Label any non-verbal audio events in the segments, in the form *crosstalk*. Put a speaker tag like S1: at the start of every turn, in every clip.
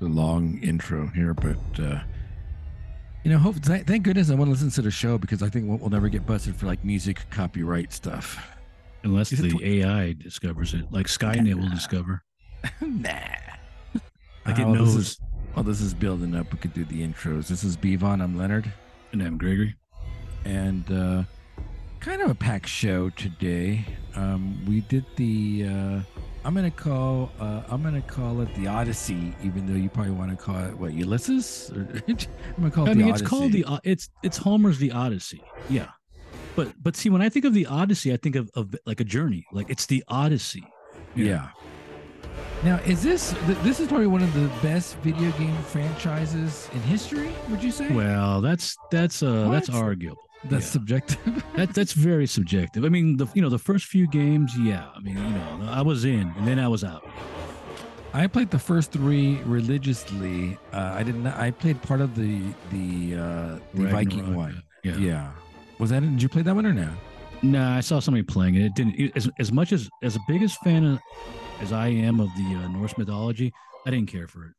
S1: the long intro here, but uh, you know, hope th- thank goodness I want to listen to the show because I think we'll, we'll never get busted for like music copyright stuff.
S2: *laughs* Unless
S1: Is it
S2: the
S1: tw-
S2: AI discovers it, like Skynet will discover.
S1: nah,
S2: Like it
S1: Oh, this
S2: knows.
S1: is- Well, this is building up. We could do the intros. This is Bevon. I'm Leonard,
S2: And I'm Gregory.
S1: and uh, kind of a packed show today. Um, we did the. Uh, I'm gonna call. Uh, I'm gonna call it the Odyssey, even though you probably want to call it what Ulysses. *laughs* Or, I'm gonna call it
S2: I
S1: Oh, the
S2: mean,
S1: Odyssey.
S2: it's called the O- it's it's Homer's The Odyssey. Yeah, but but see, when I think of the Odyssey, I think of of like a journey. Like it's the Odyssey.
S1: Yeah. Now, is this th- this is probably one of the best video game franchises in history? Would you say?
S2: Well, that's that's uh that's
S1: What?
S2: arguable.
S1: That's
S2: yeah.
S1: subjective. *laughs*
S2: That that's very subjective. I mean, the you know the first few games, yeah. I mean, you know, I was in and then I was out.
S1: I played the first three religiously. Uh, I didn't. I played part of the the uh, the Viking
S2: Ragnarok,
S1: one.
S2: Yeah.
S1: Yeah. Was that? Did you play that one or no?
S2: Nah, I saw somebody playing it. It didn't. it- as as much as as big as fan of, as I am of the uh, Norse mythology, I didn't care for it.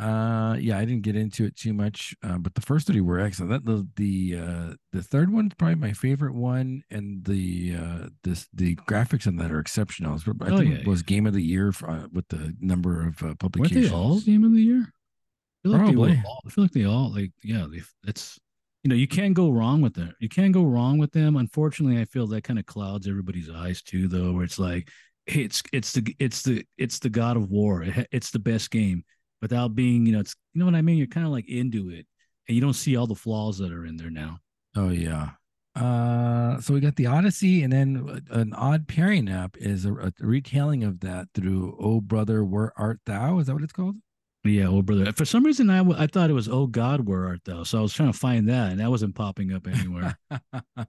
S1: Uh, yeah, I didn't get into it too much. Uh, but the first three were excellent. That the the uh, the third one's probably my favorite one, and the uh, this the graphics on that are exceptional. It's- I
S2: Oh,
S1: think
S2: yeah,
S1: it was game of the year for, uh, with the number of uh,
S2: Weren't
S1: publications.
S2: they all game of the year? I feel like They
S1: Probably.
S2: were all, I feel like they all like yeah. They that's you know you can't go wrong with them. You can't go wrong with them. Unfortunately, I feel that kind of clouds everybody's eyes too, though. Where it's like hey, it's it's the it's the it's the God of War. It, ha- it's the best game without being you know it's you know what I mean. You're kind of like into it, and you don't see all the flaws that are in there now.
S1: Oh yeah. Uh, so we got the Odyssey, and then uh, an odd pairing up is a, a retelling of that through "Oh Brother, Where Art Thou?" Is that what it's called? *laughs*
S2: Yeah, oh brother. For some reason, I, w- I thought it was "Oh God, where art thou?" So I was trying to find that, and that wasn't popping
S1: *laughs*
S2: up anywhere.
S1: uh,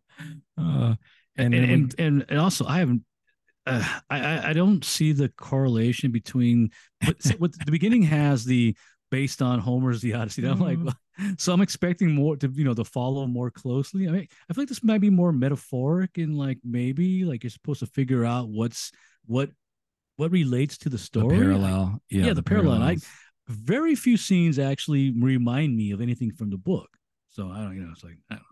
S1: and
S2: and,
S1: then
S2: and,
S1: we-
S2: and and also, I haven't. Uh, I I- I don't see the correlation between what, so what the beginning has the based on Homer's The Odyssey. And I'm like,
S1: Mhm.
S2: well, so I'm expecting more to you know to follow more closely. I mean, I feel like this might be more metaphoric and like maybe like you're supposed to figure out what's what what relates to the
S1: the
S2: story. I-
S1: parallel. Yeah,
S2: yeah, the parallel. I-
S1: parallels.
S2: very few scenes actually remind me of anything from the book. So I don't, you know, it's like, I don't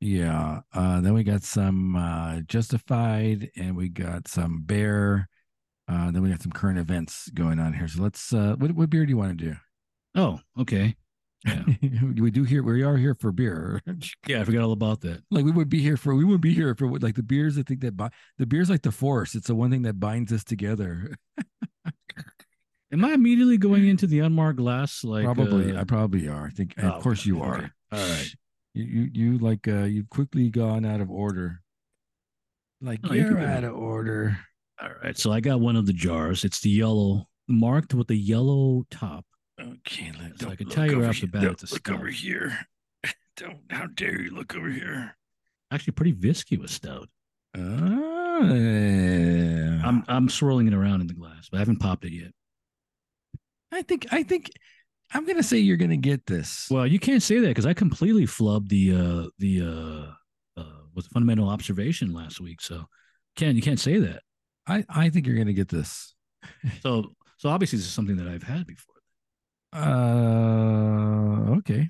S1: Yeah. Uh, then we got some uh, Justified and we got some Bear. Uh, then we got some current events going on here. So let's, uh, what, what beer do you want to do?
S2: know. oh, okay. Yeah.
S1: *laughs* we do here, we are here for beer. *laughs*
S2: yeah, I forgot all about that.
S1: like we would be here for, we would be here for what- like the beers, I think that bi- the beer's like the force. It's the one thing that binds us together. *laughs*
S2: Am I immediately going into the unmarked glass? Like
S1: probably,
S2: uh,
S1: I probably are. I think,
S2: oh,
S1: of course you are.
S2: okay. All right.
S1: You, you, you like, uh, you've quickly gone out of order. Like
S2: No, Oh, you can
S1: you're
S2: do it.
S1: out of order.
S2: All right. So I got one of the jars. It's the yellow marked with the yellow top.
S1: Okay, let,
S2: So I
S1: don't
S2: can
S1: look
S2: tell you right
S1: over
S2: off the
S1: here-
S2: bat
S1: don't
S2: it's a
S1: Look over
S2: stout.
S1: here. *laughs* Don't. How dare you look over here?
S2: Actually pretty viscous stout.
S1: Ah. Uh,
S2: I'm I'm swirling it around in the glass, but I haven't popped it yet.
S1: I think. I think. I'm gonna say you're gonna get this.
S2: Well, you can't say that because I completely flubbed the uh the uh uh was it fundamental observation last week. So Ken, you can't say that.
S1: I. I think you're gonna get this.
S2: So so obviously this is something that I've had before.
S1: Uh. Okay.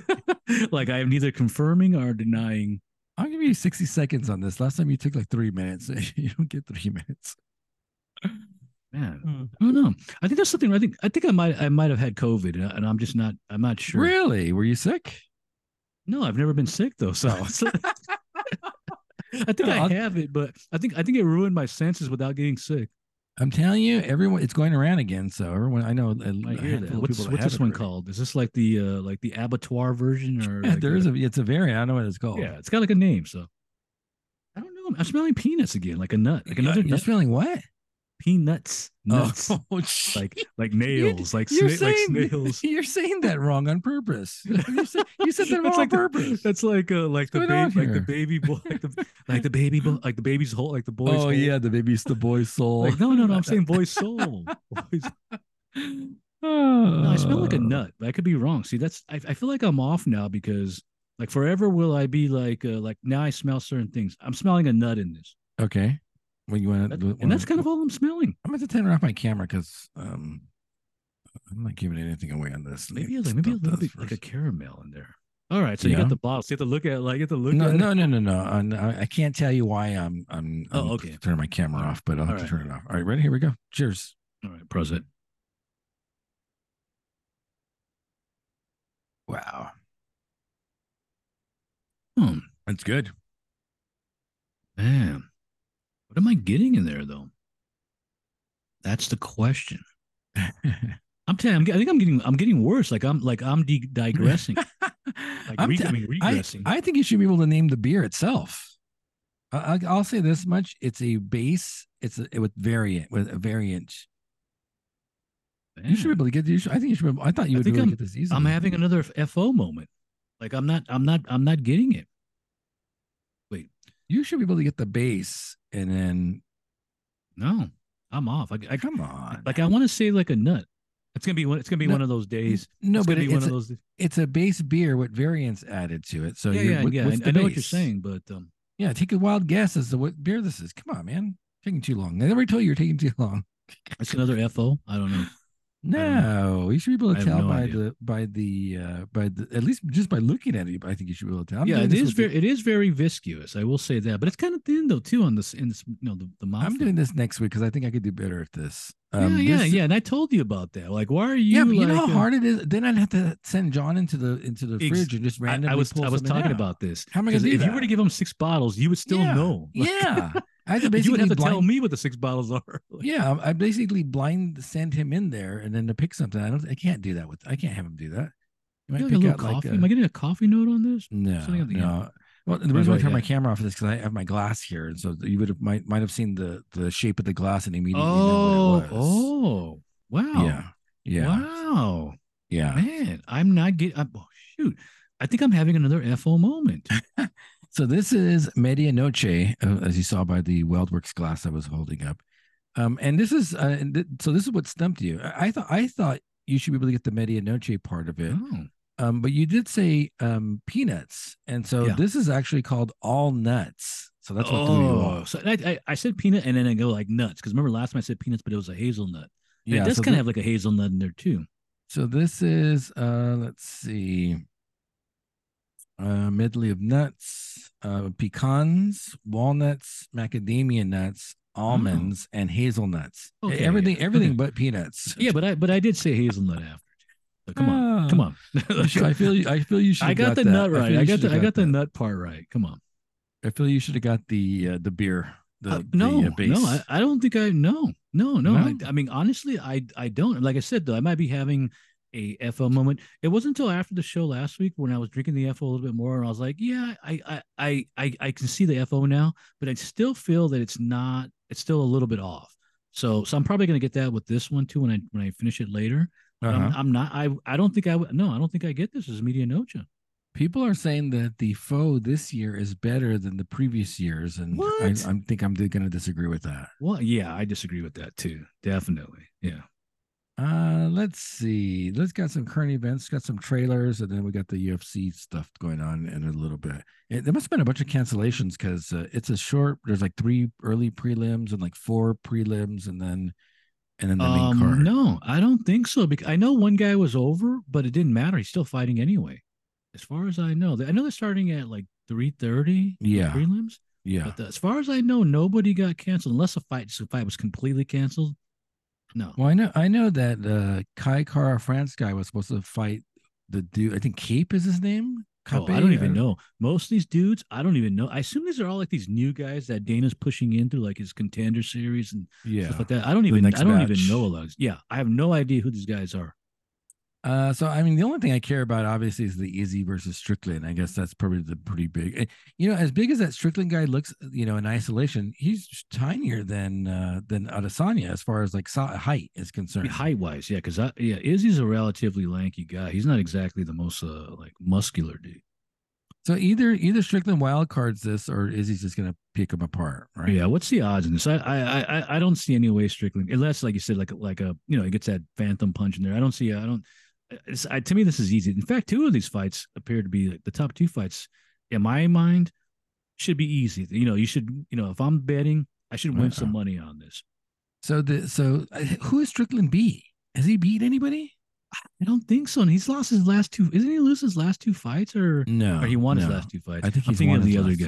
S1: *laughs*
S2: like I am neither confirming or denying.
S1: I'll give you 60 seconds on this. Last time you took like three minutes. *laughs* you don't get three minutes.
S2: Man,
S1: Hmm.
S2: I don't know. I think there's something. I think I think I might I might have had COVID, and I- and I'm just not. I'm not sure.
S1: Really? Were you sick?
S2: No, I've never been sick
S1: *laughs*
S2: though. So I think I
S1: I'll-
S2: have it, but I think I think it ruined my senses without getting sick.
S1: I'm telling you, everyone. It's going around again. So everyone. I know. uh, A,
S2: I
S1: a
S2: hear that.
S1: handful of
S2: What's,
S1: people that
S2: what's
S1: have
S2: this
S1: it
S2: one
S1: already.
S2: called? Is this like the uh like the abattoir version or
S1: Yeah,
S2: like
S1: there is a. It's a variant. I don't know what it's called.
S2: yeah, it's got like a name. So I don't know. I'm smelling peanuts again, like a nut, like
S1: Uh,
S2: another
S1: You're
S2: nut.
S1: smelling what?
S2: Peanuts,
S1: *laughs*
S2: nuts,
S1: Oh, jeez.
S2: *laughs* like like nails, like
S1: you're
S2: sna- like
S1: saying-
S2: *laughs* snails.
S1: *laughs* You're saying that wrong on
S2: *laughs*
S1: purpose. You said, you said that wrong
S2: That's
S1: on
S2: like the-
S1: purpose.
S2: That's like uh like the
S1: going on
S2: baby, like the
S1: here?
S2: baby boy, like the like the baby boy, like the baby's whole, like the boy's.
S1: oh
S2: whole.
S1: yeah, the baby's the
S2: *laughs*
S1: boy's soul. *sighs*
S2: Like, no, no, no. I'm saying *laughs* boy's soul. Uh. Boy's No, I smell like a
S1: Oh.
S2: nut. but I could be wrong. See, that's I, I feel like I'm off now because like forever will I be like uh, like now I smell certain things. I'm smelling a nut in this,
S1: Okay. When you want
S2: That- and that's kind of all I'm smelling.
S1: I'm going to turn off my camera because um, I'm not giving anything away on this.
S2: Maybe
S1: Let's
S2: like maybe a
S1: stop
S2: little
S1: this
S2: bit
S1: for
S2: like
S1: a
S2: a caramel in there. All right, so you
S1: Yeah.
S2: got the bottle. So you have to look at like you have to look
S1: No,
S2: at
S1: no,
S2: it.
S1: no, no, no. Uh, no, I I can't tell you why I'm. I'm.
S2: Oh,
S1: I'm
S2: okay.
S1: Turn my camera off, but I'll have
S2: All
S1: to
S2: right.
S1: turn it off. All right, ready? Here we go. Cheers.
S2: All right, Prozac.
S1: Wow,
S2: Hmm,
S1: that's
S2: *laughs*
S1: good.
S2: man, what am I getting in there though? That's the question. I'm telling. I'm, ge- I think I'm getting. I'm getting worse. Like I'm. Like I'm de-
S1: *laughs*
S2: digressing. Like
S1: I'm
S2: re-
S1: t-
S2: I mean,
S1: I,
S2: regressing.
S1: I think you should be able to name the beer itself. I, I, I'll say this much: it's a base. It's a, with variant with a variant. You should be
S2: Man,
S1: able to get. You should, I think you should. Be able, I thought you
S2: I
S1: would
S2: think
S1: really
S2: I'm-
S1: get this easily.
S2: I'm having another FO moment. Like I'm not. I'm not. I'm not getting it.
S1: You should be able to get the base, and then
S2: No, I'm off. I, I
S1: come on.
S2: like. I want to say like a nut. It's gonna be one. It's gonna be
S1: No,
S2: one of those days.
S1: no,
S2: it's
S1: but
S2: gonna
S1: it-
S2: be one
S1: it's
S2: of
S1: a,
S2: those.
S1: it's a base beer with variants added to it. So
S2: yeah,
S1: you're,
S2: yeah,
S1: what-
S2: yeah.
S1: what's
S2: I,
S1: the
S2: I know what you're
S1: base?
S2: saying, but um,
S1: Yeah, take a wild guess as to what beer this is. Come on, man, taking too long. I never told you you're taking too long.
S2: it's another FO. I don't know.
S1: No, you should be able
S2: I
S1: to
S2: have
S1: tell
S2: no
S1: by
S2: idea.
S1: the by the uh by the at least just by looking at it. I think you should be able to tell. I'm
S2: yeah,
S1: doing
S2: it
S1: this
S2: is
S1: with the-
S2: very. It is very viscous. I will say that, but it's kind of thin though too on this. In this, you know, the, the mouth.
S1: I'm doing this next week because I think I could do better at this. Um,
S2: Yeah, yeah,
S1: this-
S2: yeah. And I told you about that. Like, why are you?
S1: Yeah, but you know how
S2: like, uh,
S1: hard it is. Then I'd have to send John into the into the
S2: Ex-
S1: fridge and just
S2: I-
S1: randomly.
S2: I, was
S1: pull
S2: I was
S1: something
S2: talking
S1: out.
S2: about this.
S1: How am I
S2: 'Cause
S1: gonna do
S2: if
S1: that?
S2: you were to give them six bottles, you would still
S1: Yeah,
S2: know. Like,
S1: yeah,
S2: *laughs*
S1: I had to
S2: you
S1: basically
S2: would have to
S1: blind,
S2: tell me what the six bottles are. *laughs* Like,
S1: Yeah, I basically blind send him in there and then to pick something. I don't. I can't do that with. I can't have him do that. You
S2: you
S1: might
S2: know, like a
S1: pick
S2: little
S1: out
S2: coffee.
S1: like uh a,
S2: Am I getting a coffee note on this?
S1: no,
S2: something at the end?
S1: no. Well, the
S2: Or
S1: reason why I
S2: do I
S1: turned my
S2: get-
S1: camera off is because I have my glass here, and so you would have might might have seen the the shape of the glass and immediately know
S2: Oh,
S1: what it was.
S2: oh, wow.
S1: yeah, yeah,
S2: Wow.
S1: yeah.
S2: Man, I'm not getting. I'm, oh, shoot. I think I'm having another FO moment.
S1: So this is Medianoche, uh, as you saw by the Weldworks glass I was holding up. Um, and this is uh, and th- so this is what stumped you. I, I thought I thought you should be able to get the Medianoche part of it,
S2: Oh,
S1: um, but you did say um, peanuts, and so
S2: Yeah.
S1: this is actually called all nuts. So that's what threw you
S2: Oh,
S1: off.
S2: So I, I, I said peanut and then I go like nuts because remember last time I said peanuts, but it was a hazelnut. And
S1: Yeah,
S2: it does
S1: so
S2: kind of
S1: thi-
S2: have like a hazelnut in there too.
S1: So this is uh let's see. Uh medley of nuts, uh pecans, walnuts, macadamia nuts, almonds, and hazelnuts. E-
S2: Oh. Okay, yeah,
S1: everything everything
S2: okay.
S1: but peanuts. Ah.
S2: Yeah, but I but I did say hazelnut after. So come on, come on.
S1: Uh, *laughs*
S2: *laughs*
S1: You should- I feel you I feel you should
S2: I got, the
S1: that.
S2: nut
S1: feel
S2: right.
S1: you
S2: I got
S1: should
S2: the
S1: have
S2: I got the
S1: that.
S2: nut part right. Come on.
S1: I feel you should have got the uh, the beer. The,
S2: Uh,
S1: the,
S2: no,
S1: uh, base.
S2: no, I, I don't think I no, no, no. I,
S1: No?
S2: I mean, honestly, I I don't. Like I said, though, I might be having a FO moment. It wasn't until after the show last week when I was drinking the FO a little bit more, and I was like, yeah, I I I I, I can see the FO now, but I still feel that it's not. It's still a little bit off. So so I'm probably gonna get that with this one too when I when I finish it later. But
S1: Uh-huh.
S2: I'm, I'm not. I I don't think I would. No, I don't think I get this as media nocha.
S1: People are saying that the faux this year is better than the previous years, and I,
S2: What?
S1: I think I'm going to disagree with that.
S2: Well, yeah, I disagree with that too. Definitely. Yeah.
S1: Uh, let's see. Let's got some current events, got some trailers, and then we got the UFC stuff going on in a little bit. It, there must have been a bunch of cancellations because uh, it's a short. There's like three early prelims and like four prelims, and then and then the main card.
S2: Um, No, I don't think so. Because I know one guy was over, but it didn't matter. He's still fighting anyway. As far as I know, I know they're starting at like three thirty
S1: Yeah,
S2: prelims.
S1: yeah.
S2: But the, as far as I know, nobody got canceled unless a fight. So fight was completely canceled. No.
S1: Well, I know I know that uh, Kai Kara France guy was supposed to fight the dude. I think Cape is his name.
S2: Oh, I
S1: Cape?
S2: don't even know. Most of these dudes, I don't even know. I assume these are all like these new guys that Dana's pushing in through like his contender series and
S1: Yeah.
S2: stuff like that. I don't even I
S1: next
S2: don't
S1: batch.
S2: even know a lot. Of, yeah, I have no idea who these guys are.
S1: Uh, so I mean, the only thing I care about obviously is the Izzy versus Strickland. I guess that's probably the pretty big. eh, You know, as big as that Strickland guy looks, you know, in isolation, he's tinier than uh, than Adesanya as far as like so- height is concerned.
S2: height wise, yeah, because I yeah, Izzy's a relatively lanky guy. He's not exactly the most uh, like muscular dude.
S1: So either either Strickland wild cards this, or Izzy's just gonna pick him apart, right?
S2: Yeah, what's the odds in this? I I I- I, I don't see any way Strickland unless like you said like like a you know he gets that phantom punch in there. I don't see I don't. It's, I, to me, this is easy. In fact, two of these fights appear to be like, the top two fights in my mind should be easy. You know, you should you know if I'm betting, I should win some
S1: Uh-uh.
S2: money on this.
S1: eh, So the so uh, who is Strickland beat? Has he beat anybody?
S2: I don't think so. And he's lost his last two. Isn't he lose his last two fights, or
S1: No,
S2: or he won his
S1: no.
S2: last two fights?
S1: I think
S2: I'm
S1: he's
S2: thinking
S1: won
S2: of the
S1: his
S2: other
S1: last
S2: guy.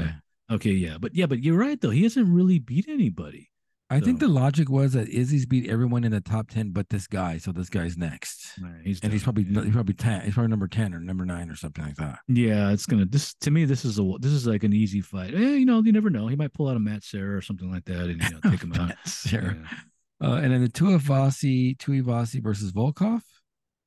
S1: two.
S2: Okay, yeah, but yeah, but you're right though. He hasn't really beat anybody.
S1: I think
S2: So-
S1: the logic was that Izzy's beat everyone in the top ten, but this guy. So this guy's next,
S2: He's
S1: and he's
S2: done,
S1: probably
S2: yeah.
S1: he's probably ten. He's probably number ten or number nine or something like that.
S2: Yeah, it's gonna. This to me, this is a this is like an easy fight. Eh, you know, you never know. He might pull out a Matt Sarah or something like that, and you know,
S1: *laughs*
S2: take him out.
S1: Sarah.
S2: Yeah.
S1: Uh, and then the Tua Vasi, Tui Vasi versus Volkov.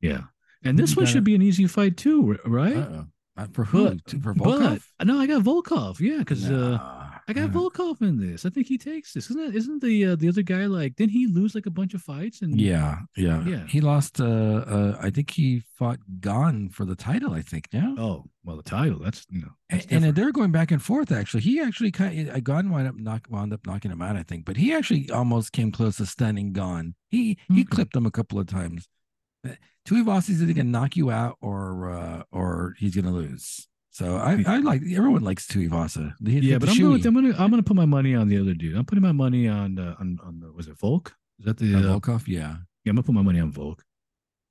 S2: Yeah. And this
S1: You
S2: one
S1: gotta-
S2: should be an easy fight too, r- right?
S1: Uh-oh. Uh, for who?
S2: But-
S1: To- for Volkov?
S2: but no, I got Volkov. Yeah, because uh,
S1: Nah,
S2: I got
S1: uh,
S2: Volkov in this. I think he takes this. Isn't that, isn't the uh, the other guy like? Didn't he lose like a bunch of fights? And
S1: Yeah, yeah,
S2: Yeah.
S1: He lost. Uh, uh, I think he fought Gon for the title. I think. Yeah.
S2: Oh well, the title. That's you know.
S1: And,
S2: That's
S1: and
S2: different.
S1: they're going back and forth. Actually, he actually kind of, Gon wound up knock, wound up knocking him out. I think, but he actually almost came close to stunning Gon. He he
S2: Okay.
S1: clipped him a couple of times. Uh, Tuivasa is either gonna knock you out or uh, or he's gonna lose. So I, I like everyone likes Tuivasa. He-
S2: yeah,
S1: the
S2: but I'm going. With,
S1: shoey.
S2: I'm gonna I'm gonna put my money on the other dude. I'm putting my money on uh, on on the was it Volk? Is that the
S1: Uh,
S2: uh,
S1: Volkov, yeah.
S2: Yeah, I'm gonna put my money on Volk.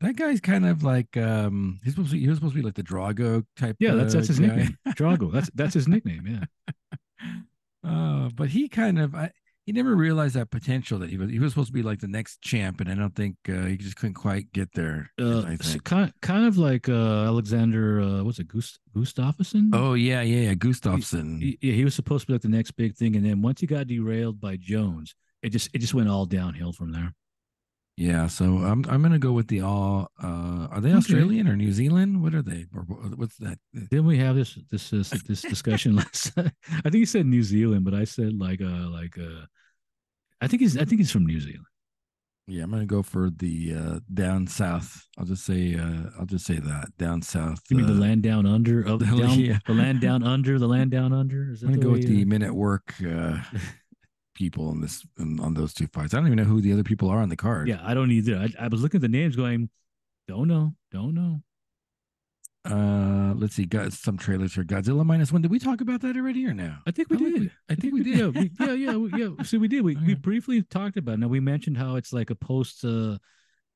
S1: That guy's kind of like um he's supposed to he was supposed to be like the Drago type.
S2: Yeah, that's that's
S1: uh,
S2: his
S1: guy.
S2: nickname, Drago. That's that's his nickname. Yeah.
S1: Uh, but he kind of I, he never realized that potential that he was he was supposed to be like the next champ, and I don't think uh, he just couldn't quite get there.
S2: *laughs* Uh,
S1: I
S2: so
S1: think.
S2: kind kind of like uh, Alexander. Uh, what's it, Gust- Gustafsson?
S1: Oh yeah, yeah, yeah. Gustafsson.
S2: He- yeah, he was supposed to be like the next big thing, and then once he got derailed by Jones, it just it just went all downhill from there.
S1: yeah, so I'm I'm gonna go with the all. Uh, are they
S2: Okay.
S1: Australian or New Zealand? What are they? Or wh- what's that?
S2: Didn't we have this this this, this discussion *laughs* last? I think he said New Zealand, but I said like uh like uh, I think he's I think he's from New Zealand.
S1: Yeah, I'm gonna go for the uh, down south. I'll just say uh, I'll just say that down south.
S2: You mean the
S1: uh,
S2: land down under
S1: *laughs*
S2: of
S1: the-
S2: down,
S1: yeah.
S2: the land down under the land down under? Is that
S1: I'm gonna
S2: the
S1: go with
S2: way,
S1: the
S2: uh,
S1: men at work
S2: *laughs*
S1: uh, people in this in, on those two fights. I don't even know who the other people are on the card.
S2: yeah. I don't either. I, I was looking at the names, going, don't know, don't know.
S1: Uh, let's see. Got some trailers for Godzilla minus one. Did we talk about that already or no?
S2: I think we
S1: I like
S2: did.
S1: I think we did.
S2: Yeah, we, yeah, yeah, we, yeah. So we did. We, we
S1: Okay.
S2: briefly talked about. It. Now we mentioned how it's like a post. Uh,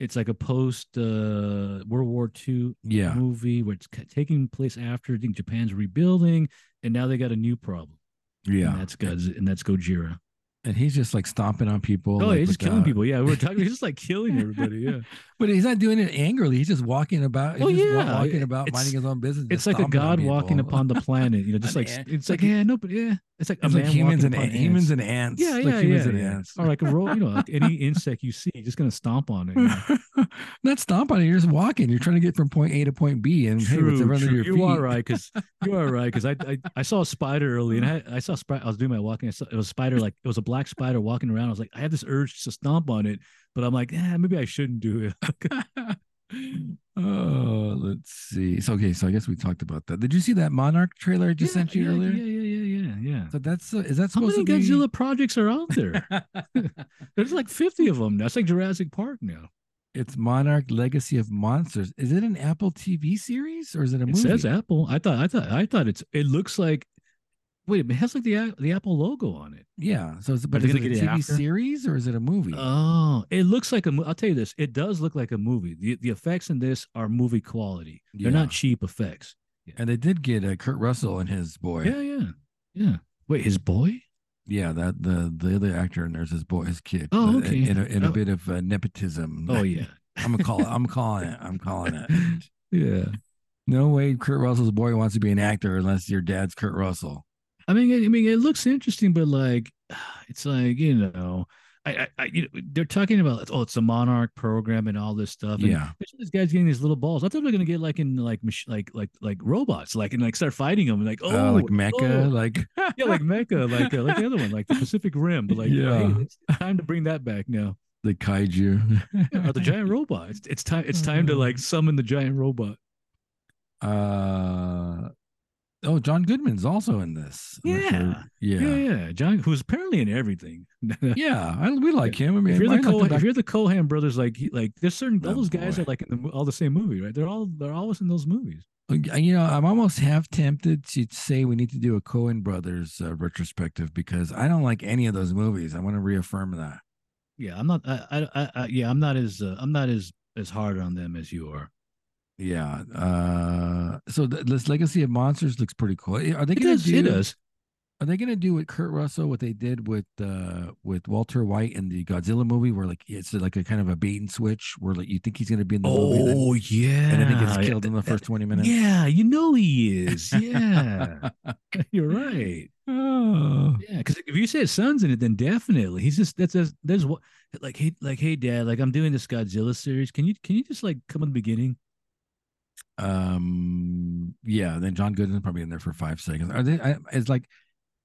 S2: it's like a post uh, World War II
S1: Yeah.
S2: movie where it's ca- taking place after I think Japan's rebuilding, and now they got a new problem.
S1: Yeah.
S2: and that's Godz- and that's Gojira.
S1: And he's just like stomping on people.
S2: Oh,
S1: like,
S2: yeah, he's just killing
S1: without-
S2: people. Yeah, we're talking. He's just like killing everybody. Yeah,
S1: But he's not doing it angrily. He's just walking about. He's
S2: Oh,
S1: just wa-
S2: yeah,
S1: Walking about,
S2: it's-
S1: minding his own business.
S2: it's
S1: just
S2: like a
S1: stomping on
S2: god walking
S1: people.
S2: *laughs* upon the planet. You know, just
S1: An
S2: like
S1: ant.
S2: it's
S1: Like
S2: like,
S1: he-
S2: yeah, no, but yeah, it's like a
S1: It's
S2: man
S1: like humans
S2: walking
S1: and
S2: upon
S1: ant-
S2: ants.
S1: humans and ants.
S2: Yeah,
S1: Like
S2: yeah,
S1: humans
S2: yeah,
S1: and
S2: yeah.
S1: ants.
S2: Or like a ro- you know, like *laughs* any insect you see, you're just gonna stomp on it. you know?
S1: *laughs* Not stomp on it. You're just walking. You're trying to get from point A to point B, and hey, what's
S2: *laughs* True,
S1: under
S2: true.
S1: your feet?
S2: you are right *laughs* because you are right because I, I I saw a spider early and I I saw a spider. I was doing my walking. I saw it was a spider like it was a black spider walking around. I was like, I have this urge to stomp on it, but I'm like, eh, maybe I shouldn't do it. *laughs*
S1: oh, let's see. So okay, so I guess we talked about that. Did you see that Monarch trailer I just
S2: Yeah,
S1: sent you
S2: yeah,
S1: earlier?
S2: Yeah, yeah, yeah, yeah, yeah.
S1: So that's uh, is that
S2: How
S1: supposed
S2: many
S1: to be
S2: Godzilla projects are out there? *laughs*
S1: *laughs*
S2: There's like 50 of them now. It's like Jurassic Park now.
S1: It's Monarch Legacy of Monsters. Is it an Apple TV series or is it a
S2: It
S1: movie?
S2: says Apple. I thought I thought I thought it's it looks like wait, it has like the A- the Apple logo on it.
S1: Yeah. So, it's, but
S2: they
S1: is it a
S2: gonna get it
S1: TV
S2: after?
S1: series or is it a movie?
S2: Oh, it looks like a. mo- I'll tell you this. It does look like a movie. The the effects in this are movie quality. They're
S1: Yeah.
S2: not cheap effects.
S1: and they did get uh, Kurt Russell and his boy.
S2: Yeah, yeah, yeah. Wait,
S1: *laughs*
S2: his boy?
S1: Yeah, that the the other actor and there's his boy, his kid.
S2: Oh,
S1: uh,
S2: okay.
S1: In a, in a
S2: Oh.
S1: bit of uh, nepotism.
S2: Oh yeah,
S1: I'm gonna call it. I'm calling it. I'm calling
S2: *laughs*
S1: it.
S2: yeah.
S1: No way, Kurt Russell's boy wants to be an actor unless your dad's Kurt Russell.
S2: I mean, it, I mean, it looks interesting, but like, *sighs* it's like you know, I, I, I you know, they're talking about oh, it's a monarch program and all this stuff. and
S1: Yeah,
S2: Imagine this guy's getting these little balls. I thought they're gonna get like in like mach- like like like robots, like and like start fighting them, like oh,
S1: uh, like
S2: oh, *laughs*
S1: Mecca, like
S2: yeah, like Mecca, like uh, like the other one, like the Pacific Rim. But like, yeah,
S1: Yeah.
S2: it's time to bring that back now.
S1: the kaiju.
S2: Yeah,
S1: *laughs*
S2: or the giant robot. It's, it's time. It's time to
S1: Mm.
S2: like summon the giant robot.
S1: uh, oh, John Goodman's also in this. I'm not sure-
S2: Yeah, yeah.
S1: yeah,
S2: John, who's apparently in everything.
S1: yeah. I, we like him. I mean,
S2: if you're
S1: I
S2: the
S1: like him
S2: Cohen,
S1: back-
S2: if you're the Cohen brothers, like he- like there's certain all
S1: Oh,
S2: those guys
S1: boy.
S2: are like in the, mo- all the same movie, right? They're all they're always in those movies.
S1: Uh, You know, I'm almost half tempted to say we need to do a Cohen Brothers uh, retrospective because I don't like any of those movies. I want to reaffirm that.
S2: Yeah, I'm not. I, I, I, I yeah, I'm not as uh, I'm not as as hard on them as you are.
S1: Yeah. Uh, so th- this Legacy of Monsters looks pretty cool. Eh, Are they
S2: It
S1: going
S2: does.
S1: to do?
S2: it does.
S1: Are they going to do with Kurt Russell what they did with uh, with Walter White in the Godzilla movie, where like it's like a kind of a bait and switch, where like you think he's going to be in the movie, then-
S2: Oh yeah.
S1: and then he gets killed in the first twenty minutes.
S2: Yeah, you know he *laughs* is. Yeah, you're right.
S1: Oh.
S2: Yeah, because if you say his son's in it, then definitely he's just that's that's there's what like hey like hey dad like I'm doing this Godzilla series. Can you can you just like come in the beginning?
S1: Um. Yeah. Then John Goodman's probably in there for five seconds. Are they? I, it's like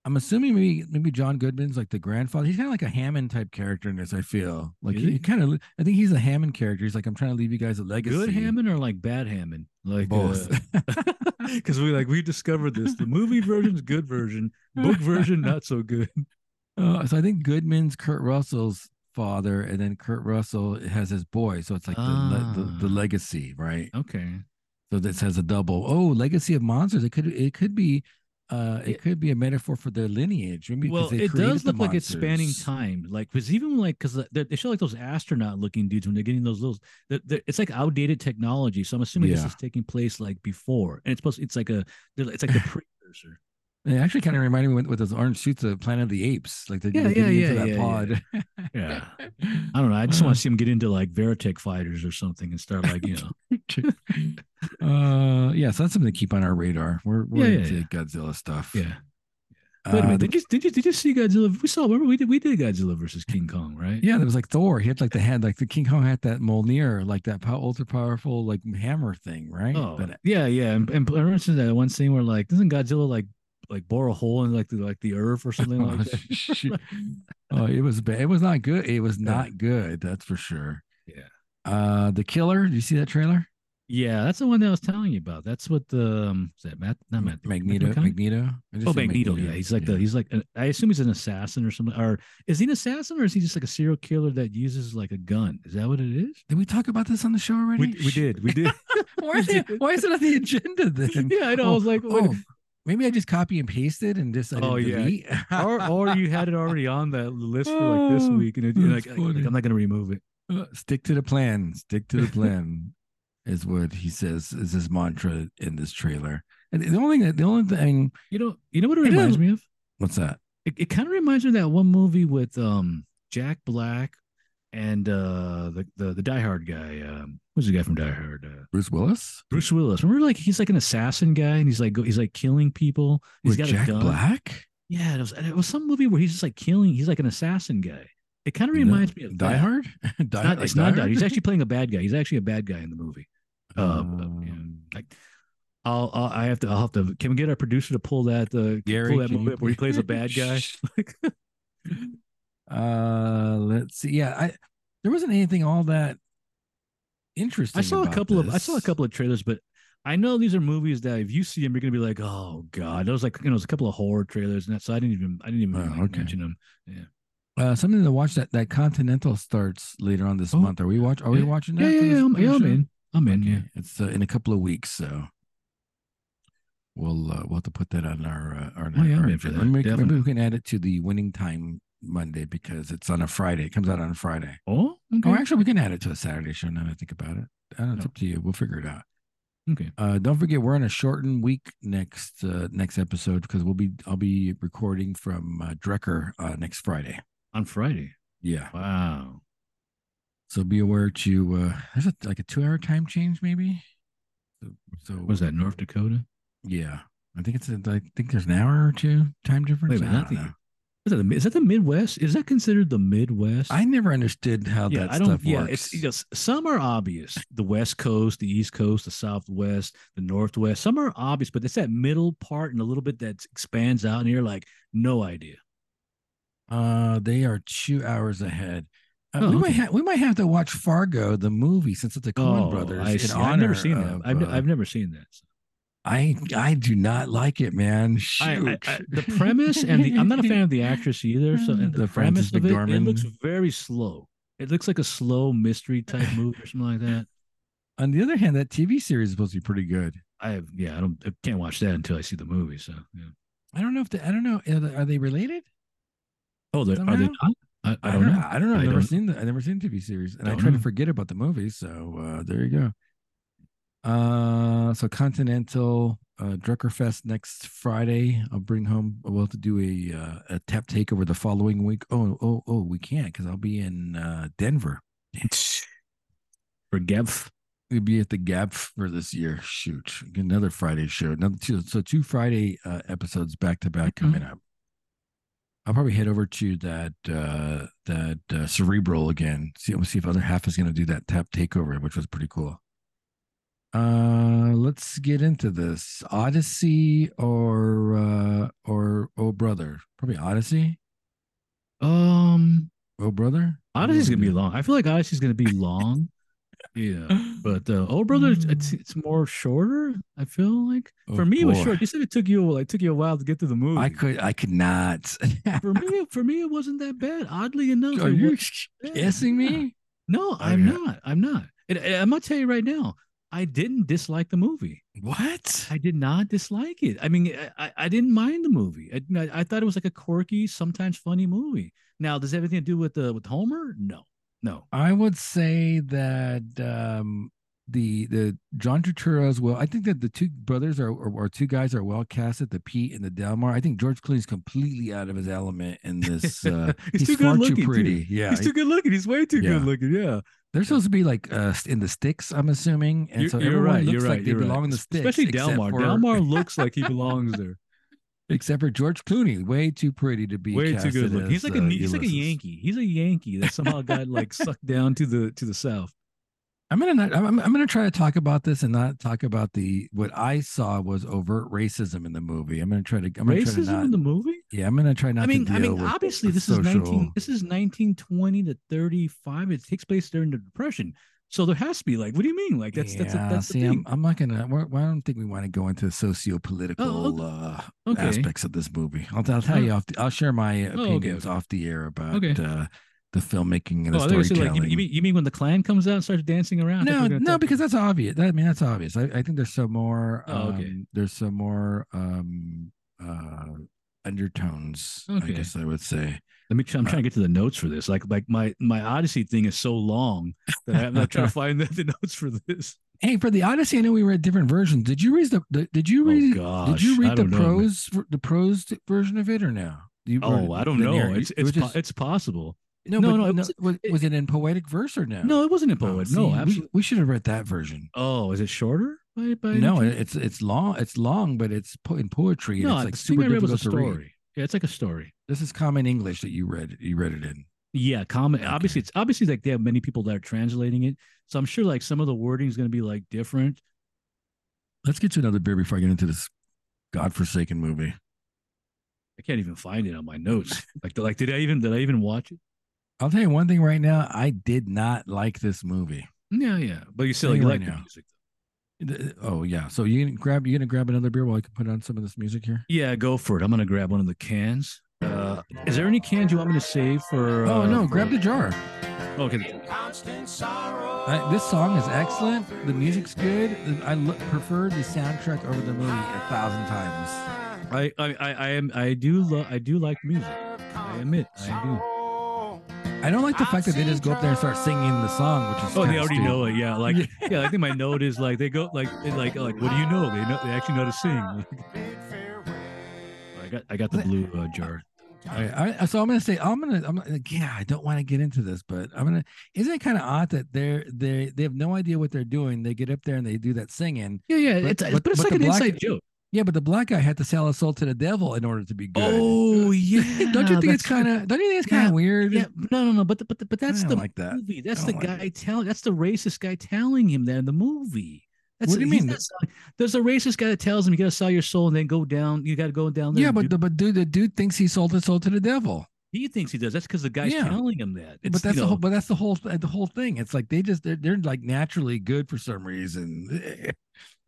S1: I'm assuming maybe maybe John Goodman's like the grandfather. He's kind of like a Hammond type character in this. I feel like
S2: Is
S1: he,
S2: he?
S1: kind of. I think he's a Hammond character. He's like I'm trying to leave you guys a legacy. uh,
S2: Good Hammond or like bad Hammond? Like
S1: Both. *laughs*
S2: *laughs* Because we like we discovered this. The movie version's good version. *laughs*
S1: *laughs*
S2: Book version not so good.
S1: Uh, so I think Goodman's Kurt Russell's father, and then Kurt Russell has his boy. So it's like the, le-
S2: Ah.
S1: the the legacy, right?
S2: Okay.
S1: So this has a double. Oh, legacy of monsters. It could it could be. Uh, it,
S2: It-
S1: could be a metaphor for their lineage. Maybe 'cause
S2: well,
S1: they
S2: it
S1: created
S2: does
S1: the
S2: look like it's spanning
S1: monsters.
S2: time. Like, because even like, because they they show like those astronaut looking dudes when they're getting those little, they're, they're- it's like outdated technology. So I'm assuming
S1: Yeah.
S2: this is taking place like before, and it's supposed, it's like a, they're
S1: *laughs*
S2: like- it's like the precursor.
S1: It actually kind of reminded me with, with those orange suits of Planet of the Apes, like they're,
S2: Yeah,
S1: they're
S2: yeah,
S1: getting
S2: yeah,
S1: into that
S2: yeah,
S1: pod.
S2: yeah. I don't know. I just
S1: *laughs*
S2: want to see them get into like Veritech fighters or something and start like, you know,
S1: *laughs* uh, yeah, so that's something to keep on our radar. We're, we're
S2: Yeah, yeah,
S1: into
S2: yeah.
S1: Godzilla stuff.
S2: yeah.
S1: Uh,
S2: Wait a minute.
S1: the-
S2: Did you, did you did you see Godzilla? We saw. Remember we did we did Godzilla versus King Kong, right?
S1: yeah, there was like Thor. He had like the head, like the King Kong had that Mjolnir, like that pow- ultra powerful like hammer thing, right?
S2: Oh,
S1: That-
S2: yeah, yeah. And, and I remember seeing that one scene where like doesn't Godzilla like like bore a hole in like the like the earth or
S1: *laughs*
S2: something
S1: oh,
S2: like that?
S1: shit. Oh, it was bad. It was not good. It was not good. That's for sure.
S2: Yeah.
S1: Uh, the killer. Did you see that trailer?
S2: Yeah, that's the one that I was telling you about. That's what the um, is that Matt? Not Matt.
S1: Magneto.
S2: McConaughey?
S1: Magneto. I just
S2: Oh,
S1: said
S2: Magneto. Yeah, he's like the he's like an, I assume he's an assassin or something. Or is he an assassin or is he just like a serial killer that uses like a gun? Is that what it is?
S1: Did we talk about this on the show already?
S2: We, we did we did.
S1: *laughs* Why is,
S2: We
S1: it,
S2: did.
S1: why is it on the agenda then?
S2: *laughs* yeah, *laughs* I know. I was like, wait,
S1: Oh, maybe I just copy and pasted and just I didn't
S2: Oh, yeah.
S1: delete. *laughs*
S2: or or you had it already on that list for like this
S1: Oh,
S2: week, and it, you're
S1: that's
S2: like, like,
S1: funny.
S2: I'm not gonna remove it.
S1: Uh, *laughs* Stick to the plan. Stick
S2: *laughs*
S1: to the plan is what he says is his mantra in this trailer. And the only thing that the only thing
S2: You know, you know what it
S1: It
S2: reminds
S1: is-
S2: me of?
S1: what's that?
S2: It, it kind of reminds me of that one movie with um Jack Black and uh the the, the Die Hard guy. Um, who's the guy from Die Hard? Uh,
S1: Bruce Willis
S2: Bruce Willis. Remember, like he's like an assassin guy, and he's like go, he's like killing people.
S1: with
S2: He's got
S1: Jack
S2: a gun.
S1: Black?
S2: Yeah, it was, it was some movie where he's just like killing. He's like an assassin guy. It kind of
S1: No,
S2: reminds me of
S1: Die
S2: that.
S1: Hard? *laughs* Die,
S2: It's not,
S1: like
S2: it's
S1: Die
S2: not Die
S1: Hard?
S2: Hard.
S1: *laughs*
S2: He's actually playing a bad guy. He's actually a bad guy in the movie. Uh, but, yeah.
S1: Um,
S2: like I'll, I'll I have to I'll have to can we get our producer to pull that uh
S1: Gary,
S2: pull that
S1: can you-
S2: moment where he plays
S1: *laughs*
S2: a bad guy? Like,
S1: uh, let's see. Yeah, I there wasn't anything all that interesting.
S2: I saw a
S1: about
S2: couple of I saw a
S1: this.
S2: couple of trailers, but I know these are movies that if you see them, you're gonna be like, oh god. It was like you know, it was a couple of horror trailers, and that, so I didn't even I didn't even
S1: Oh,
S2: like,
S1: okay.
S2: mention them.
S1: Uh, something to watch that that Continental starts later on this
S2: Oh,
S1: month. Are we watch? Are we
S2: yeah.
S1: watching that?
S2: Yeah, yeah,
S1: for
S2: yeah.
S1: this-
S2: I'm,
S1: for the
S2: yeah, I'm
S1: show?
S2: in. I'm in.
S1: Okay.
S2: Yeah.
S1: it's uh, in a couple of weeks, so we'll uh, we'll have to put that on our uh, our.
S2: Oh, yeah, I'm
S1: our
S2: in for that,
S1: agenda. Maybe, maybe
S2: definitely.
S1: we can add it to the winning time Monday because it's on a Friday. It comes out on a Friday.
S2: Oh, okay.
S1: Or actually, we can add it to a Saturday show. Now that I think about it, I don't know, it's
S2: No.
S1: up to you. We'll figure it out.
S2: okay.
S1: Uh, don't forget, we're on a shortened week next uh, next episode because we'll be I'll be recording from uh, Drecker uh, next Friday.
S2: On Friday.
S1: Yeah.
S2: Wow.
S1: So be aware to uh there's a, like a two hour time change maybe. So, so
S2: Was that North Dakota?
S1: yeah. I think it's a, I think there's an hour or two time difference.
S2: Wait a minute,
S1: I,
S2: I
S1: don't
S2: think-
S1: know.
S2: Is that, the, Mi- is that the Midwest? Is that considered the Midwest?
S1: I never understood how
S2: yeah,
S1: that
S2: I
S1: stuff
S2: don't. Yeah,
S1: works.
S2: it's you know, s- some are obvious: the West Coast, the East Coast, the Southwest, the Northwest. Some are obvious, but it's that middle part and a little bit that expands out, and you're like, no idea.
S1: uh they are two hours ahead. Uh,
S2: Oh,
S1: we might
S2: okay.
S1: ha- we might have to watch Fargo the movie since it's the Coen
S2: oh,
S1: Brothers.
S2: I
S1: in
S2: see.
S1: honor
S2: I've never seen that.
S1: of,
S2: I've, ne-
S1: uh,
S2: I've never seen that.
S1: I I do not like it, man. Shoot.
S2: I- I- I- the premise and the I'm not a fan of the actress either. *laughs* So and the,
S1: The
S2: premise
S1: Frances
S2: of it, it
S1: McDormand.
S2: looks very slow. It looks like a slow mystery *laughs* type movie or something like that.
S1: *laughs* On the other hand, that TV series is supposed to be pretty good.
S2: I have, yeah, I don't I can't watch that until I see the movie. So yeah.
S1: I don't know if the, I don't know. Are they, are they related?
S2: Oh, they're, are they
S1: Somehow?
S2: not? I, I don't know.
S1: I don't know. I've
S2: I
S1: never
S2: don't-
S1: seen the I've never seen the TV series, and I
S2: Don't
S1: try to
S2: know.
S1: forget about the movie. So uh, there you go. Uh, so Continental uh, Druckerfest next Friday. I'll bring home. We'll have to do a uh, a tap takeover the following week. Oh oh oh, we can't because I'll be in uh, Denver.
S2: For Gev,
S1: We'll be at the Gap for this year. Shoot, another Friday show. Another two, so two Friday uh, episodes back to back coming up. I'll probably head over to that uh, that uh, Cerebral again. See, we'll see if other half is going to do that tap takeover, which was pretty cool. Uh, let's get into this Odyssey or uh, or Oh Brother. Probably Odyssey.
S2: um,
S1: Oh Brother.
S2: Odyssey's gonna be long. I feel like Odyssey's gonna be long. *laughs* yeah, but uh, oh brother, it's it's more shorter. I feel like
S1: Oh,
S2: for me it was
S1: boy.
S2: short. You said it took you like took you a while to get to the movie.
S1: I could. I could not. *laughs*
S2: for me, for me, it wasn't that bad. Oddly enough,
S1: Are
S2: it *laughs*
S1: you
S2: wasn't that bad.
S1: asking
S2: Yeah.
S1: me?
S2: No, I'm
S1: Oh, yeah.
S2: not. I'm not. And, and I'm gonna tell you right now, I didn't dislike the movie.
S1: What?
S2: I did not dislike it. I mean, I- I, I didn't mind the movie. I, I, I thought it was like a quirky, sometimes funny movie. Now, does everything to do with the with Homer? No, no.
S1: I would say that um, the the John Turturro as well. I think that the two brothers are or, or two guys are well casted. The Pete and the Delmar. I think George Clooney's completely out of his element in this. Uh,
S2: *laughs* he's, too good
S1: far
S2: looking.
S1: too
S2: too.
S1: pretty. Yeah,
S2: He's
S1: he-
S2: too good looking. He's way too
S1: Yeah.
S2: good looking. Yeah.
S1: they're supposed to be like uh, in the sticks. I'm assuming, and
S2: You're-
S1: so
S2: you're
S1: everyone
S2: right,
S1: looks
S2: you're
S1: like
S2: right,
S1: they
S2: you're right.
S1: belong in the sticks.
S2: Especially
S1: except
S2: Delmar.
S1: for- *laughs*
S2: Delmar looks like he belongs there.
S1: except for George Clooney, way too pretty to be
S2: Way too
S1: casted
S2: good looking. He's
S1: as,
S2: like a
S1: uh,
S2: he's like a
S1: Ulysses.
S2: Yankee. He's a Yankee that somehow got like sucked down to the to the South.
S1: I'm gonna not, I'm, I'm gonna try to talk about this and not talk about the what I saw was overt racism in the movie. I'm gonna try to I'm gonna try to
S2: Racism
S1: not
S2: in the movie?
S1: yeah I'm gonna try not
S2: I mean,
S1: to deal
S2: I mean,
S1: with
S2: obviously
S1: the
S2: this is
S1: social-
S2: nineteen. This is nineteen twenty to thirty five. It takes place during the depression, so there has to be like, what do you mean? Like that's that's a,
S1: Yeah,
S2: that's
S1: see
S2: the
S1: I'm,
S2: thing. Oh,
S1: I'm not gonna we're, well, I don't think we want to go into socio political uh,
S2: okay.
S1: aspects of this movie. I'll, I'll tell
S2: Uh,
S1: you off the, I'll share my
S2: okay,
S1: opinions
S2: okay.
S1: off the air about
S2: Okay.
S1: uh, the filmmaking and
S2: Oh,
S1: the
S2: I thought you said,
S1: storytelling.
S2: like you, you mean you mean when the clan comes out and starts dancing *laughs* around? I thought you
S1: no,
S2: were gonna
S1: no,
S2: talk-
S1: because that's obvious. That- I mean, that's obvious. I, I think there's some more.
S2: Oh, okay.
S1: um, There's some more um, uh, undertones. I
S2: Okay.
S1: guess I would say.
S2: let me. Try, I'm trying to get to the notes for this. Like like my my Odyssey thing is so long that I'm
S1: *laughs*
S2: not trying to find the, the notes for this.
S1: Hey, for the Odyssey, I know we read different versions. Did you read the? the did you
S2: Oh
S1: read?
S2: gosh,
S1: did you
S2: I
S1: read the
S2: don't know, man.
S1: prose? ver- The prose version of it or no? You, or
S2: Oh, I don't
S1: the
S2: know.
S1: narr-
S2: It's
S1: it
S2: it's
S1: was
S2: po-
S1: just-
S2: it's possible.
S1: no,
S2: no,
S1: but
S2: no,
S1: no.
S2: it was-
S1: was,
S2: it-
S1: was it in poetic verse or no?
S2: No, it wasn't in
S1: Oh,
S2: poet.
S1: see,
S2: no,
S1: we-
S2: absolutely.
S1: We, should have read that version.
S2: Oh, is it shorter? By, by any
S1: No,
S2: chance?
S1: it- it's it's long. It's long, but it's po- in poetry. And it's like
S2: the thing
S1: super
S2: I read was a
S1: difficult to
S2: story.
S1: read.
S2: Yeah, it's like a story.
S1: This is common English that you read. You read it in.
S2: Yeah, common. Obviously,
S1: Okay.
S2: it's obviously like they have many people that are translating it, so I'm sure like some of the wording is going to be like different.
S1: Let's get to another beer before I get into this godforsaken movie.
S2: I can't even find it on my notes. *laughs* Like, like did I even did I even watch it?
S1: I'll tell you one thing right now. I did not like this movie.
S2: Yeah, yeah. But you still
S1: Tell
S2: like,
S1: you
S2: you
S1: right
S2: like the
S1: now.
S2: music.
S1: Th- Oh yeah. So you can grab you gonna grab another beer while I can put on some of this music here.
S2: Yeah, go for it. I'm gonna grab one of the cans. Uh, is there any cans you want me to save for?
S1: Oh
S2: uh,
S1: no,
S2: for-
S1: grab the jar.
S2: Okay.
S1: I, this song is excellent. The music's good. The- I lo- prefer the soundtrack over the movie a thousand times.
S2: I I I, I am I do love I do like music. I admit I do.
S1: I don't like the fact that they just go up there and start singing the song, which is
S2: Oh, they
S1: kinda
S2: already
S1: stupid.
S2: know it. Yeah, like *laughs* yeah. I think my note is like they go like it- like like what do you know? They know they actually know to sing. I got I got the blue uh, jar.
S1: I, I, so I'm gonna say I'm gonna I'm gonna- yeah I don't want to get into this but I'm gonna isn't it kind of odd that they're they they have no idea what they're doing they get up there and they do that singing
S2: Yeah, yeah.
S1: But-
S2: it's
S1: but-
S2: but, it's
S1: but
S2: like
S1: the
S2: an
S1: black-
S2: inside joke.
S1: yeah but the black guy had to sell his soul to the devil in order to be good
S2: Oh yeah.
S1: *laughs* don't you think it's
S2: that's true.
S1: kind of don't you think it's kind of
S2: Yeah,
S1: weird
S2: *laughs* yeah? No, no, no. But the, but the, but that's
S1: I don't
S2: the
S1: like that.
S2: movie. That's
S1: I
S2: the
S1: don't like
S2: guy telling. That's the racist guy telling him that in the movie. That's
S1: What do you
S2: he's
S1: mean?
S2: not selling- there's a racist guy that tells him you got to sell your soul and then go down. You got to go down there.
S1: yeah
S2: and
S1: but
S2: do-"
S1: the, but dude the dude thinks he sold his soul to the devil
S2: he thinks he does. That's because the guy's
S1: Yeah.
S2: telling him that. It's,
S1: but
S2: you
S1: that's the
S2: know,
S1: whole but that's the whole the whole thing it's like they just they're, they're like naturally good for some reason *laughs*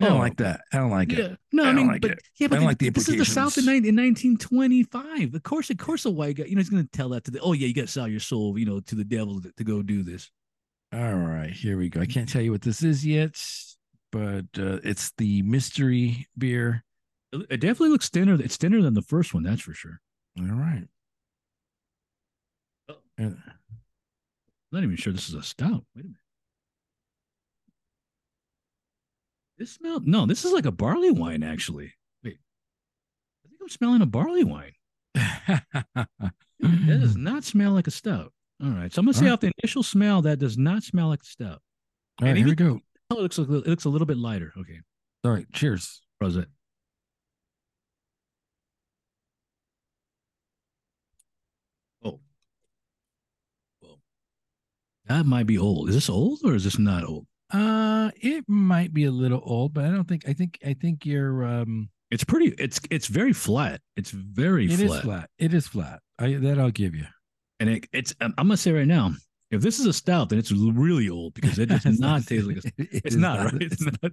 S1: I don't
S2: Oh.
S1: like that I don't like it
S2: Yeah. No,
S1: I
S2: I,
S1: don't
S2: mean,
S1: like
S2: but
S1: it.
S2: yeah, but
S1: don't
S2: the-
S1: like the
S2: this is the South in,
S1: implications.
S2: nine- in 1925. Of course, of course, a white guy, you know, he's going to tell that to the, oh, yeah, you got to sell your soul, you know, to the devil to, to go do this.
S1: All right, here we go. I can't tell you what this is yet, but uh, it's the mystery beer.
S2: It it definitely looks thinner. It's thinner than the first one, that's for sure.
S1: All right.
S2: Oh,
S1: And
S2: I'm not even sure this is a stout. Wait a minute. This smell? No, this is like a barley wine, actually. Wait, I think I'm smelling a barley wine. That
S1: *clears throat*
S2: does not smell like a stout. All right, so I'm gonna say
S1: All right.
S2: off the initial smell, that does not smell like a stout.
S1: All right, here we
S2: even-
S1: go.
S2: Oh, it looks a little, it looks a little bit lighter. Okay,
S1: All right, cheers.
S2: how's it? Oh, well, that might be old. Is this old or is this not old?
S1: Uh, it might be a little old, but I don't think I think I think you're um
S2: It's pretty. It's it's very flat. It's very
S1: It is
S2: flat.
S1: flat. It is flat. I that I'll give *laughs* you.
S2: And it, it's. I'm I'm gonna say right now, if this is a stout, then it's really old because it
S1: *laughs*
S2: does not taste like a.
S1: It
S2: It's
S1: is
S2: not right. It's not.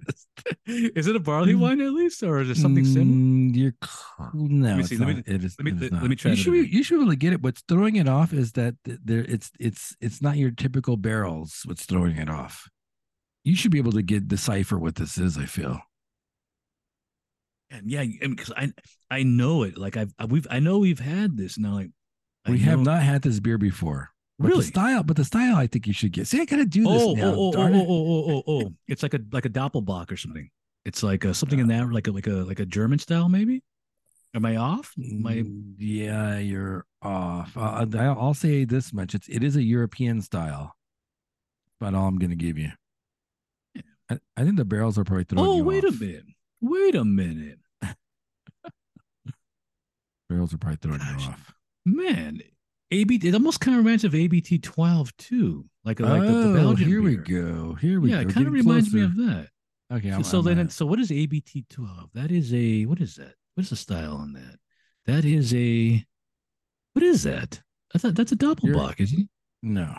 S2: Is it a barley
S1: Mm.
S2: wine at least, or is it something similar?
S1: Mm, You're cl- no.
S2: me
S1: it's
S2: see, let me-
S1: not. it is.
S2: let me-
S1: it is
S2: let-
S1: not.
S2: let me try
S1: You
S2: that
S1: should.
S2: again.
S1: Be, you should be able to get it. What's throwing it off is that th- there. It's. It's. It's not your typical barrels. What's throwing it off? You should be able to get decipher what this is. I feel.
S2: And yeah, because I I know it. Like I've I- we've I know we've had this now. Like I
S1: we have
S2: know-
S1: not had this beer before. But the
S2: really.
S1: style, but the style. I think you should get. See, I gotta do this
S2: Oh,
S1: now.
S2: oh, oh, oh,
S1: darn
S2: oh,
S1: it.
S2: oh, oh, oh! It's like a like a doppelbock or something. It's like uh something in that, like a like a like a German style, maybe. Am I off? My
S1: Mm, yeah, you're off. Uh, I- I'll say this much: it's it is a European style. About all I'm going to give you. I, I think the barrels are probably throwing
S2: oh,
S1: you
S2: wait
S1: off.
S2: a minute! Wait a minute,
S1: Barrels are probably throwing
S2: Gosh.
S1: you off.
S2: man! AB, it almost kind of reminds of ABT twelve too, like like the, the Belgian
S1: Oh, here we
S2: beer.
S1: go. Here we
S2: Yeah,
S1: go.
S2: it kind of
S1: Getting
S2: reminds me
S1: closer.
S2: of that.
S1: Okay,
S2: So-
S1: I'm,
S2: so
S1: I'm
S2: then,
S1: at
S2: it- so what is ABT twelve? That is a what is that? What is the style on that? That is a what is that? I thought that's a doppelbock, isn't it?
S1: no.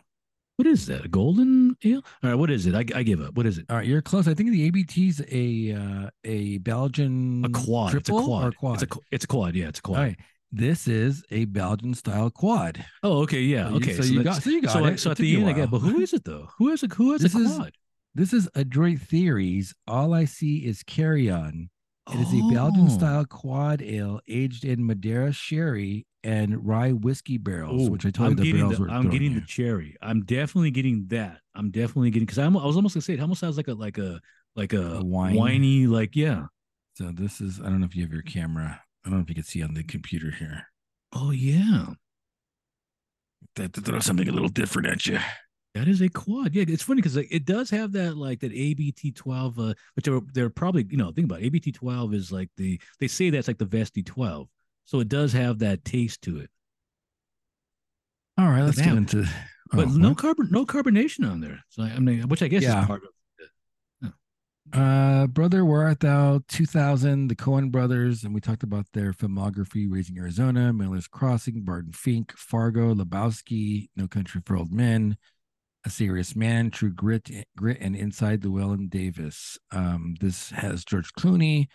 S2: What is that? A golden ale? All right, what is it? I, I give up. What is it?
S1: All right, you're close. I think the ABT's a uh, a Belgian
S2: A quad. it's a
S1: Mm, triple
S2: quad.
S1: or quad.
S2: It's a qu- it's a quad. Yeah, it's a
S1: All
S2: quad.
S1: right, this is a Belgian style quad.
S2: Oh, okay, yeah,
S1: So you-
S2: okay.
S1: so, you
S2: that's-
S1: got so you got
S2: so,
S1: it.
S2: I, so
S1: It took
S2: at the
S1: you a
S2: end, I get. But
S1: while.
S2: who is it though? Who has a who has
S1: This
S2: a
S1: is-
S2: quad?
S1: This is Adroit Theories. All I see is carry on. It is a Belgian
S2: Oh.
S1: style quad ale aged in Madeira sherry and rye whiskey barrels,
S2: Oh,
S1: which I told
S2: I'm
S1: you the
S2: getting
S1: barrels
S2: the,
S1: were
S2: I'm
S1: throwing
S2: getting
S1: you.
S2: the cherry. I'm definitely getting that. I'm definitely getting because I was almost gonna say it almost sounds like a like a like a,
S1: A Uh, wine?
S2: uh, whiny like yeah.
S1: So this is I don't know if you have your camera. I don't know if you can see on the computer here.
S2: Oh yeah,
S1: They have to throw something a little different at you.
S2: that is a quad. Yeah, it's funny because like, it does have that like that ABT twelve, uh, which are they're probably you know think about it, ABT twelve is like the they say that's like the Vesti twelve, so it does have that taste to it.
S1: All right, let's get
S2: Damn.
S1: into.
S2: But
S1: oh,
S2: no
S1: what?
S2: carbon, no carbonation on there. So I, I mean, which I guess
S1: Yeah.
S2: is part of.
S1: uh, brother, where art thou? Two thousand, the Cohen brothers, and we talked about their filmography: Raising Arizona, Miller's Crossing, Barton Fink, Fargo, Lebowski, No Country for Old Men, A Serious Man, True Grit, Grit, and Inside Llewellyn Davis. Um, this has George Clooney,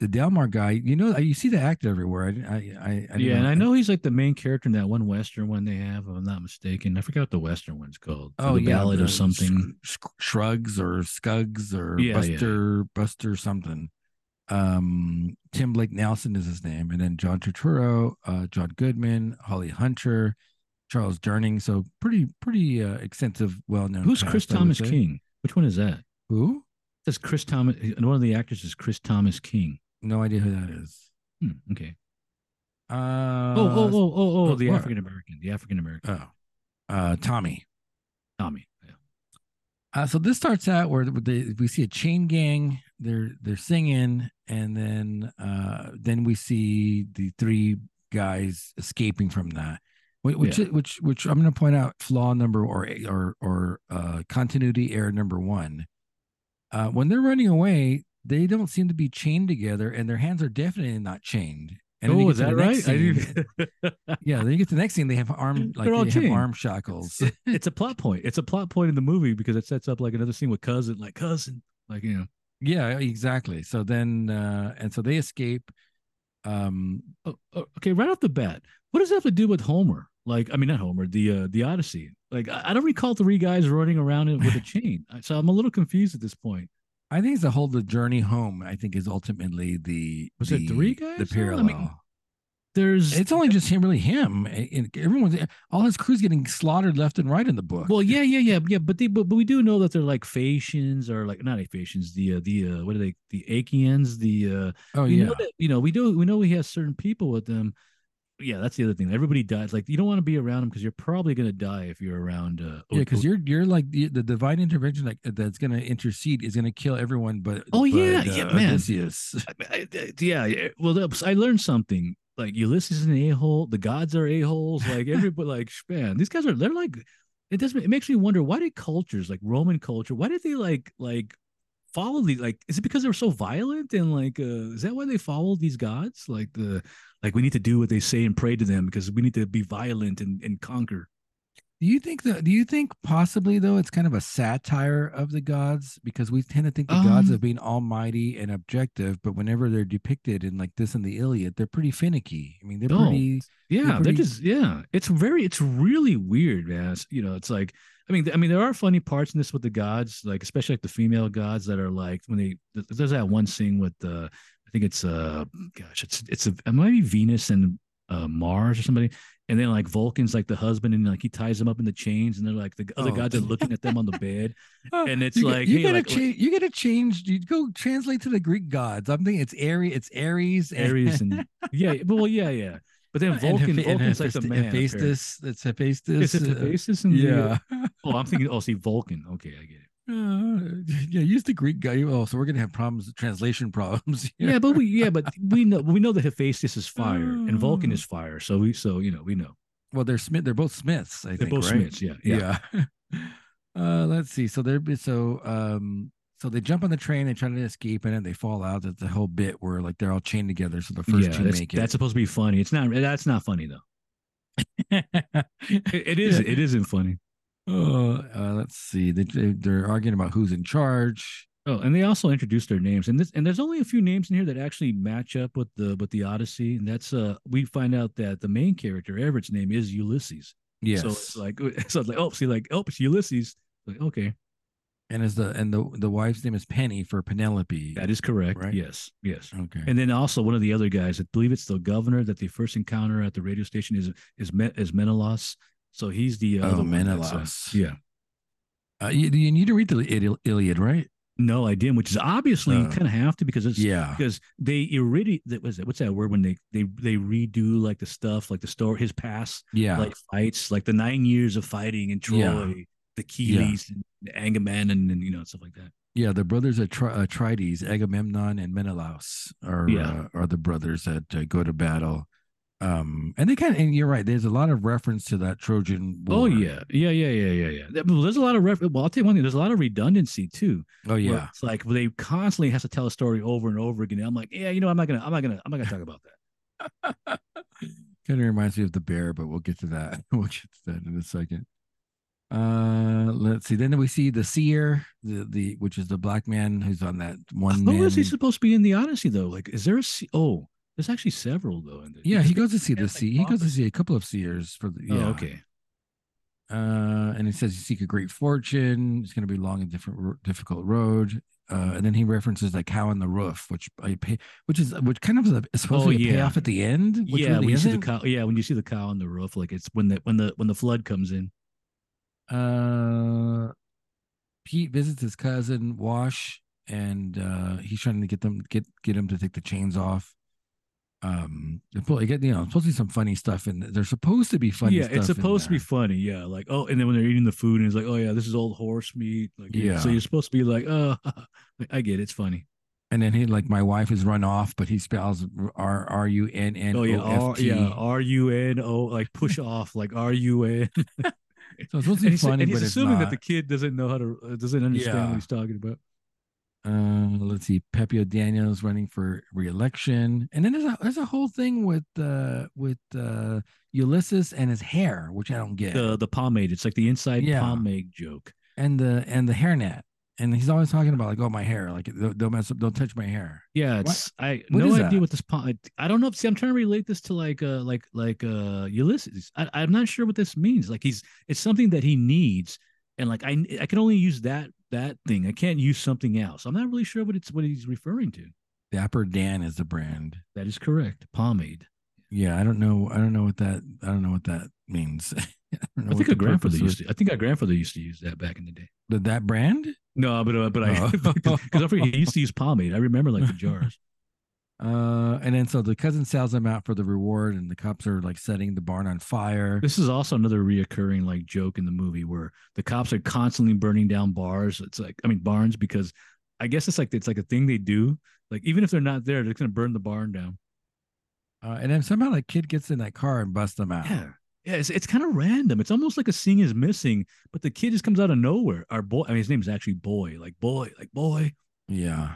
S1: the Delmar guy. You know, you see the actor everywhere. I, I, I, I didn't
S2: yeah, and I know he's like the main character in that one western one they have, if I'm not mistaken. I forgot what the western one's called.
S1: Oh,
S2: the
S1: yeah,
S2: ballad
S1: the
S2: of
S1: sh-
S2: something.
S1: sh- shrugs or scugs or
S2: Yeah, yeah.
S1: Buster Buster something. Um, Tim Blake Nelson is his name, and then John Turturro, uh, John Goodman, Holly Hunter, Charles Durning. So pretty pretty uh, extensive, well known.
S2: Who's Chris Thomas King? Which one is that?
S1: Who?
S2: That's Chris Thomas. and One of the actors is Chris Thomas King.
S1: No idea who that is.
S2: Hmm, okay.
S1: Uh,
S2: Oh, oh, oh, oh, oh,
S1: uh,
S2: the
S1: what?
S2: African American, the African American
S1: oh. Uh, Tommy.
S2: Tommy. Yeah.
S1: Uh, so this starts out where they, we see a chain gang. They're they're singing, and then uh, then we see the three guys escaping from that. Wh- Which
S2: Yeah.
S1: i- which which I'm going to point out flaw number or or or uh, continuity error number one. Uh, when they're running away, they don't seem to be chained together, and their hands are definitely not chained. And then you get
S2: Oh, is
S1: to
S2: that
S1: the next
S2: right? I
S1: scene-
S2: *laughs* didn't-
S1: yeah, then you get to the next scene. They have arm like
S2: *laughs* They're all
S1: they have
S2: chained.
S1: arm shackles.
S2: it's a plot point. It's a plot point in the movie because it sets up like another scene with cousin, like cousin, like you know.
S1: Yeah, e, exactly. So then, uh, and so they escape. Um,
S2: Oh, oh, okay, right off the bat, what does that have to do with Homer? Like, I mean, not Homer, the uh, the Odyssey. Like, I, I don't recall three guys running around in-
S1: *laughs*
S2: with a chain, I- so I'm a little confused at this point.
S1: I think it's the whole the journey home. I think is ultimately the
S2: Was it
S1: the-
S2: three
S1: The
S2: guys, though? I
S1: parallel.
S2: mean, there's
S1: It's only just him, really him. And everyone's all his crew's getting slaughtered left and right in the book.
S2: Well, yeah, yeah, yeah, yeah. But they, but, but we do know that they're like Phaeacians or like not Phaeacians. The uh, the uh, what are they? The Achaeans. The uh,
S1: oh
S2: we
S1: yeah,
S2: know that, you know we do we know we have certain people with them. Yeah, that's the other thing. Everybody dies. Like you don't want to be around them because you're probably gonna die if you're around. Uh,
S1: yeah, because
S2: Oth-
S1: you're you're like the, the divine intervention like that's gonna intercede is gonna kill everyone. But
S2: Oh,
S1: but, uh,
S2: yeah, yeah, man.
S1: Odysseus.
S2: I- I- yeah, yeah. Well, that's- I learned something. Like Ulysses is an a hole. The gods are a holes. Like everybody, like man, these guys are. They're like. It doesn't. It makes me wonder why did cultures like Roman culture? Why did they like like follow these? Like, is it because they were so violent and like? uh Is that why they followed these gods? Like the like we need to do what they say and pray to them because we need to be violent and and conquer.
S1: Do you think that? Do you think possibly though it's kind of a satire of the gods because we tend to think the gods
S2: Um,
S1: have been almighty and objective, but whenever they're depicted in like this in the Iliad, they're pretty finicky. I mean, they're
S2: No.
S1: pretty.
S2: Yeah, they're
S1: pretty-
S2: just yeah. It's very it's really weird, man. It's, you know, it's like I mean, th- I mean, there are funny parts in this with the gods, like especially like the female gods that are like when they th- there's that one scene with uh, I think it's uh, gosh, it's it's a it might be Venus and uh, Mars or somebody, and then like Vulcan's like the husband and like he ties them up in the chains, and they're like the other
S1: Oh.
S2: gods are looking at them on
S1: *laughs*
S2: the bed,
S1: Oh,
S2: and it's
S1: you, got-
S2: like
S1: you
S2: hey,
S1: gotta
S2: like,
S1: change. You gotta change. You go translate to the Greek gods. I'm thinking it's Aries. It's Aries. and- *laughs*
S2: Aries and yeah, but, well, yeah, yeah. But then
S1: and
S2: Vulcan,
S1: Hepha- and
S2: Vulcan's like the
S1: Hephaist-
S2: man. apparently.
S1: Hephaestus. It's Hephaestus.
S2: Is it
S1: uh,
S2: Hephaestus and the-
S1: Yeah.
S2: Oh, I'm thinking. Oh, see, Vulcan. Okay, I get it.
S1: Uh, *laughs* yeah, use the Greek guy. Oh, so we're gonna have problems, translation problems. *laughs*
S2: Yeah,
S1: here.
S2: but we yeah, but *laughs* we know we know that Hephaestus is fire and Vulcan is fire. So we so you know we know
S1: Well, they're Smith. They're both Smiths. I
S2: they're
S1: think.
S2: both
S1: right?
S2: Smiths. Yeah, yeah,
S1: Yeah. *laughs* uh, let's see. So they're so um so they jump on the train. They try to escape, and then they fall out. That's the whole bit where like they're all chained together. So the
S2: yeah.
S1: first two
S2: that's,
S1: make it.
S2: that's supposed to be funny. It's not. That's not funny though. *laughs* It, it is.
S1: Yeah.
S2: It isn't funny.
S1: oh, uh, let's see. They, they- they're arguing about who's in charge.
S2: Oh, and they also introduced their names, and this and there's only a few names in here that actually match up with the with the Odyssey, and that's uh we find out that the main character Everett's name is Ulysses.
S1: Yes.
S2: So it's like *laughs* so it's like oh see like oh it's Ulysses. Like okay,
S1: and is the and the the wife's name is Penny for Penelope.
S2: that is correct.
S1: Right.
S2: Yes, yes.
S1: okay.
S2: And then also one of the other guys, I believe it's the governor that they first encounter at the radio station is is Me- is Menelaus. So he's the
S1: Oh,
S2: other one that's, uh,
S1: Menelaus.
S2: yeah.
S1: uh, you, you need to read the Ili- Iliad, right?
S2: No, I didn't. Which is obviously you
S1: Uh,
S2: kind of have to because it's
S1: Yeah.
S2: because they irridi that was it. What's that word when they they they redo like the stuff like the story his past
S1: Yeah.
S2: like fights like the nine years of fighting in Troy,
S1: Yeah.
S2: the Achilles, and Agamemnon, and you know stuff like that.
S1: Yeah, the brothers at Tri- Atrides, Agamemnon and Menelaus, are
S2: Yeah.
S1: uh, are the brothers that uh, go to battle. Um, and they kind of, and you're right. There's a lot of reference to that Trojan War.
S2: Oh yeah, yeah, yeah, yeah, yeah, yeah. There- There's a lot of ref- well, I'll tell you one thing. There's a lot of redundancy too.
S1: oh
S2: where
S1: yeah.
S2: it's like they constantly has to tell a story over and over again. I'm like, yeah, you know, I'm not gonna, I'm not gonna, I'm not gonna
S1: *laughs*
S2: talk about that.
S1: Kind of reminds me of the bear, but we'll get to that. *laughs* We'll get to that in a second. Uh, let's see. Then we see the seer, the the which is the black man who's on that one.
S2: Who Oh, is he
S1: man-
S2: supposed to be in the Odyssey though? Like, is there a? se- Oh, there's actually several though. In the,
S1: Yeah, he goes to see the
S2: It's like
S1: sea. He goes to
S2: prophecy.
S1: see a couple of seers for the.
S2: Oh,
S1: Yeah.
S2: okay.
S1: uh, and he says you seek a great fortune. It's going to be long and different, ro- difficult road. Uh, and then he references like cow on the roof, which I pay, which is which kind of is a, is supposed
S2: Oh,
S1: to be a
S2: yeah.
S1: payoff at the end. Which
S2: yeah,
S1: really
S2: when you see the
S1: isn't.
S2: cow. Yeah, when you see the cow on the roof, like it's when the when the when the flood comes in.
S1: Uh, Pete visits his cousin Wash, and uh, he's trying to get them get get him to take the chains off. Um, they're supposed- again, you know, supposed to be some funny stuff, and there's supposed to be funny.
S2: yeah, it's
S1: stuff in
S2: supposed to be
S1: there.
S2: funny. Yeah, like oh, and then when they're eating the food, and it's like oh yeah, this is old horse meat. Like yeah, so
S1: Yeah.
S2: you're supposed to be like oh, *laughs* I get it, it's funny.
S1: And then he like my wife is run off, but he spells R R U N N
S2: Oh
S1: O
S2: yeah,
S1: F
S2: R,
S1: T.
S2: yeah, R U N O like push off like R U N.
S1: So it's supposed to
S2: and
S1: be
S2: he's,
S1: funny,
S2: and he's
S1: but it's
S2: assuming
S1: not.
S2: that the kid doesn't know how to uh, doesn't understand
S1: Yeah.
S2: what he's talking about.
S1: Uh, let's see, Pepe Daniels running for reelection, and then there's a there's a whole thing with uh with uh Ulysses and his hair, which I don't get,
S2: The the pomade, it's like the inside
S1: Yeah.
S2: pomade joke.
S1: and the and the hairnet, and he's always talking about like, oh my hair, like don't, don't mess up, don't touch my hair.
S2: Yeah, it's I
S1: What
S2: no
S1: is
S2: idea
S1: that?
S2: what this pomade. I don't know. See, I'm trying to relate this to like uh like like uh Ulysses. I, I'm not sure what this means. Like he's it's something that he needs, and like I I can only use that that thing. I can't use something else. I'm not really sure what it's what he's referring to.
S1: Dapper Dan is the brand.
S2: That is correct. Pomade.
S1: Yeah, I don't know. I don't know what that. I don't know what that means. *laughs* I, don't know
S2: I
S1: what
S2: think
S1: the
S2: our grandfather
S1: purpose
S2: used
S1: was.
S2: to. I think our grandfather used to use that back in the day.
S1: Did that brand.
S2: No, but uh, but I
S1: Oh.
S2: *laughs* because I forget he used to use pomade. I remember like the *laughs* jars.
S1: Uh, and then so the cousin sells them out for the reward, and the cops are like setting the barn on fire.
S2: This is also another reoccurring like joke in the movie where the cops are constantly burning down bars. It's like I mean barns because I guess it's like it's like a thing they do. Like even if they're not there, they're gonna burn the barn down.
S1: Uh, and then somehow the kid gets in that car and busts them out.
S2: Yeah. Yeah, it's, it's kind of random. It's almost like a scene is missing, but the kid just comes out of nowhere. Our boy, I mean, his name's actually Boy, like Boy, like Boy.
S1: Yeah.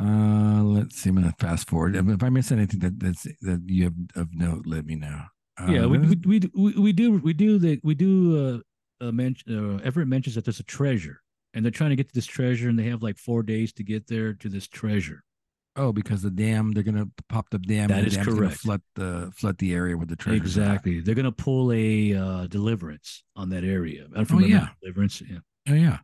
S1: Uh, let's see. I'm gonna fast forward. If if I miss anything that that's that you have of note, let me know. Uh,
S2: yeah, we,
S1: then-
S2: we, we, we, we do we do the we do uh, uh, men- uh Everett mentions that there's a treasure, and they're trying to get to this treasure, and they have like four days to get there to this treasure.
S1: oh, because the dam, they're gonna pop the dam.
S2: That
S1: and the
S2: is
S1: dam's gonna
S2: correct.
S1: Flood the flood the area with the treasure.
S2: Exactly, they're gonna pull a uh, deliverance on that area. I don't
S1: Oh,
S2: remember
S1: yeah.
S2: deliverance. Yeah.
S1: Oh yeah.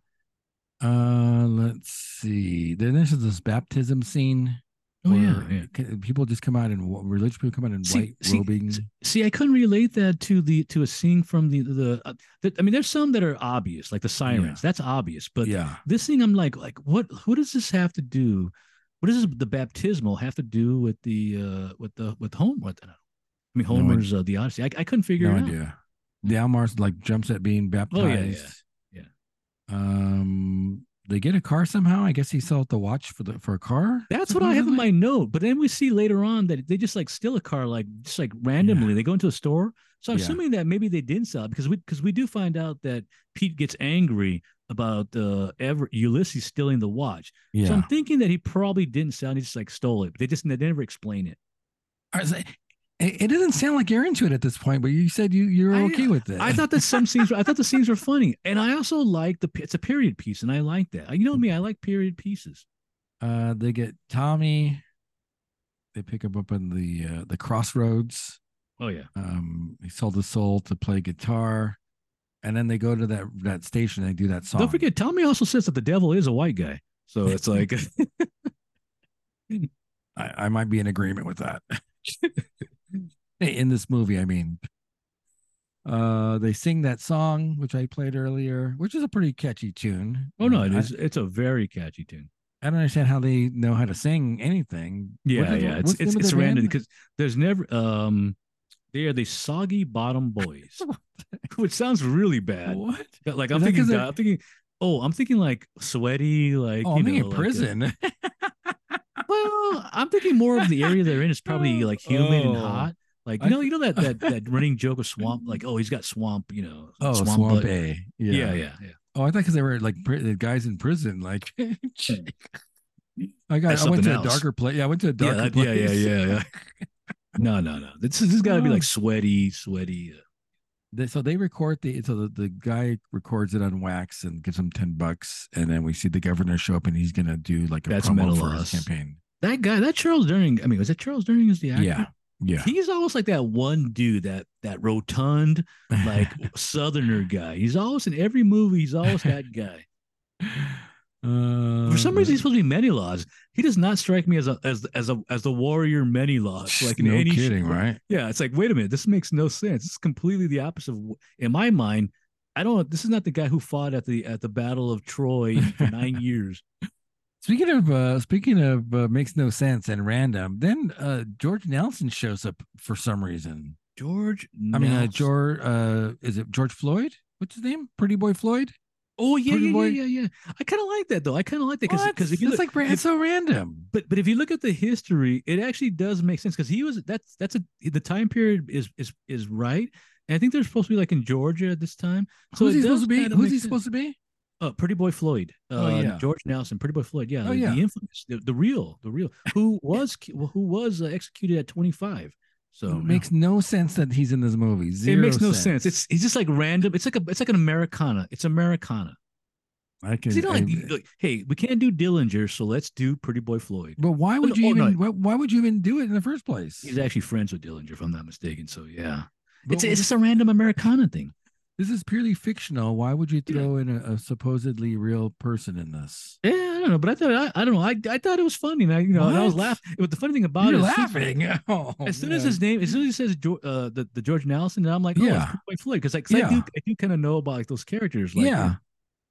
S1: Uh, let's see. Then there's this baptism scene.
S2: Oh yeah,
S1: where
S2: yeah.
S1: c- People just come out and religious people come out in
S2: See-
S1: white
S2: see-
S1: robing.
S2: s- See, I couldn't relate that to the to a scene from the the. Uh, the I mean, there's some that are obvious, like the sirens. That's obvious, but
S1: yeah.
S2: this thing i'm like like what what does this have to do what does the baptismal have to do with the uh with the with home with i mean
S1: No idea.
S2: homer's uh, the odyssey I, I couldn't figure
S1: no
S2: it out Oh,
S1: idea. The Almars like jumps at being baptized.
S2: yeah, yeah, yeah.
S1: Um, they get a car somehow. I guess he sold the watch for the for a car.
S2: that's what i have in
S1: supposedly?
S2: my note but then we see later on that they just like steal a car like just like randomly they go into a store so i'm
S1: Yeah.
S2: assuming that maybe they didn't sell it because we because we do find out that pete gets angry about uh ever ulysses stealing the watch so
S1: Yeah.
S2: i'm thinking that he probably didn't sell it he just like stole it they just they never explain it
S1: I was like, It, it doesn't sound like you're into it at this point, but you said you you're
S2: I-
S1: okay with it.
S2: I thought that some scenes. I thought the scenes were funny, and I also like the. It's a period piece, and I like that. You know me. I like period pieces.
S1: uh, they get Tommy. They pick him up in the uh, the crossroads.
S2: Oh yeah,
S1: um he sold his soul to play guitar and then they go to that that station and they do that song
S2: don't forget. Tommy also says that the devil is a white guy,
S1: *laughs*
S2: so it's *laughs* like
S1: I, I might be in agreement with that *laughs* in this movie i mean uh they sing that song which i played earlier which is a pretty catchy tune
S2: oh no, it
S1: I-
S2: is. It's a very catchy tune.
S1: I, don't understand how they know how to sing anything What
S2: Yeah,
S1: is-
S2: yeah. It's
S1: what's the name of
S2: it's, it's
S1: their band?
S2: random because there's never um. They are the soggy bottom *laughs* boys, which sounds really bad.
S1: what
S2: Like
S1: Is that
S2: I'm
S1: 'cause
S2: thinking,
S1: they're-
S2: I'm thinking, oh, I'm thinking like sweaty, like
S1: oh i'm
S2: you know,
S1: thinking
S2: like, uh,
S1: prison *laughs*
S2: Well, I'm thinking more of the area they're in is probably like humid and
S1: Oh.
S2: hot. Like
S1: I-
S2: you know, you know
S1: *laughs*
S2: that that that running joke of swamp, like oh he's got swamp, you know,
S1: oh swamp,
S2: butt.
S1: a yeah
S2: Yeah, yeah, yeah.
S1: Oh, I thought because they were
S2: *laughs*
S1: like pri- the guys in prison. Like, *laughs* I got.
S2: That's
S1: I went
S2: something
S1: to
S2: else.
S1: a darker place. Yeah, I went to a
S2: Yeah,
S1: darker
S2: that- yeah,
S1: place.
S2: yeah, yeah, yeah. *laughs* No, no, no. This is, this has got to be
S1: Oh.
S2: like sweaty, sweaty. uh,
S1: They, so they record the. So the, the guy records it on wax and gives him ten bucks, and then we see the governor show up, and he's gonna do like a
S2: That's
S1: promo
S2: Metal
S1: for
S2: Us.
S1: his campaign.
S2: That guy, that Charles Durning. I mean, was that Charles Durning? Is the actor?
S1: Yeah, yeah.
S2: He's almost like that one dude that that rotund
S1: *laughs*
S2: like Southerner guy. He's always in every movie. He's always that guy.
S1: Uh,
S2: For some
S1: Um,
S2: reason, he's supposed to be Menelaus. He does not strike me as a as as a as the warrior Menelaus. Like in
S1: no
S2: any
S1: kidding, right?
S2: yeah, it's like wait a minute, this makes no sense. It's completely the opposite of in my mind. I don't. This is not the guy who fought at the at the Battle of Troy for
S1: *laughs*
S2: nine years.
S1: Speaking of uh, speaking of uh, makes no sense and random, then uh, George Nelson shows up for some reason.
S2: George.
S1: I mean, uh,
S2: Nelson.
S1: George. Uh, is it George Floyd? What's his name? Pretty Boy Floyd.
S2: Oh yeah,
S1: Pretty
S2: yeah,
S1: Boy-
S2: yeah, yeah, yeah. I kind of like that though. I kind of like that because
S1: What?
S2: because if you
S1: it's
S2: look,
S1: like ra-
S2: if-
S1: it's so random.
S2: but but if you look at the history, it actually does make sense because he was that's that's a the time period is is is right. And I think they're supposed to be like in Georgia at this time. So
S1: Who's
S2: it
S1: he supposed
S2: does
S1: to be?
S2: kinda
S1: Who's
S2: make
S1: he
S2: sense.
S1: supposed to be?
S2: Uh, Pretty Boy Floyd. Uh,
S1: Oh, yeah.
S2: George Nelson. Pretty Boy Floyd. Yeah.
S1: Oh,
S2: the,
S1: yeah.
S2: the infamous, the, the real, the real, who was ki- well, who was uh, executed at 25. So
S1: it makes no sense that he's in this movie.
S2: yeah. it
S1: Zero
S2: makes no sense. It's it's just like random. It's like a it's like an Americana. It's Americana.
S1: I can.
S2: 'Cause you know, like,
S1: I-
S2: you- like, hey, we can't do Dillinger, so let's do Pretty Boy Floyd.
S1: but why would
S2: no,
S1: you
S2: oh, no.
S1: even? why- Why would you even do it in the first place?
S2: He's actually friends with Dillinger, if I'm not mistaken. So yeah,
S1: But
S2: it's it's just a random Americana thing.
S1: This is purely fictional. Why would you throw in a, a supposedly real person in this?
S2: Yeah, I don't know, but I thought I, I don't know. I, I thought it was funny. And I you know and I was
S1: What?
S2: laughing. But the funny thing about
S1: You're
S2: it,
S1: laughing. *laughs* Oh,
S2: As soon as
S1: man.
S2: his name, as soon as he says Geor- uh, the the George Nelson, I'm like, oh,
S1: Yeah.
S2: yeah, Pink Floyd, because like 'cause I do
S1: Yeah.
S2: I do kind of know about like those characters. Like,
S1: yeah.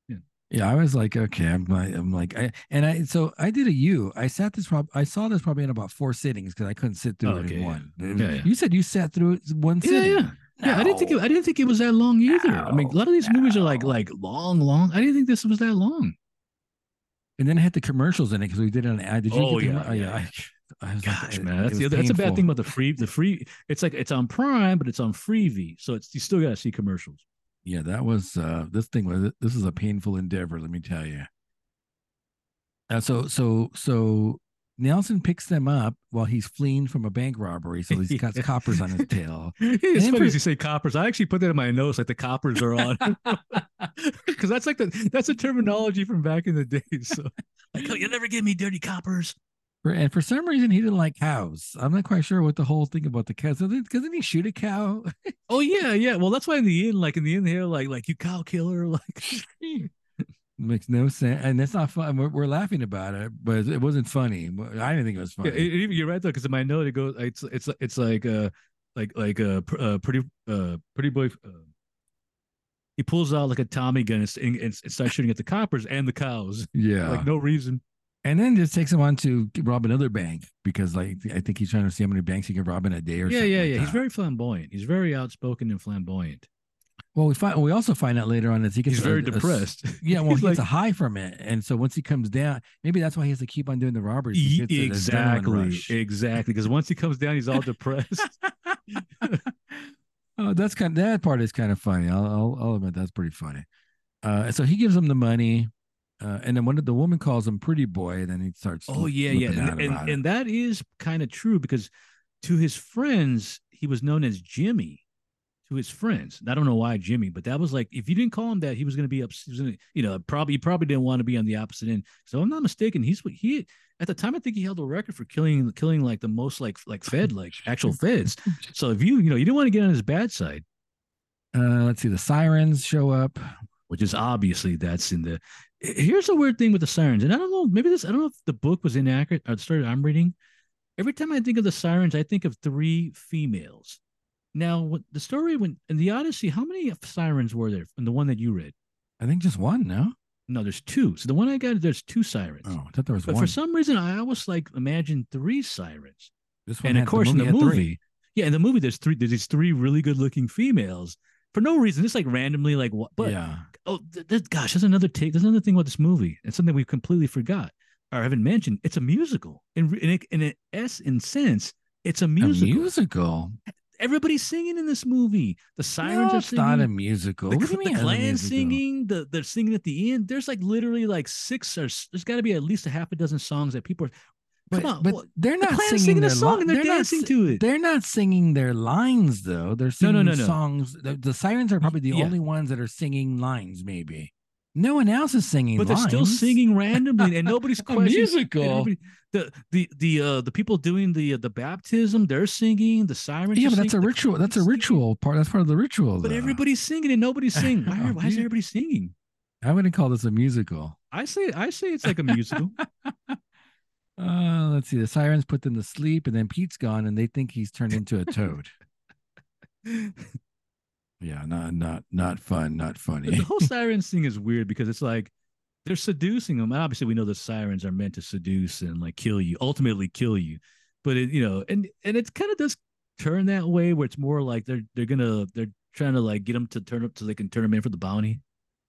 S2: Yeah.
S1: Yeah, I was like, okay, I'm like, I'm like, I, and I, so I did a U. I sat this, prob- I saw this probably in about four sittings because I couldn't sit through
S2: Oh,
S1: it
S2: okay,
S1: in
S2: yeah.
S1: one.
S2: Yeah, yeah.
S1: You said you sat through it one
S2: yeah, yeah,
S1: sitting.
S2: yeah. I didn't think it,
S1: No.
S2: I didn't think it was that long either. I mean, a lot of these movies are like
S1: No.
S2: like long, long. I didn't think this was that long.
S1: and then it had the commercials in it because we did it on. ad- Did you
S2: Oh,
S1: get the,
S2: yeah,
S1: commer-
S2: yeah,
S1: I, I was like,
S2: Gosh,
S1: it-
S2: man,
S1: it
S2: that's the
S1: was
S2: other, that's a bad
S1: painful.
S2: thing about the free the free. It's like it's on Prime, but it's on Freevee, so it's you still gotta see commercials.
S1: Yeah, that was uh this thing was this is a painful endeavor, let me tell you. Uh, so so so Nelson picks them up while he's fleeing from a bank robbery, so he's got
S2: *laughs* Yeah.
S1: coppers on his tail.
S2: *laughs* it's
S1: And
S2: funny
S1: for-
S2: as you say coppers. I actually put that in my notes, like the coppers are on, *laughs* because that's like the that's a terminology from back in the day. So *laughs* like, oh, you'll never give me dirty coppers.
S1: For- And for some reason, he didn't like cows. I'm not quite sure what the whole thing about the cows. Doesn't doesn't he shoot a cow? *laughs*
S2: Oh yeah, yeah. Well, that's why in the end, like in the end, they're like, like you cow killer, *laughs* like
S1: Makes no sense, and that's not fun. We're, we're laughing about it, but it wasn't funny. I didn't think it was
S2: Yeah,
S1: funny.
S2: it- it- you're right though, because in my note it goes, it's it's it's like uh like like uh, pr- uh pretty uh pretty boy. Uh, he pulls out like a Tommy gun and, s- and, and starts shooting at the coppers and the cows,
S1: yeah,
S2: like no reason.
S1: And then just takes him on to rob another bank because, like, I think he's trying to see how many banks he can rob in a day or
S2: Yeah,
S1: something.
S2: yeah,
S1: like
S2: yeah. He's
S1: that.
S2: very flamboyant. He's very outspoken and flamboyant.
S1: well. We find we also find out later on that he gets
S2: He's
S1: a-
S2: very
S1: a s-
S2: depressed. *laughs*
S1: yeah, well,
S2: He's
S1: he gets a
S2: like-
S1: high from it, and so once he comes down, maybe that's why he has to keep on doing the robberies. He
S2: Ye-
S1: gets an adrenaline
S2: E exactly,
S1: rush.
S2: exactly. Because once he comes down, he's all depressed.
S1: *laughs* oh, that's kind. that part is kind of funny. I'll I'll, I'll admit that's pretty funny. Uh, and so he gives him the money, uh, and then one of the woman calls him pretty boy, and then he starts.
S2: Oh yeah, yeah,
S1: flipping out
S2: and
S1: about
S2: and,
S1: it.
S2: and that is kind of true because to his friends he was known as Jimmy. To his friends, And I don't know why Jimmy, but that was like if you didn't call him that, he was going to be upset. You know, probably he probably didn't want to be on the opposite end. So if I'm not mistaken. He's what he at the time I think he held a record for killing killing like the most like like Fed like actual Feds. So if you you know you didn't want to get on his bad side,
S1: uh, let's see, the sirens show up.
S2: which is obviously that's in the. Here's the weird thing with the sirens, and I don't know, maybe this, I don't know if the book was inaccurate or the story I'm reading. Every time I think of the sirens, I think of three females. Now, what the story when in the Odyssey, how many sirens were there in the one that you read?
S1: I think just one. No,
S2: No, there's two. So the one I got, there's two sirens.
S1: oh, I thought there was
S2: but
S1: one.
S2: for some reason, I always like imagine three sirens.
S1: This one
S2: And of
S1: had
S2: course, in the
S1: had three.
S2: movie, yeah, in the movie, there's three. There's these three really good-looking females for no reason. It's like randomly, like what? But
S1: yeah,
S2: Oh, th- th- gosh, there's another take. There's another thing about this movie, and something we completely forgot or haven't mentioned. It's a musical, and in, in, in an s in sense, it's a musical.
S1: a musical.
S2: Everybody's singing in this movie. The sirens
S1: no,
S2: are
S1: it's
S2: singing.
S1: not a musical.
S2: The,
S1: what do
S2: cl-
S1: you
S2: the
S1: mean it's a
S2: clan
S1: musical?
S2: singing. The they're singing at the end. There's like literally like six or s- there's got to be at least a half a dozen songs that people are.
S1: But,
S2: on,
S1: but
S2: what-
S1: they're
S2: The
S1: not
S2: clan's
S1: singing,
S2: singing
S1: their
S2: a song
S1: li-
S2: and they're,
S1: not
S2: dancing
S1: si-
S2: to it.
S1: They're not singing their lines though. They're
S2: No,
S1: singing
S2: no, no, no.
S1: songs. The, the sirens are probably the
S2: yeah.
S1: only ones that are singing lines. Maybe no one else is singing.
S2: But they're
S1: lines.
S2: still
S1: *laughs*
S2: singing randomly, and nobody's
S1: a
S2: questioning. And
S1: musical.
S2: everybody- the the the uh the people doing the the baptism they're singing the sirens
S1: Yeah,
S2: are
S1: but that's a
S2: singing, the
S1: ritual. That's a
S2: clan's singing,
S1: ritual part. That's part of the ritual.
S2: but
S1: though.
S2: everybody's singing and nobody's singing why, are-
S1: Oh,
S2: why
S1: *laughs*
S2: is
S1: yeah.
S2: everybody singing
S1: I wouldn't call this a musical.
S2: i say i say it's like
S1: *laughs*
S2: a musical
S1: Uh, let's see. The sirens put them to sleep, and then Pete's gone, and they think he's turned into a
S2: *laughs*
S1: toad. yeah, not not not fun. Not
S2: the
S1: funny.
S2: whole sirens thing is weird because it's like they're seducing them obviously we know the sirens are meant to seduce and like kill you ultimately kill you but it you know and and it kind of does turn that way where it's more like they're they're gonna they're trying to like get them to turn up so they can turn them in for the bounty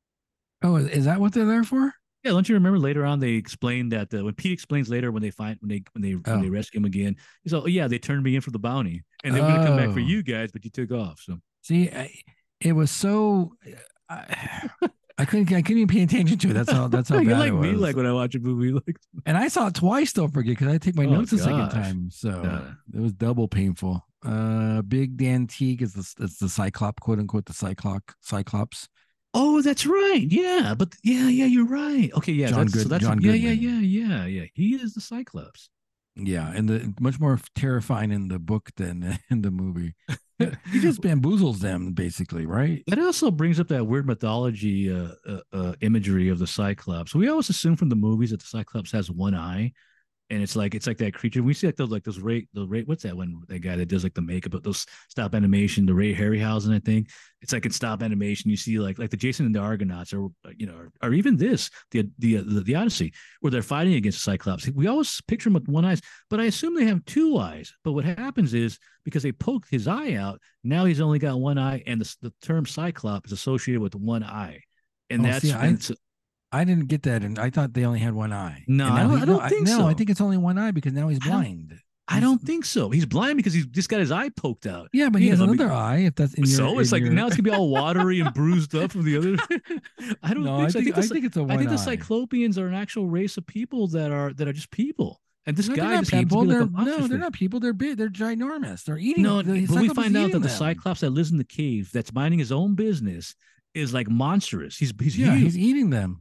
S1: *laughs* Oh, is, is that what they're there for?
S2: Yeah, don't you remember later on they explained that uh, when Pete explains later when they find when they when they when
S1: Oh.
S2: they rescue him again, he's like, "Oh yeah, they turned me in for the bounty, and they were gonna come back for
S1: Oh.
S2: you guys, but you took off." So
S1: See, I, it was so I, I couldn't I couldn't even pay attention to it. That's how
S2: *laughs*
S1: that's how
S2: you're
S1: bad
S2: like
S1: it was.
S2: me, like when I watch a movie, *laughs* like
S1: and I saw it twice. Don't forget, because I take my
S2: Oh,
S1: notes a second
S2: gosh.
S1: time, so
S2: Yeah.
S1: it was double painful. Uh, Big Dan Teague is the is the Cyclop, quote unquote, the Cyclop, Cyclops.
S2: "Oh, that's right, yeah, but yeah, yeah, you're right." Okay, yeah,
S1: John
S2: that's, so
S1: Good-
S2: that's
S1: John
S2: yeah, yeah, yeah,
S1: Goodman.
S2: yeah, yeah. He is the Cyclops. *laughs*
S1: Yeah, and the much more terrifying *laughs* in the book than in the movie. he just bamboozles them basically, right?
S2: That also brings up that weird mythology uh, uh, uh, imagery of the Cyclops. We always assume from the movies that the Cyclops has one eye, and it's like it's like that creature. We see like those like those Ray the Ray what's that one that guy that does like the makeup of those stop animation the Ray Harryhausen I think it's like in stop animation you see like like the Jason and the Argonauts or you know or, or even this the, the uh, the the Odyssey where they're fighting against the Cyclops. We always picture him with one eyes, but I assume they have two eyes. But what happens is because they poked his eye out, now he's only got one eye, and the, the term Cyclops is associated with one eye, and
S1: Oh,
S2: that's
S1: see, I-
S2: and so-
S1: I didn't get that, and I thought they only had one eye.
S2: No,
S1: And
S2: I
S1: now
S2: don't-
S1: he-
S2: I don't think
S1: no, I
S2: so.
S1: think it's only one eye because now he's
S2: I don't-
S1: blind.
S2: I don't think so. He's blind because he's just got his eye poked out.
S1: Yeah, but he
S2: You
S1: has
S2: know,
S1: another
S2: be-
S1: eye. If that's in your,
S2: so it's
S1: in
S2: like
S1: your-
S2: now it's gonna be all watery and bruised up from
S1: *laughs*
S2: the other. *laughs* I don't
S1: no, I
S2: think so. I
S1: think,
S2: think,
S1: I
S2: the,
S1: think it's a one
S2: I think
S1: eye.
S2: the Cyclopeans are an actual race of people that are that are just people. And this
S1: No, they're
S2: guy
S1: not
S2: just happens to
S1: people.
S2: be like
S1: They're,
S2: a monster
S1: no, they're
S2: fish.
S1: not people. They're big. They're ginormous. They're eating.
S2: No,
S1: the
S2: but we
S1: Cyclops is
S2: find out that
S1: eating
S2: the
S1: them.
S2: Cyclops that lives in the cave, that's minding his own business, is like monstrous. He's he's
S1: Yeah,
S2: huge.
S1: he's eating them.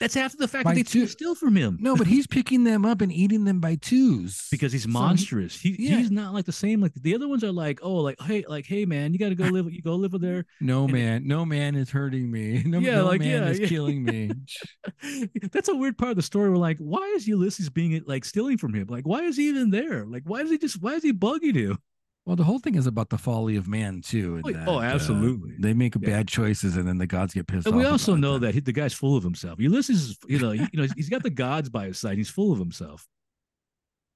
S2: that's after the fact
S1: by
S2: that they
S1: two-
S2: took still from him
S1: No, but he's picking them up and eating them by *laughs* twos
S2: because he's
S1: So he-
S2: monstrous. he,
S1: yeah.
S2: he's not like the same. Like the other ones are like, oh, like hey, like hey, man, you got to go live. You go live with
S1: *laughs*
S2: there.
S1: No
S2: and it-
S1: man, no man is hurting me. *laughs* No,
S2: Yeah,
S1: no
S2: like,
S1: man
S2: yeah,
S1: is
S2: yeah.
S1: killing *laughs* me.
S2: That's a weird part of the story. We're like, why is Ulysses being like stealing from him? Like, why is he even there? Like, why is he just why is he bugging you?
S1: well, the whole thing is about the folly of man too. in
S2: Oh,
S1: that,
S2: oh,
S1: uh,
S2: absolutely.
S1: they make
S2: Yeah.
S1: bad choices, and then the gods get pissed.
S2: And we
S1: off
S2: also
S1: about
S2: know that he, the guy's full of himself. Ulysses, is, you know, he, you know, he's- he's got the gods by his side. He's full of himself.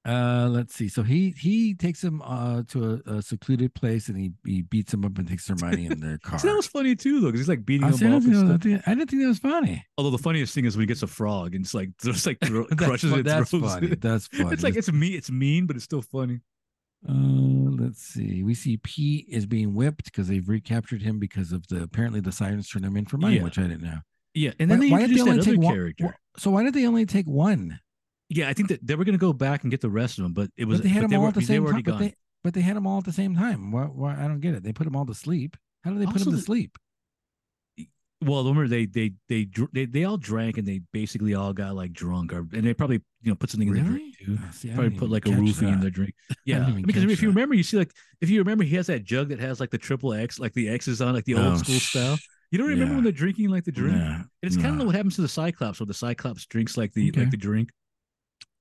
S1: Uh, let's see. So he he takes him uh to a, a secluded place, and he he beats him up and takes their money in *laughs* their car.
S2: So that was funny too, though, because he's like beating
S1: I,
S2: him
S1: said, I,
S2: up.
S1: didn't
S2: And
S1: know
S2: stuff.
S1: that- I didn't think that was funny.
S2: Although the funniest thing is when he gets a frog and it's like *laughs* just like thro-
S1: *laughs* That's
S2: crushes
S1: fu-
S2: it.
S1: That's
S2: throws
S1: funny.
S2: it. *laughs*
S1: That's funny.
S2: It's like it's mean, it's mean, but it's still funny.
S1: Uh, let's see. We see Pete is being whipped because they've recaptured him because of the apparently the sirens turned him in for money,
S2: Yeah.
S1: which I didn't know.
S2: Yeah, and then
S1: Why-
S2: they
S1: why did they
S2: introduced
S1: only
S2: that other
S1: take one-
S2: character.
S1: one- So why did they only take one?
S2: yeah, I think that they were going to go back and get the rest of them, but it was
S1: but they had them all
S2: were,
S1: at the
S2: they
S1: same
S2: were
S1: time.
S2: already
S1: But
S2: gone.
S1: they, but they had them all at the same time. Why, why? I don't get it. They put them all to sleep. How do they put
S2: Also
S1: them to
S2: the-
S1: sleep?
S2: Well, remember they they they dr- they they all drank and they basically all got like drunk or and they probably you know put something in the drink too.
S1: Oh, see, I
S2: Probably
S1: didn't
S2: put
S1: even
S2: like a
S1: catch
S2: roofie in
S1: that. *laughs*
S2: the drink.
S1: didn't
S2: Yeah,
S1: even
S2: because
S1: catch
S2: if you
S1: that.
S2: remember, you see like if you remember, he has that jug that has like the triple X, like the X's on like the old
S1: Oh,
S2: school style.
S1: sh-
S2: You don't remember
S1: yeah.
S2: when they're drinking like the drink.
S1: nah,
S2: And it's kind
S1: nah.
S2: of what happens to the Cyclops, where the Cyclops drinks like the
S1: Okay.
S2: like the drink.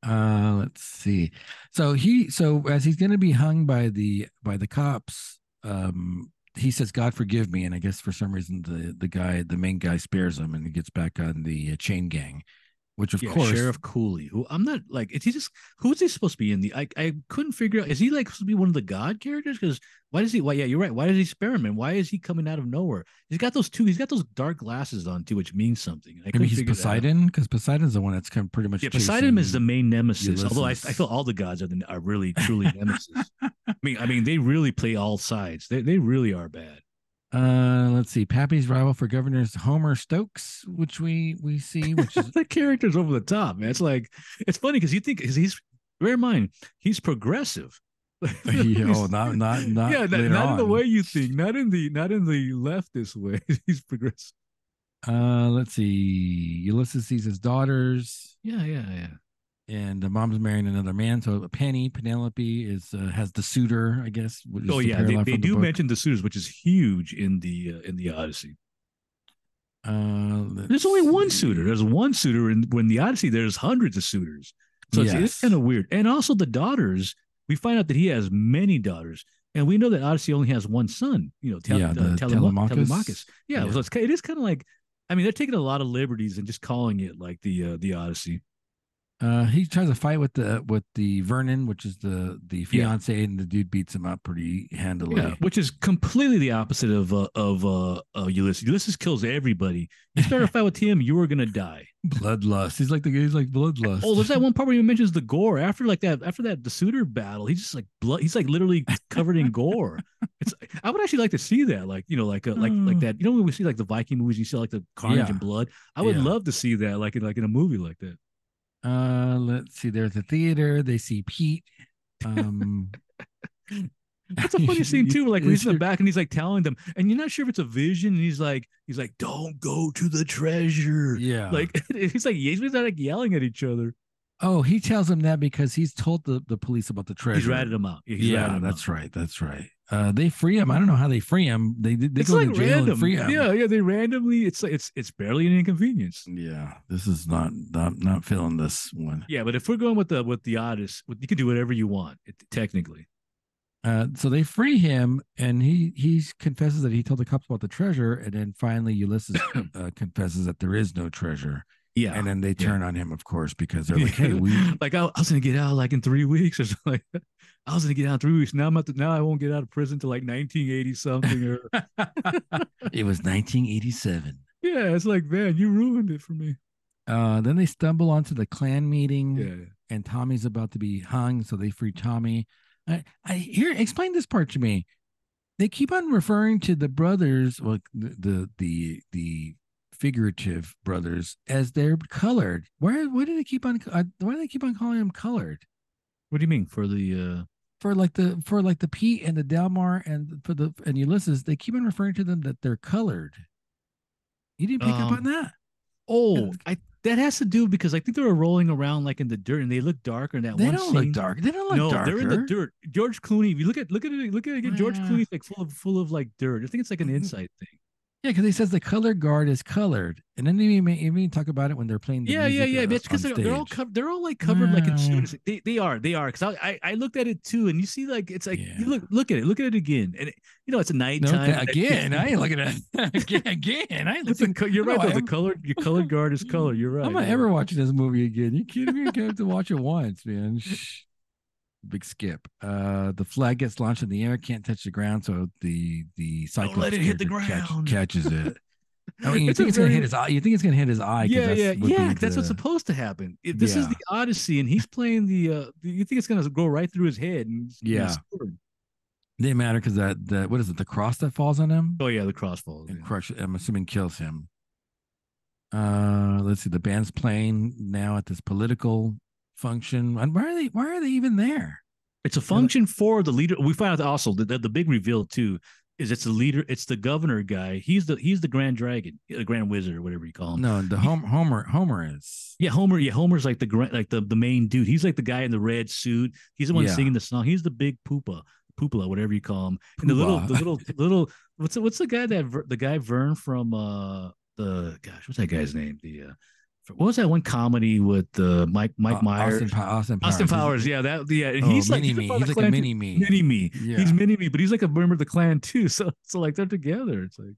S1: Uh, let's see. So he, so as he's going to be hung by the by the cops, um, he says, "God forgive me," and I guess for some reason the the guy, the main guy, spares him and he gets back on the uh, chain gang, which of
S2: yeah,
S1: course,
S2: Sheriff Cooley. Who I'm not like. Is he just who's he supposed to be in the? I I couldn't figure out. Is he like supposed to be one of the God characters? Because why does he? Why yeah, you're right. Why does he spare him? And why is he coming out of nowhere? He's got those two. He's got those dark glasses on too, which means something. I
S1: maybe
S2: couldn't
S1: he's
S2: figure that out.
S1: Poseidon because Poseidon's the one that's come pretty much.
S2: Yeah, Poseidon is the
S1: chasing-
S2: main nemesis. Although I, I
S1: Ulysses.
S2: feel all the gods are, the, are really truly nemesis. I mean, I mean, they really play all sides. They they really are bad.
S1: Uh, let's see. Pappy's rival for governor is Homer Stokes, which we we see, which
S2: *laughs*
S1: is
S2: that character's over the top, man. It's like it's funny because you think 'cause he's bear in mind he's progressive. *laughs*
S1: Yeah, oh, not not not
S2: yeah, not,
S1: later
S2: not in the
S1: on.
S2: way you think, not in the not in the leftist way. *laughs* he's progressive.
S1: Uh, let's see. Ulysses sees his daughters.
S2: Yeah, yeah, yeah.
S1: and the mom's marrying another man. So Penny Penelope is uh, has the suitor, I guess. which is
S2: oh
S1: the
S2: yeah, they,
S1: parallel
S2: they
S1: from the
S2: do
S1: book.
S2: mention the suitors, which is huge in the uh, in the Odyssey.
S1: Uh, let's
S2: There's only one
S1: see.
S2: suitor. There's one suitor, and when the Odyssey, there's hundreds of suitors. So it's,
S1: Yes.
S2: it's kind of weird. And also the daughters, we find out that he has many daughters, and we know that Odyssey only has one son. You know, Tel-
S1: Yeah,
S2: uh,
S1: the
S2: Telemo-
S1: Telemachus.
S2: Telemachus. Yeah,
S1: Yeah.
S2: so it's ki- it is kind of like, I mean, they're taking a lot of liberties and just calling it like the uh, the Odyssey.
S1: Uh, he tries to fight with the with the Vernon, which is the the fiance, and the dude beats him up pretty handily.
S2: Yeah, *laughs* which is completely the opposite of uh, of uh, uh, Ulysses. Ulysses kills everybody.
S1: *laughs*
S2: You start a fight with him, you are gonna die.
S1: Bloodlust. He's like the he's like bloodlust.
S2: Oh, there's that one part where he mentions the gore after like that after that the suitor battle. He's just like blood. He's like literally covered in gore. It's I would actually like to see that. Like you know like a, like like
S1: Mm.
S2: that. You know when we see like the Viking movies, you see like the carnage
S1: Yeah.
S2: and blood. I would
S1: Yeah.
S2: love to see that like in like in a movie like that.
S1: Uh, let's see. There's the theater. They see Pete. Um, *laughs*
S2: That's a funny scene too. Like when he's in
S1: It's-
S2: the back and he's like telling them, and you're not sure if it's a vision. And he's like he's like don't go to the treasure.
S1: Yeah.
S2: *laughs* Like he's like he's not like yelling at each other.
S1: Oh, he tells him that because he's told the, the police about the treasure.
S2: He's ratted him out. Yeah, he's ratted
S1: yeah,
S2: him
S1: that's
S2: out.
S1: right. That's right. Uh, they free him. I don't know how they free him. They they
S2: It's
S1: go
S2: like
S1: to jail
S2: random.
S1: and free him.
S2: Yeah, yeah. They randomly. It's like it's it's barely an inconvenience.
S1: Yeah, this is not not not feeling this one.
S2: Yeah, but if we're going with the with the oddest, with, you can do whatever you want. It, technically,
S1: Uh, so they free him, and he he confesses that he told the cops about the treasure, and then finally
S2: *coughs*
S1: Ulysses uh, confesses that there is no treasure,
S2: yeah. *laughs*
S1: and then they
S2: Yeah.
S1: turn on him, of course, because they're like,
S2: *laughs*
S1: "Hey, we
S2: like I, I was gonna get out like in three weeks or something. Like that. I was gonna get out in three weeks. Now I'm at the, now I won't get out of prison till like 1980 something.
S1: *laughs*
S2: Or
S1: it was 1987."
S2: yeah, it's like man, you ruined it for me.
S1: Uh, then they stumble onto the clan meeting,
S2: Yeah,
S1: and Tommy's about to be hung, so they free Tommy. I, I here explain this part to me. They keep on referring to the brothers, well, the the the, the figurative brothers, as they're colored. Why why do they keep on uh, why do they keep on calling them colored
S2: What do you mean for the? uh
S1: for like the for like the Pete and the Delmar and for the and Ulysses? They keep on referring to them that they're colored. You didn't pick up
S2: Um,
S1: on that.
S2: Oh, I that has to do because I think they were rolling around like in the dirt and they look darker in that
S1: They
S2: one
S1: don't
S2: scene.
S1: look dark. They don't look
S2: no,
S1: darker.
S2: they're in the dirt. George Clooney. If you look at look at it, look at it again. George
S1: Yeah.
S2: Clooney's like full of full of like dirt. I think it's like an
S1: Mhm.
S2: inside thing.
S1: Yeah, because he says the color guard is colored, and then you may even talk about it when they're playing. The
S2: yeah, yeah,
S1: music,
S2: yeah.
S1: uh,
S2: That's because
S1: on
S2: they're, they're all
S1: stage.
S2: covered. They're all like covered like in
S1: Yeah.
S2: suits. They they are. They are. Because I, I I looked at it too, and you see like it's like
S1: Yeah.
S2: you look look at it. Look at it again, and it, you know it's a
S1: No,
S2: nighttime
S1: okay, again, I ain't looking at *laughs* again. again I ain't
S2: *laughs* With the
S1: looking.
S2: co- you're
S1: no,
S2: right. though,
S1: I'm-
S2: the color your colored guard is color. You're right.
S1: I'm not
S2: you're
S1: ever
S2: right.
S1: watching this movie again. You kidding me? You have to watch it once, man. Shh. Big skip. Uh, the flag gets launched in the air, can't touch the ground, so the the cyclops
S2: let it hit the
S1: character catch-
S2: ground.
S1: catches
S2: *laughs*
S1: it. I mean, you
S2: It's
S1: think
S2: a
S1: it's gonna hit
S2: very-
S1: his eye? You think it's gonna hit his eye? 'cause
S2: Yeah,
S1: that's,
S2: yeah,
S1: would be
S2: yeah. That's what's
S1: the-
S2: supposed to happen. If this is
S1: Yeah.
S2: the Odyssey, and he's playing the. uh the- You think it's gonna go right through his head? And you know,
S1: Yeah.
S2: score him.
S1: didn't matter because that that what is it? The cross that falls on him.
S2: Oh yeah, the crossbow.
S1: and crush I'm assuming kills him. Uh let's see, the band's playing now at this political function. And why are they why are they even there?
S2: It's a function for the leader. We find out also that the, the big reveal too is it's the leader. It's the governor guy. He's the he's the grand dragon, the grand wizard, or whatever you call him.
S1: No, the home Homer Homer is.
S2: Yeah, Homer. Yeah, Homer's like the grand, like the, the main dude. He's like the guy in the red suit. He's the one
S1: Yeah.
S2: singing the song. He's the big poopa, poopla, whatever you call him. And the little, the
S1: Poobah. *laughs*
S2: little, little. What's the, what's the guy that Ver- the guy Vern from uh the gosh, what's that guy's name? The uh, fr- what was that one comedy with uh, Mike Mike
S1: Uh,
S2: Myers?
S1: Austin, Pa- Austin Powers.
S2: Austin
S1: He's-
S2: Powers, yeah, that, yeah, and
S1: oh,
S2: he's like
S1: mini me.
S2: part of
S1: He's
S2: the
S1: like a
S2: clan too.
S1: mini me.
S2: mini me.
S1: Yeah.
S2: He's mini me, but he's like a member of the clan too. *laughs* So, so like they're together. It's like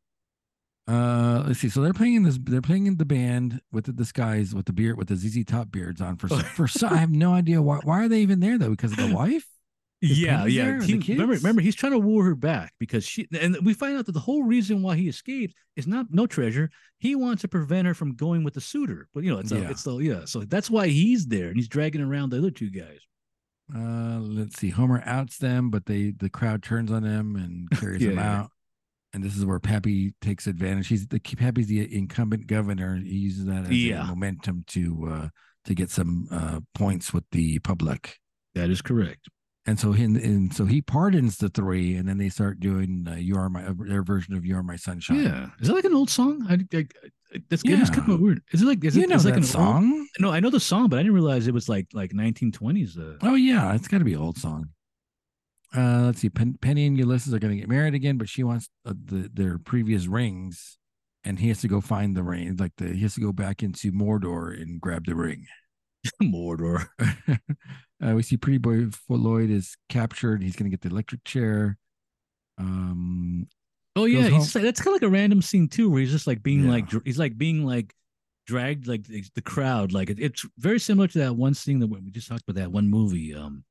S1: Uh, let's see. So they're playing in this. They're playing in the band with the disguise, with the beard, with the ZZ Top beards on. For some, for some, I have no idea why. Why are they even there though? Because of the wife. His
S2: yeah,
S1: buddies there
S2: yeah.
S1: and
S2: He,
S1: the
S2: remember,
S1: kids?
S2: remember, he's trying to woo her back because she. And we find out that the whole reason why he escaped is not no treasure. He wants to prevent her from going with the suitor. But you know, it's a,
S1: Yeah.
S2: it's the yeah. So that's why he's there and he's dragging around the other two guys.
S1: Uh, let's see. Homer outs them, but they the crowd turns on him and carries him
S2: Yeah.
S1: out. And this is where Pappy takes advantage. He's the Pappy's the incumbent governor. He uses that as a
S2: Yeah.
S1: momentum to uh, to get some uh, points with the public.
S2: That is correct.
S1: And so he and so he pardons the three, and then they start doing uh, "You Are My" their version of "You Are My Sunshine."
S2: Yeah. Is that like an old song? I, I, I that's good. It's
S1: Yeah.
S2: kind of weird. Is it like is
S1: you
S2: it
S1: know
S2: is it
S1: that
S2: like an old-
S1: song?
S2: no, I know the song, but I didn't realize it was like like
S1: *laughs*
S2: 1920s. Uh,
S1: Oh yeah, it's got to be an old song. Uh, let's see. Pen- Penny and Ulysses are going to get married again, but she wants uh, the, their previous rings, and he has to go find the ring. Like the, he has to go back into Mordor and grab the ring. *laughs*
S2: Mordor.
S1: uh, we see Pretty Boy Floyd is captured. He's going to get the electric chair. Um,
S2: Oh
S1: goes
S2: yeah,
S1: home.
S2: he's just like, that's kind of like a random scene too, where he's just like being
S1: Yeah.
S2: like dr- he's like being like dragged like the the crowd. Like it, it's very similar to that one scene that we we just talked about that one movie, um,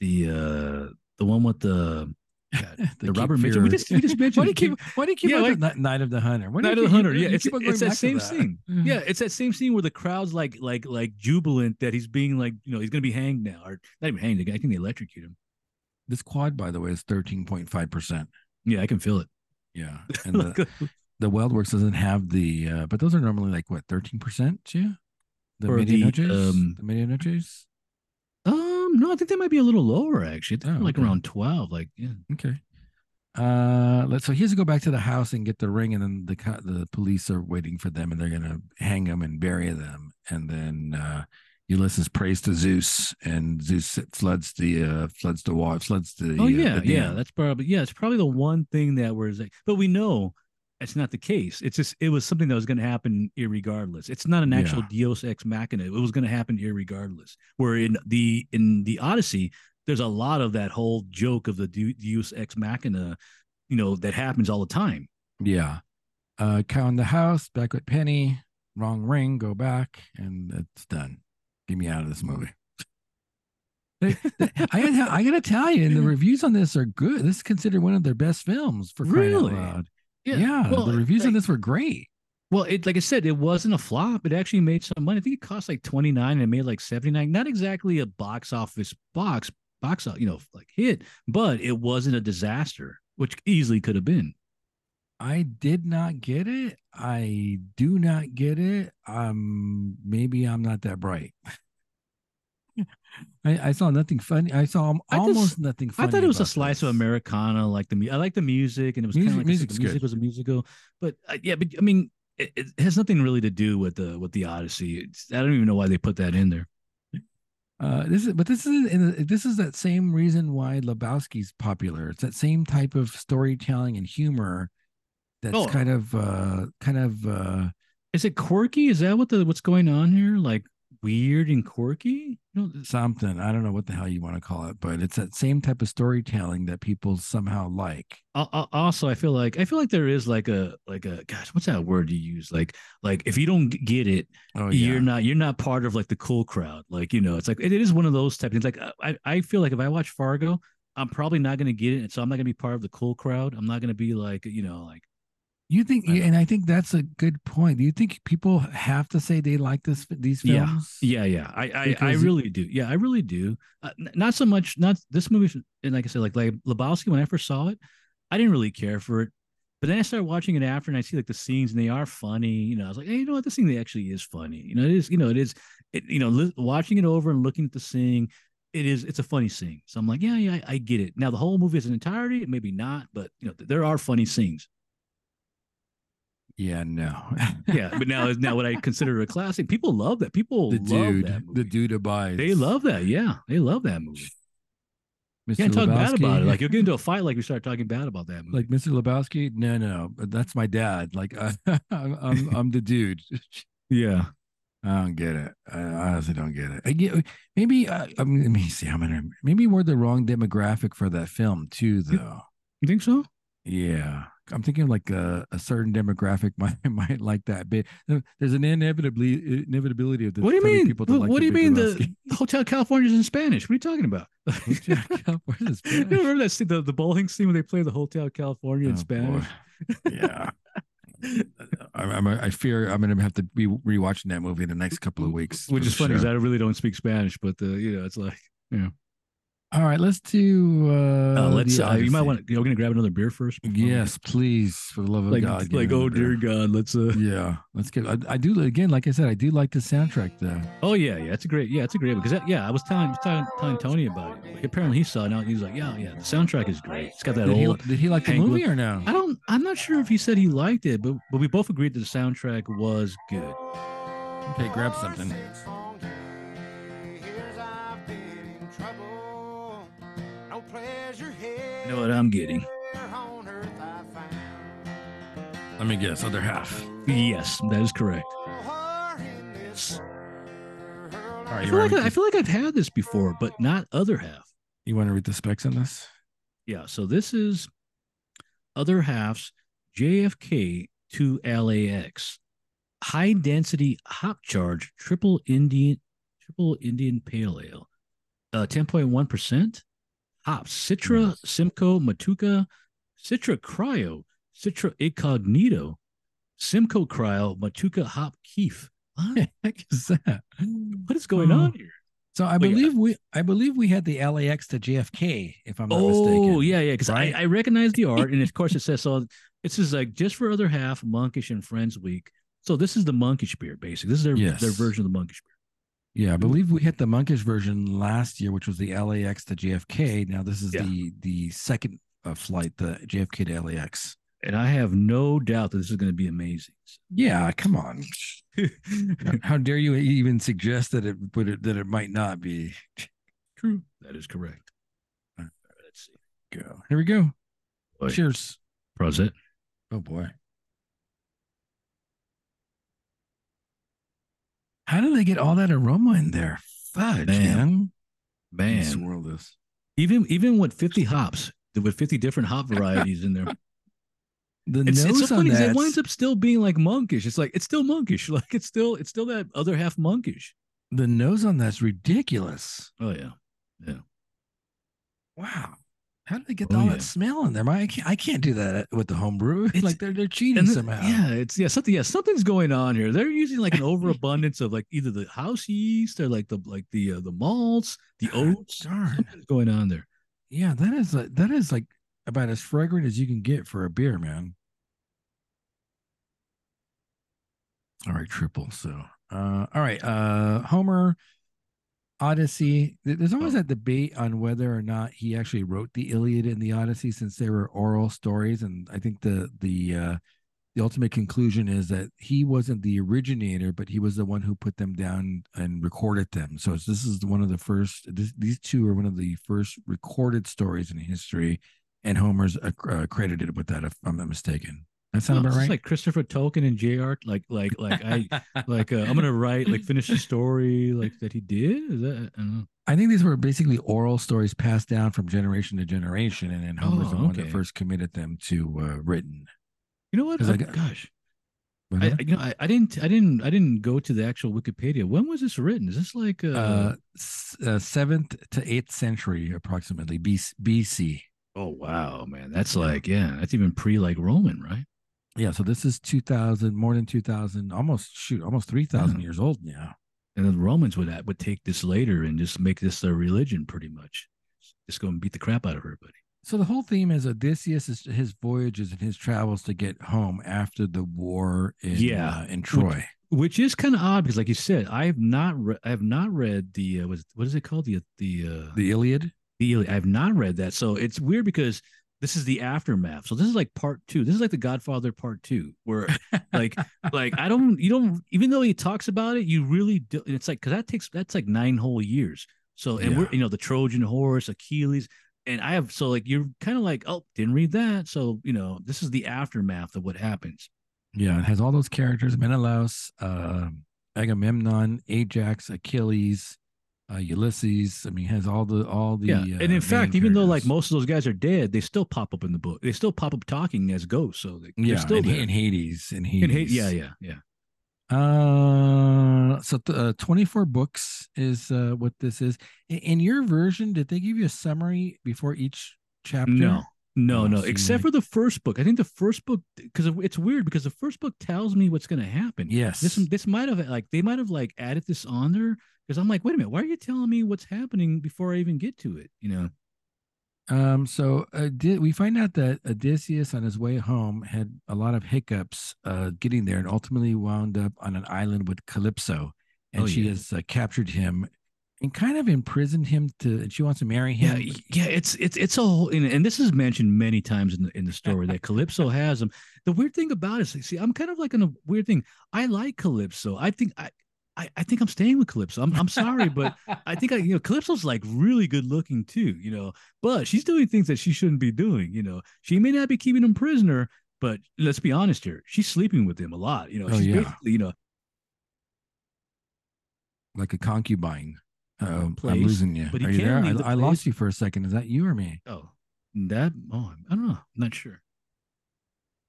S2: the uh the one with the God, the
S1: Cape
S2: Robert Mitchell. We
S1: Fear-
S2: just we *laughs* just mentioned
S1: why do you
S2: it. Cape-
S1: keep? Why do you keep?
S2: Yeah,
S1: up
S2: like-
S1: with Ni- Night of the Hunter. Why do you
S2: Night of the
S1: keep- you-
S2: Hunter.
S1: you
S2: Yeah, it's
S1: keep on
S2: it's
S1: going
S2: that
S1: back to *laughs*
S2: same scene.
S1: Mhm.
S2: Yeah, it's that same scene where the crowd's like like like jubilant that he's being like you know he's gonna be hanged now or not even hanged. I think they electrocute him.
S1: This quad, by the way, is thirteen point five percent.
S2: Yeah, I can
S1: *laughs*
S2: feel it.
S1: Yeah,
S2: *laughs*
S1: and the, the Weldworks doesn't have the, uh, but those are normally like what thirteen percent, yeah. The
S2: Or
S1: media
S2: the,
S1: noches,
S2: um,
S1: the media noches.
S2: um, no, I think they might be a little lower actually. I think
S1: Oh,
S2: they're like
S1: okay.
S2: around twelve. Like yeah.
S1: Okay. Uh, let's. So he has to go back to the house and get the ring, and then the co- the police are waiting for them, and they're gonna hang him and bury them, and then uh, Ulysses prays to Zeus, and Zeus floods the uh, floods the water, floods the.
S2: Oh
S1: uh,
S2: yeah,
S1: the
S2: yeah.
S1: dam.
S2: That's probably yeah. It's probably the one thing that was like, but we know it's not the case. It's just it was something that was going to happen irregardless. It's not an actual Dios ex machina. It was going to happen irregardless. Where in the in the Odyssey, there's a lot of that whole joke of the Deu- Deus ex machina, you know, that happens all
S1: *laughs*
S2: the time.
S1: Yeah. Uh, cow in the house, back with Penny, wrong ring, go back, and it's done. Get me out of this movie. I, gotta, tell- I gotta tell you,
S2: *laughs*
S1: and the reviews on this are good. This is considered one of their best films for crying out
S2: Really?
S1: loud. Yeah, the
S2: it-
S1: reviews on
S2: like-
S1: this were great.
S2: Well, it like I said, it wasn't a flop. It actually made some money. I think it cost like twenty nine, and it made like seventy nine. Not exactly a box office box box, o- you know, like hit, but it wasn't a disaster, which easily could have been.
S1: I did not get it. I do not get it. Um, maybe I'm not that bright. I, I saw nothing funny. I saw al-
S2: I just-
S1: almost nothing funny.
S2: I thought it was a
S1: about
S2: slice of
S1: this.
S2: Americana, like the mu- I like the music, and it was kind of
S1: Music-
S2: like I said,
S1: music's
S2: the
S1: good.
S2: music was a musical, but uh, yeah, but I mean, it, it has nothing really to do with the with the Odyssey. It's, I don't even know why they put that in there.
S1: Uh, this is, but this is, and this is that same reason why Lebowski's popular. It's that same type of storytelling and humor that's
S2: Oh.
S1: kind of, uh, kind of, uh,
S2: Is it quirky? Is that what the what's going on here? Like weird and quirky? You know,
S1: something. I don't know what the hell you want to call it, but it's that same type of storytelling that people somehow like.
S2: Al- al- also i feel like i feel like there is like a like a gosh what's that word you use like like if you don't g- get it
S1: Oh
S2: you're not you're not part of like the cool crowd like you know it's like it is one of those type things like uh, i i feel like if i watch fargo i'm probably not going to get it and so i'm not going to be part of the cool crowd i'm not going to be like you know like
S1: You think,
S2: I know.
S1: and I think that's a good point. Do you think people have to say they like this these
S2: Yeah.
S1: films?
S2: yeah yeah i i, I
S1: Because-
S2: really do yeah i really do uh, n- not so much not this movie and like i said like like lebowski when i first saw it i didn't really care for it but then i started watching it after and i see like the scenes and they are funny you know i was like hey you know what this thing actually is funny you know it is you know it is it, you know li- watching it over and looking at the scene it is it's a funny scene so i'm like yeah yeah i, I get it now the whole movie is an entirety maybe not but you know th- there are funny
S1: *laughs*
S2: scenes
S1: Yeah, no. *laughs*
S2: yeah but now now what i consider a classic people love that people
S1: the
S2: love
S1: dude,
S2: that movie.
S1: the dude abides.
S2: They love that. Yeah, they love that movie.
S1: Mr.
S2: You can't talk bad
S1: Lebowski.
S2: about it. Like you'll get into a fight, like we start talking bad about that movie.
S1: like Mr. Lebowski? No, no, but that's my dad. Like *laughs* uh, I'm,
S2: *laughs*
S1: I'm, I'm the dude. *laughs*
S2: yeah,
S1: I don't get it. I honestly don't get it. I get, maybe uh, I mean, let me see how many. Maybe we're the wrong demographic for that film too, though.
S2: you think so?
S1: Yeah, I'm thinking like a, a certain demographic *laughs* might might like that bit. Uh, There's an inevitably inevitability of the
S2: what do you mean?
S1: people.
S2: What,
S1: that like
S2: what do
S1: The
S2: you
S1: Big
S2: mean?
S1: Lebowski.
S2: The Hotel California's in Spanish. What are you talking about? *laughs*
S1: Jack up, *laughs* where's the
S2: you
S1: Spanish?
S2: remember that scene, the, the bowling scene when they play the Hotel California in
S1: Oh,
S2: Spanish?
S1: boy. Yeah. *laughs* I, I'm, I fear I'm going to have to be rewatching that movie in the next couple of weeks.
S2: Which
S1: for
S2: is funny because
S1: sure.
S2: I really don't speak Spanish, but the you know it's like
S1: All right, let's do. Uh,
S2: uh, let's.
S1: the
S2: Uh, you might
S1: Odyssey.
S2: want to. You're gonna grab another beer first.
S1: Yes, please, for the love of
S2: Like
S1: God. give
S2: like
S1: me
S2: oh
S1: the beer.
S2: dear God, let's. uh
S1: *laughs* Yeah, let's get. I, I do again, like I said, I do like the soundtrack though.
S2: Oh yeah, yeah, it's a great, yeah, it's a great because that, yeah, I was telling, was telling, telling Tony about it. Like, apparently he saw it, and he was like, yeah, yeah, the soundtrack is great. It's got that
S1: Did he,
S2: old.
S1: did he like the
S2: Hank
S1: movie or no?
S2: I don't, I'm not sure if he said he liked it, but but we both agreed that the soundtrack was good.
S1: Okay, grab something.
S2: You know what I'm getting?
S1: Let me guess, other half.
S2: Yes, that is correct.
S1: All right,
S2: I
S1: you,
S2: feel like
S1: ready
S2: I, I
S1: to-
S2: feel like I've had this before, but not other half.
S1: you want to read the specs on this? *laughs*
S2: Yeah, so this is other half's JFK to LAX, high density hop charge triple Indian triple Indian pale ale, uh, ten point one percent, hops Citra,
S1: Nice.
S2: Simcoe, Matuka, Citra Cryo, Citra Incognito, Simcoe Cryo, Matuka Hop Keef. What
S1: the heck is that?
S2: *laughs* what is going
S1: Oh,
S2: on here?
S1: So I
S2: Look at
S1: believe we I believe we had the LAX to JFK, if I'm not mistaken.
S2: Oh yeah, yeah. Because
S1: right?
S2: I, I recognize the art, *laughs* and of course it says so. This is like just for other half monkish and friends week. So this is the monkish beer, basically. This is their their
S1: Yes.
S2: version of the monkish beer.
S1: Yeah, I believe we had the monkish version last year, which was the LAX to JFK. Now this is
S2: Yeah.
S1: the the second uh, flight, the JFK to LAX.
S2: and I have no doubt that this is going to be amazing. *laughs*
S1: Yeah, come on. How dare you even suggest that it would it, that it might not be?
S2: True. That is correct.
S1: Uh,
S2: All right, Let's see.
S1: Go. Here we go.
S2: Boy.
S1: Cheers.
S2: Prosit.
S1: Oh boy. How do they get all that aroma in there? Fudge, man.
S2: Man.
S1: Let me
S2: Man,
S1: Swirl this.
S2: even even with 50 hops, with 50 different *laughs* hop varieties in there,
S1: The
S2: it's,
S1: nose
S2: it's so
S1: on
S2: funny. 'cause
S1: that.
S2: It winds up still being like monkish. It's like it's still monkish. *laughs* Like it's still it's still that other half monkish.
S1: The nose on that's ridiculous.
S2: Oh yeah,
S1: Wow. How did they get
S2: Oh,
S1: all
S2: yeah.
S1: that smell in there? My, I can't. I can't do that with the homebrew. *laughs*
S2: It's-
S1: like they're they're cheating
S2: and then-
S1: somehow.
S2: yeah, it's yeah something yeah something's going on here. They're using like an overabundance of like either the house yeast or like the like the uh, the malts, the
S1: Oh, God
S2: oats.
S1: darn.
S2: Something's going on there.
S1: Yeah, that is like that is like about as fragrant as you can get for a beer, man. All right, triple. So, uh, all right, uh, Homer, Odyssey. Th- There's always
S2: Oh.
S1: that debate on whether or not he actually wrote the Iliad and the Odyssey, since they were oral stories. And I think the the uh, the ultimate conclusion is that he wasn't the originator, but he was the one who put them down and recorded them. So it's- this is one of the first. This, these two are one of the first recorded stories in history, and Homer's uh, cr- uh, credited with that, if I'm not mistaken. That sound
S2: Huh,
S1: about
S2: it's
S1: right?
S2: Like Christopher Tolkien and J.R. Like like like I like uh, I'm gonna write like finish the story like that he did. Is that, I don't know.
S1: I think these were basically oral stories passed down from generation to generation, and then Homer's the
S2: Oh,
S1: one that
S2: okay.
S1: first committed them to uh, written.
S2: You know what?
S1: 'Cause
S2: I-
S1: I got-
S2: gosh,
S1: But,
S2: I, I- you know I, I didn't I didn't I didn't go to the actual Wikipedia. When was this written? Is this like uh,
S1: uh, s- uh, seventh to eighth century, approximately BC. BC.
S2: oh wow man that's like yeah that's even pre like Roman right?
S1: Yeah, so this is 2000, more than 2000, almost shoot, almost 3000
S2: Yeah.
S1: years old now.
S2: And the Romans would would take this later and just make this their religion pretty much. Just go and beat the crap out of everybody.
S1: So the whole theme is Odysseus is his voyages and his travels to get home after the war in
S2: Yeah.
S1: uh, in Troy.
S2: Which is kind of odd because, like you said, I have not re- I have not read the uh, was what is it called the the uh,
S1: The Iliad?
S2: the Ili- I've not read that. So it's weird because this is the aftermath. So this is like part two. This is like the Godfather part two, where
S1: *laughs*
S2: like like I don't you don't even though he talks about it, you really do and it's like because that takes that's like nine whole years. So and we're
S1: Yeah.
S2: you know the Trojan horse, Achilles, and I have so like you're kind of like, oh, didn't read that. So, you know, this is the aftermath of what happens.
S1: Yeah, it has all those characters: Menelaus, uh, Agamemnon, Ajax, Achilles, uh, Ulysses. I mean, it has all the all the.
S2: yeah.
S1: uh,
S2: and in
S1: main
S2: fact, even though like
S1: characters.
S2: most of those guys are dead, they still pop up in the book. They still pop up talking as ghosts. So they,
S1: yeah,
S2: are still
S1: and,
S2: there.
S1: and Hades, and Hades,
S2: And hate, yeah, yeah, yeah.
S1: Uh, so th- uh, 24 books is uh, what this is. In, in your version, did they give you a summary before each chapter?
S2: No, no,
S1: Oh,
S2: no.
S1: so you
S2: Except
S1: like-
S2: for the first book. I think the first book because it's weird because the first book tells me what's going to happen.
S1: Yes.
S2: This this might have like they might have like added this on there because I'm like, wait a minute, why are you telling me what's happening before I even get to it? You know.
S1: Um, so uh, did, we find out that Odysseus on his way home had a lot of hiccups uh, getting there and ultimately wound up on an island with Calypso. And
S2: Oh,
S1: she
S2: yeah.
S1: has uh, captured him and kind of imprisoned him to, and she wants to marry
S2: Yeah,
S1: him.
S2: y- yeah, it's it's it's a whole, and, and this is mentioned many times in the in the story
S1: *laughs*
S2: that Calypso has them. The weird thing about it is, see, I'm kind of like in a weird thing. I like Calypso. I think I, I, I think I'm staying with Calypso. I'm I'm sorry, but I think I, you know, Calypso's like really good looking too, you know, but she's doing things that she shouldn't be doing. You know, she may not be keeping him prisoner, but let's be honest here, she's sleeping with him a lot. You know,
S1: Oh,
S2: she's
S1: yeah.
S2: basically, you know,
S1: like a concubine. Uh, I'm
S2: Place,
S1: losing you.
S2: but he
S1: Are you
S2: can
S1: there? I,
S2: leave the
S1: I
S2: place.
S1: lost you for a second. Is that you or me?
S2: oh, that, oh, I don't know, I'm not sure.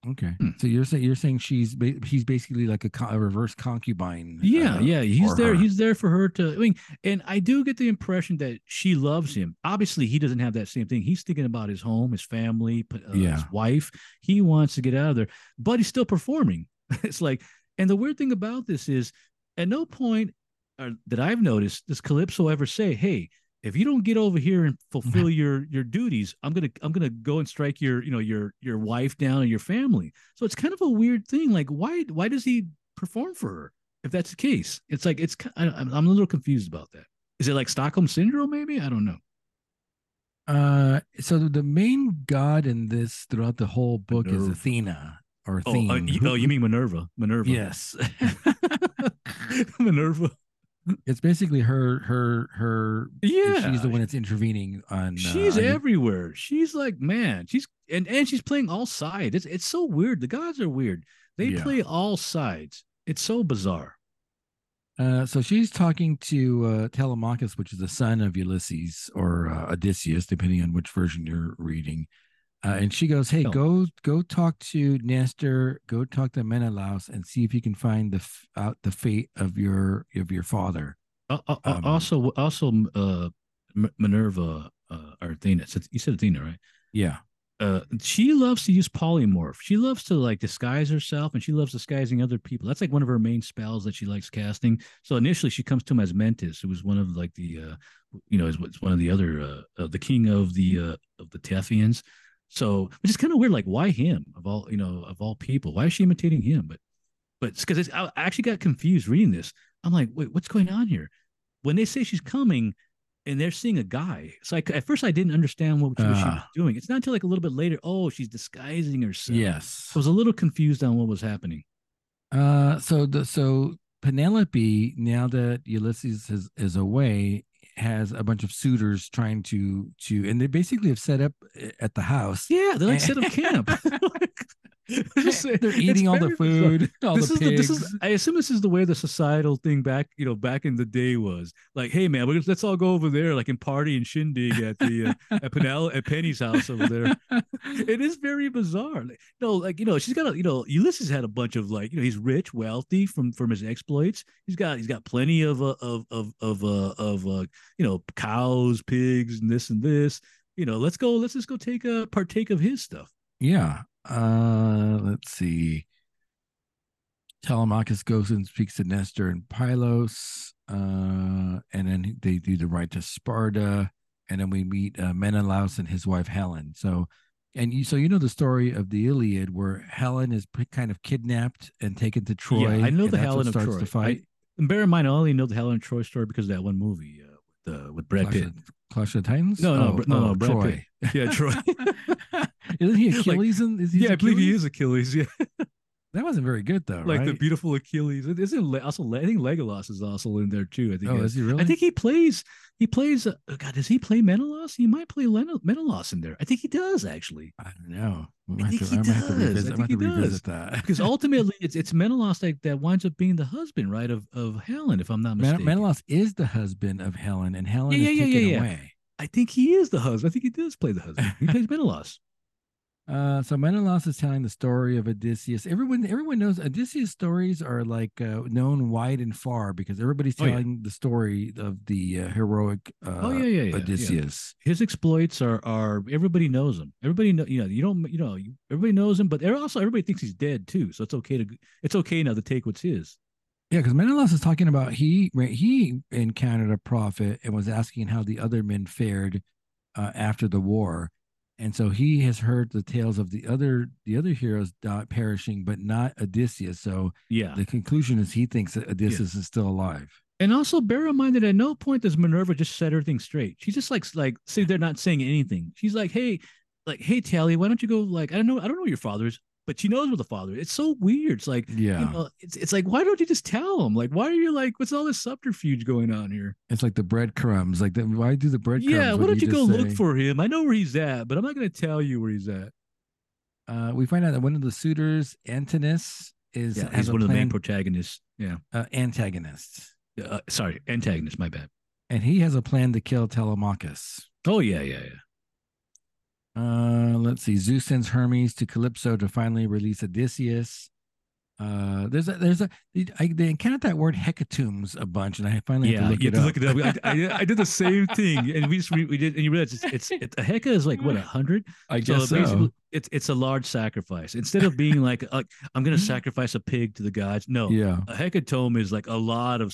S1: Okay.
S2: Hmm.
S1: So you're saying you're saying she's ba- he's basically like a, con- a reverse concubine.
S2: Yeah,
S1: uh,
S2: yeah, he's
S1: or
S2: there.
S1: her.
S2: He's there for her to. I mean, and I do get the impression that she loves him. Obviously, he doesn't have that same thing. He's thinking about his home, his family, p- uh,
S1: Yeah.
S2: his wife. He wants to get out of there, but he's still performing. *laughs* it's like, and the weird thing about this is, at no point uh, that I've noticed does Calypso ever say, "Hey." If you don't get over here and
S1: Mm-hmm.
S2: fulfill your your duties, I'm gonna I'm gonna go and strike your you know your your wife down and your family. So it's kind of a weird thing. Like why why does he perform for her? if that's the case. It's like it's ki- I, I'm I'm a little confused about that. Is it like Stockholm syndrome? Maybe I don't know.
S1: Uh, so the, the main god in this throughout the whole book is
S2: Minerva.
S1: Athena or
S2: Oh,
S1: Athena.
S2: uh, you, oh, you mean Minerva? Minerva.
S1: yes,
S2: *laughs* Minerva.
S1: it's basically her, her, her.
S2: Yeah.
S1: she's the one that's intervening on. uh,
S2: She's
S1: on-
S2: everywhere. She's like, man, she's and and she's playing all sides. It's it's so weird. The gods are weird. They
S1: Yeah.
S2: play all sides. It's so bizarre.
S1: Uh, so she's talking to uh, Telemachus, which is the son of Ulysses or uh, Odysseus, depending on which version you're reading. Uh, and she goes,
S2: Oh.
S1: "Hey, go go talk to Nestor, go talk to Menelaus, and see if you can find the f- out the fate of your of your father."
S2: Uh, uh, uh,
S1: Um,
S2: also, also uh, M- Minerva uh, or Athena. So You said Athena, right?
S1: Yeah,
S2: Uh, she loves to use polymorph. She loves to like disguise herself, and she loves disguising other people. That's like one of her main spells that she likes casting. So initially, she comes to him as Mentis, who was one of like the, uh, you know, is what's one of the other, uh, uh, the king of the uh, of the Tethyians. So, which is kind of weird. Like, why him of all you know of all people? Why is she imitating him? But, but because I I actually got confused reading this. I'm like, wait, what's going on here? When they say she's coming, and they're seeing a guy. So I, c- at first I didn't understand what, she was
S1: Ah.
S2: doing. It's not until like a little bit later. Oh, she's disguising herself.
S1: yes.
S2: I was a little confused on what was happening.
S1: Uh, so the so Penelope, now that Ulysses is, is away, has a bunch of suitors trying to to, and they basically have set up uh, at the house.
S2: Yeah, they like set up *laughs* camp.
S1: *laughs*
S2: Just-
S1: They're
S2: it's
S1: eating all the
S2: very bizarre.
S1: food, all
S2: this
S1: the
S2: is
S1: pigs.
S2: The, *laughs* this is. I assume this is the way the societal thing back, you know, back in the day was. Like, hey man, we're, gonna- let's all go over there, like, and party and shindig at the uh, at Penel at Penny's house over there.
S1: *laughs*
S2: It is very bizarre. Like, no, like you know, she's got a you know, Ulysses had a bunch of like you know, he's rich, wealthy from from his exploits. He's got he's got plenty of uh, of of of uh, of uh, you know cows, pigs, and this and this. You know, let's go. Let's just go take a partake of his stuff.
S1: yeah. Uh, let's see. Telemachus goes and speaks to Nestor and Pylos, uh, and then they do the ride to Sparta, and then we meet uh, Menelaus and his wife Helen. So, and you, so you know the story of the Iliad where Helen is pre- kind of kidnapped and taken to Troy.
S2: I
S1: and
S2: know the
S1: that's what
S2: Helen of
S1: starts
S2: Troy.
S1: The fight.
S2: And bear in mind, I only know the Helen and Troy story because of that one movie uh, with uh, with Brad
S1: Clash
S2: Pitt.
S1: of, Clash of the Titans.
S2: No, no,
S1: Oh,
S2: Br- no, no,
S1: oh,
S2: Brad
S1: Troy.
S2: Pitt. *laughs* Yeah, Troy.
S1: *laughs* Isn't he
S2: *laughs* Like-
S1: Achilles? in, is he
S2: yeah, I believe he
S1: Achilles?
S2: is Achilles. Yeah,
S1: That wasn't very good though,
S2: like the
S1: right?
S2: beautiful Achilles. It Isn't Le- also Le- I think Legolas is also in there too. I think.
S1: oh,
S2: uh,
S1: is he really?
S2: I think he plays. He plays. Uh, oh, God, does he play Menelaus? He might play Len- Menelaus in there. I think he does actually,
S1: I don't know. We
S2: I
S1: might
S2: think
S1: have to- I
S2: he
S1: might have to
S2: does. I
S1: revisit- I might have
S2: think
S1: to
S2: he does.
S1: revisit that. *laughs*
S2: because ultimately it's it's Menelaus that, that winds up being the husband, right, of of Helen, if I'm not
S1: Men-
S2: mistaken.
S1: Menelaus is the husband of Helen, and Helen
S2: Yeah,
S1: is
S2: yeah, yeah,
S1: taken
S2: yeah, yeah.
S1: away.
S2: I think he is the husband. I think he does play the husband. He
S1: *laughs*
S2: plays Menelaus.
S1: Uh, so Menelaus is telling the story of Odysseus. Everyone, everyone knows Odysseus stories are like uh, known wide and far because everybody's
S2: Oh, yeah.
S1: telling the story of the uh, heroic uh,
S2: oh yeah, yeah, yeah. yeah.
S1: Odysseus.
S2: his exploits are are everybody knows him. Everybody know you know you don't you know you, everybody knows him, but they're also everybody thinks he's dead too. So it's okay to it's okay now to take what's his.
S1: Yeah, because Menelaus is talking about he right, he encountered a prophet and was asking how the other men fared uh, after the war, and so he has heard the tales of the other the other heroes di- perishing, but not Odysseus. So
S2: Yeah,
S1: the conclusion is he thinks that Odysseus is still alive.
S2: and also bear in mind that at no point does Minerva just set everything straight. She's just like like see they're not saying anything. She's like hey like hey Tally, why don't you go like I don't know I don't know where your father is, but she knows where the father. is. It's so weird. It's like.
S1: Yeah,
S2: You know, it's it's like why don't you just tell him? Like, why are you like? What's all this subterfuge going on here?
S1: it's like the breadcrumbs. Like the, why do the breadcrumbs?
S2: yeah, why
S1: when
S2: don't you go
S1: just
S2: look
S1: say-
S2: for him? I know where he's at, but I'm not going to tell you where he's at.
S1: Uh, we find out that one of the suitors, Antinous, is
S2: Yeah,
S1: has
S2: he's
S1: a
S2: one of the main
S1: plan-
S2: protagonists. Yeah.
S1: uh, antagonists,
S2: Uh, sorry, antagonist. My bad.
S1: and he has a plan to kill Telemachus.
S2: Oh yeah, yeah, yeah.
S1: Uh, let's see. Zeus sends Hermes to Calypso to finally release Odysseus. Uh, there's a there's a I, they encountered that word hecatombs a bunch, and I finally
S2: yeah,
S1: have to look
S2: you
S1: it
S2: have
S1: up.
S2: to look it up. I, I, I did the same thing, and we just re, we did, and you realize it's it's, it's a hecka is like what a hundred.
S1: I guess so.
S2: basically, it's it's a large sacrifice. Instead of being like, uh, I'm going to sacrifice a pig to the gods. No,
S1: Yeah,
S2: a hecatomb is like a lot of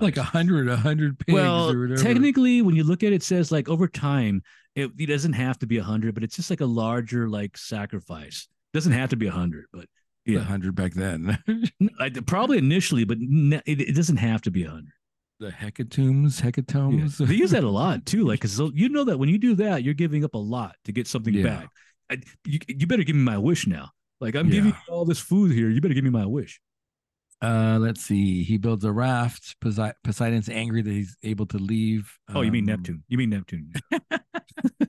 S1: *laughs* like a hundred, a hundred pigs
S2: well,
S1: or whatever.
S2: technically, when you look at it, it says like over time, it, it doesn't have to be a hundred, but it's just like a larger like sacrifice. Doesn't have to be a hundred, but
S1: a
S2: yeah.
S1: hundred back then. *laughs*
S2: N- I- probably initially, but n- it, it doesn't have to be a hundred.
S1: the hecatombs, hecatombs.
S2: Yeah. They use that a lot too. Like, cause they'll- you know that when you do that, you're giving up a lot to get something
S1: Yeah.
S2: back. I, you, you better give me my wish now. Like I'm giving
S1: Yeah.
S2: you all this food here. You better give me my wish.
S1: *laughs* Uh, let's see. He builds a raft. Posei- Poseidon's angry that he's able to leave.
S2: Oh, you mean
S1: Um,
S2: Neptune? You mean Neptune? *laughs*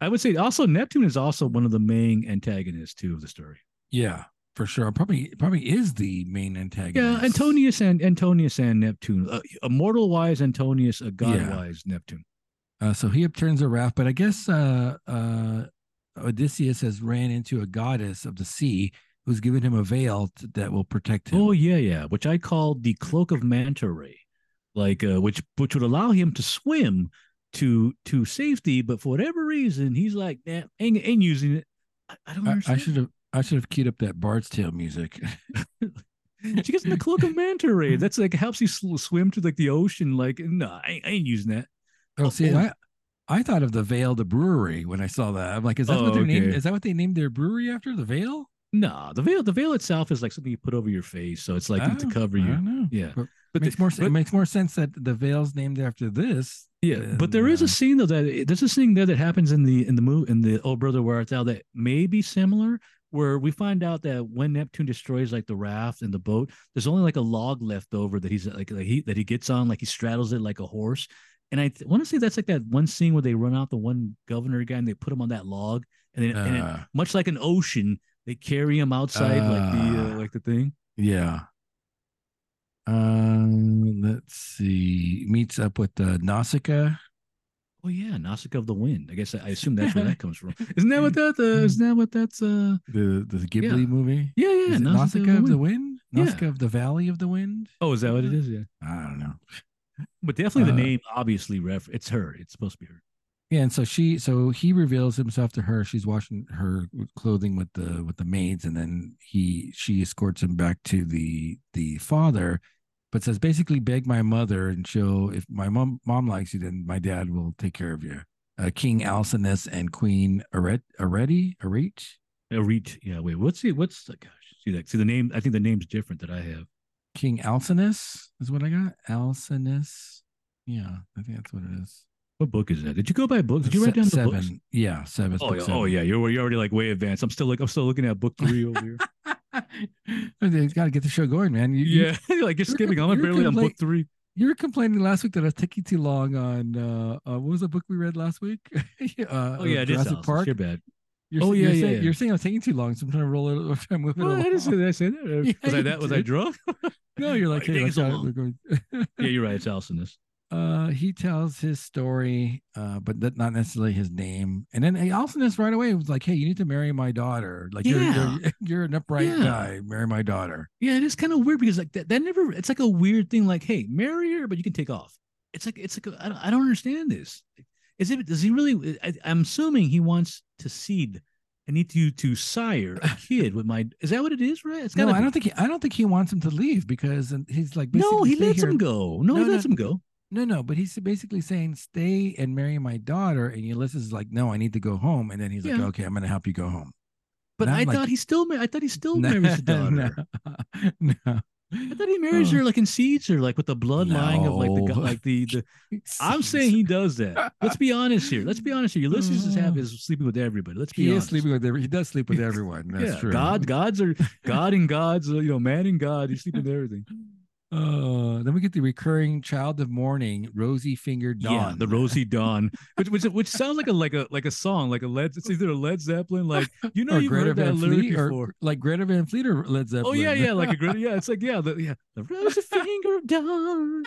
S2: I would say also Neptune is also one of the main antagonists too of the story.
S1: Yeah, for sure. Probably, probably is the main antagonist.
S2: Yeah, Antonius and Antonius and Neptune, a, a mortal wise Antonius, a god
S1: Yeah.
S2: wise Neptune.
S1: Uh, so he upturns a raft, but I guess uh, uh, Odysseus has ran into a goddess of the sea who's given him a veil t- that will protect him.
S2: Oh yeah, yeah, which I call the cloak of manta ray, like uh, which which would allow him to swim to to safety, but for whatever reason he's like, nah, ain't, ain't using it. I, I don't
S1: I, I
S2: understand.
S1: should have. I should have queued up that Bard's Tale music. *laughs*
S2: She gets in the cloak of manta ray. That's like helps you sl- swim to like the ocean. Like, no, nah, I, ain't- I ain't using that.
S1: Oh, see,
S2: Oh.
S1: I, I thought of the Vale, the brewery, when I saw that. I'm like, is that
S2: Oh,
S1: what they named?
S2: okay.
S1: Is that what they named their brewery after? The Vale?
S2: Nah, the veil, the veil itself is like something you put over your face, so it's like to
S1: Oh,
S2: cover
S1: I
S2: you.
S1: don't know.
S2: Yeah,
S1: But, but
S2: but the-
S1: makes more. sen-
S2: but-
S1: it makes more sense that the Vale's named after this.
S2: Yeah, but
S1: And,
S2: there is
S1: uh,
S2: a scene though that there's a scene there that happens in the in the movie in the Old Brother Where Art Thou that may be similar, where we find out that when Neptune destroys like the raft and the boat, there's only like a log left over that he's like, like he that he gets on like he straddles it like a horse, and I th- want to say that's like that one scene where they run out the one governor guy and they put him on that log, and then and then,
S1: Uh,
S2: much like an ocean, they carry him outside like the uh,
S1: Ah.
S2: like the thing.
S1: yeah. Um, let's see. Meets up with uh, Nausicaa.
S2: Oh yeah, Nausicaa of the Wind. I guess I, I assume that's
S1: *laughs*
S2: where that comes from. Isn't that what that
S1: Hmm.
S2: uh, isn't that what that's uh
S1: the the Ghibli
S2: Yeah.
S1: movie.
S2: Yeah,
S1: Is
S2: yeah,
S1: it
S2: Nausicaa
S1: Nausicaa,
S2: of
S1: of the
S2: Wind.
S1: Wind?
S2: Yeah.
S1: Nausicaa of the Valley of the Wind?
S2: Oh, is that what it is? Yeah,
S1: I don't know.
S2: but definitely the
S1: Uh,
S2: name obviously ref. It's her. It's supposed to be her.
S1: Yeah, and so she so he reveals himself to her. She's washing her clothing with the with the maids, and then he she escorts him back to the the father, but says basically beg my mother and she'll if my mom mom likes you, then my dad will take care of you. Uh, King Alcinous and Queen Aret Areti Arete.
S2: Arit. Uh, Yeah. Wait. What's the What's the gosh? See that? See the name. I think the name's different that I have.
S1: King Alcinous is what I got. Alcinous. Yeah, I think that's what it is.
S2: What book is that? Did you go by books? Did you
S1: Se-
S2: write down the
S1: seven?
S2: books?
S1: Yeah, seven. it's
S2: Oh
S1: book
S2: yeah.
S1: seven.
S2: Oh
S1: *laughs*
S2: yeah. You're you're already like way advanced. I'm still like I'm still looking at book three over *laughs* here.
S1: They've got to get the show going, man. You, you-
S2: yeah. *laughs* like you're
S1: com-
S2: skipping. I'm
S1: you're
S2: barely on book
S1: complete-
S2: three.
S1: you were complaining last week that I was taking too long on uh, uh what was the book we read last week? *laughs* uh,
S2: Oh yeah. It is
S1: Jurassic
S2: Alice.
S1: Park.
S2: You're bad.
S1: You're,
S2: Oh,
S1: sa-
S2: yeah,
S1: you're
S2: yeah,
S1: saying,
S2: yeah.
S1: You're saying I'm taking too long, so I'm trying to roll it. *laughs* I'm trying to move it.
S2: Well, I
S1: along.
S2: *laughs* didn't say that. I said that.
S1: Yeah,
S2: Was I
S1: you
S2: that? Was I
S1: did.
S2: drunk?
S1: No, you're like, hey,
S2: Why take
S1: let's
S2: so
S1: go-
S2: long?
S1: we're going-
S2: *laughs*
S1: *laughs*
S2: yeah. You're right. It's Alcinous.
S1: Uh, he tells his story, uh, but that not necessarily his name. And then hey, Alcinous right away was like, "Hey, you need to marry my daughter. Like, you're,
S2: Yeah.
S1: you're *laughs* you're an upright
S2: Yeah.
S1: guy. Marry my daughter."
S2: Yeah, it is kind of weird because like that, that never. It's like a weird thing. Like, hey, marry her, but you can take off. It's like it's like a, I, don't, I don't understand this. Is it? Does he really? I, I'm assuming he wants to seed. I need you to sire
S1: *laughs*
S2: a kid with my. Is that what it is? Right? It's
S1: No,
S2: gotta
S1: I
S2: be.
S1: don't think he, I don't think he wants him to leave because um, he's like,
S2: No,
S1: basically,
S2: he
S1: "Stay
S2: lets
S1: here."
S2: him go. No,
S1: No,
S2: he
S1: no.
S2: lets him go.
S1: No, no, but he's basically saying, "Stay and marry my daughter." And Ulysses is like, "No, I need to go home." And then he's like,
S2: Yeah.
S1: "Okay, I'm going to help you go home."
S2: But
S1: And
S2: I
S1: I'm like,
S2: thought he still. Ma- I thought
S1: *laughs*
S2: he still
S1: "No,
S2: marries the daughter.
S1: No, no.
S2: I thought he marries
S1: Oh.
S2: her like in seeds or like with the bloodline of like the
S1: No.
S2: gu- like the
S1: *laughs*
S2: the I'm saying he does that. Let's be honest here. Let's be
S1: *laughs*
S2: honest here. Ulysses is happy is sleeping with everybody. Let's be
S1: Mm. he is
S2: honest.
S1: sleeping with every, he does sleep
S2: *laughs*
S1: with everyone. That's
S2: yeah,
S1: true.
S2: God,
S1: *laughs*
S2: gods are God and gods. uh, You know, man and God. He's sleeping with everything.
S1: Uh, then we get the recurring child of morning, rosy fingered dawn.
S2: Yeah,
S1: *laughs*
S2: the rosy dawn, which which which sounds like a like a like a song, like a Led. It's either a Led Zeppelin, like you know,
S1: Or
S2: you've
S1: Greta
S2: heard that
S1: Van
S2: lyric
S1: Fleet, or-
S2: before.
S1: like Greta Van Fleet or Led Zeppelin.
S2: Oh yeah, yeah,
S1: *laughs*
S2: like a Greta. Yeah, it's like yeah, the, yeah, the rosy finger of dawn.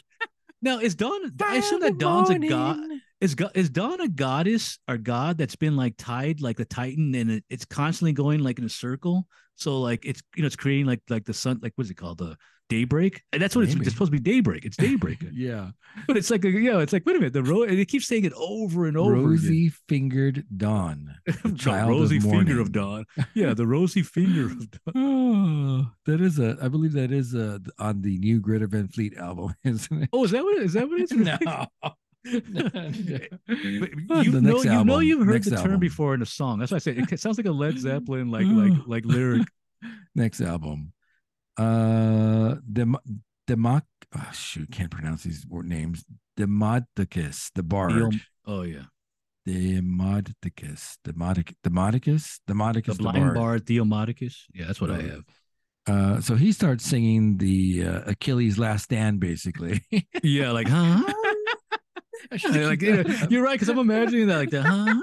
S2: Now is dawn? I assume that dawn's a god. Is go- is Dawn a goddess or god that's been like tied like the Titan and it, it's constantly going like in a circle? So like it's you know it's creating like like the sun like what's it called the daybreak? And that's what it's,
S1: Maybe.
S2: it's supposed to be daybreak.
S1: *laughs*
S2: It's daybreak,
S1: Yeah,
S2: but it's like a, you know it's like wait a minute the ro- and they keep saying it over and over. again.
S1: rosy fingered dawn.
S2: *laughs* The
S1: child of
S2: rosy finger
S1: morning.
S2: of dawn. Yeah, the rosy finger of dawn.
S1: Oh, that is a. I believe that is a on the new Greta Van Fleet album, *laughs* isn't it?
S2: Oh, is that what is that what *laughs* it's
S1: *laughs*
S2: But
S1: But
S2: you
S1: Ah, the
S2: know,
S1: next
S2: you know,
S1: album,
S2: you've heard
S1: next
S2: the term
S1: album,
S2: before in a song. That's why I said it sounds like a Led Zeppelin, like like like lyric.
S1: Next album, uh, Dem- Democ- oh, shoot, can't pronounce these word names. Demodocus, the bard.
S2: Theom- oh yeah,
S1: Demodocus, Demodoc, Demodocus,
S2: the
S1: Demodocus, the,
S2: blind
S1: bard.
S2: bard Theomodicus. Yeah, that's what I
S1: Oh.
S2: have.
S1: Uh, so he starts singing the uh, Achilles' Last Stand, basically. *laughs*
S2: Yeah, like huh?
S1: I should've
S2: *laughs* like
S1: kept
S2: you
S1: that
S2: know,
S1: up.
S2: you're right because I'm imagining that like the huh?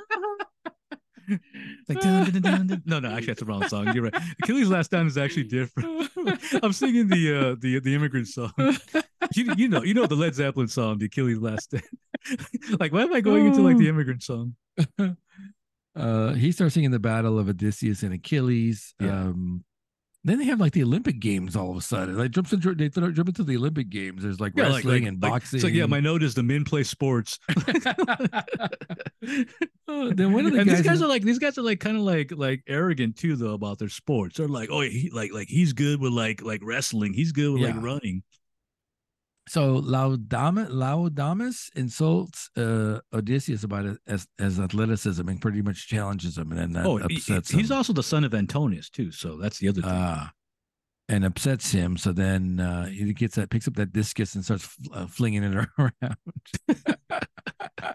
S2: Like dun, dun, dun, dun. no, no, actually that's the wrong song. You're right. Achilles' last time is actually different. *laughs* I'm singing the uh the the immigrant song. *laughs* You, you know you know the Led Zeppelin song, the Achilles' last stand. *laughs* like why am I going into like the immigrant song?
S1: uh, he starts singing the Battle of Odysseus and Achilles.
S2: Yeah.
S1: Um, then they have like the Olympic Games all of a sudden. Like jumps into they throw- jump into the Olympic Games. There's like
S2: Yeah, like-
S1: wrestling and
S2: like-
S1: boxing.
S2: So yeah, my note is the men play sports.
S1: Oh, then one of the
S2: *laughs* and
S1: guys,
S2: these guys are like these guys are like kind of like like arrogant too though about their sports. They're like, oh, he, like like he's good with like like wrestling. He's good with
S1: Yeah.
S2: like running.
S1: so Laodamas, Laodamas insults uh, Odysseus about it as, as athleticism and pretty much challenges him, and then that
S2: oh, he-
S1: upsets
S2: he's
S1: him.
S2: also the son of Antonius too. So that's the other thing.
S1: Ah, and upsets him. So then uh, he gets that, picks up that discus and starts fl- uh, flinging it *laughs* around.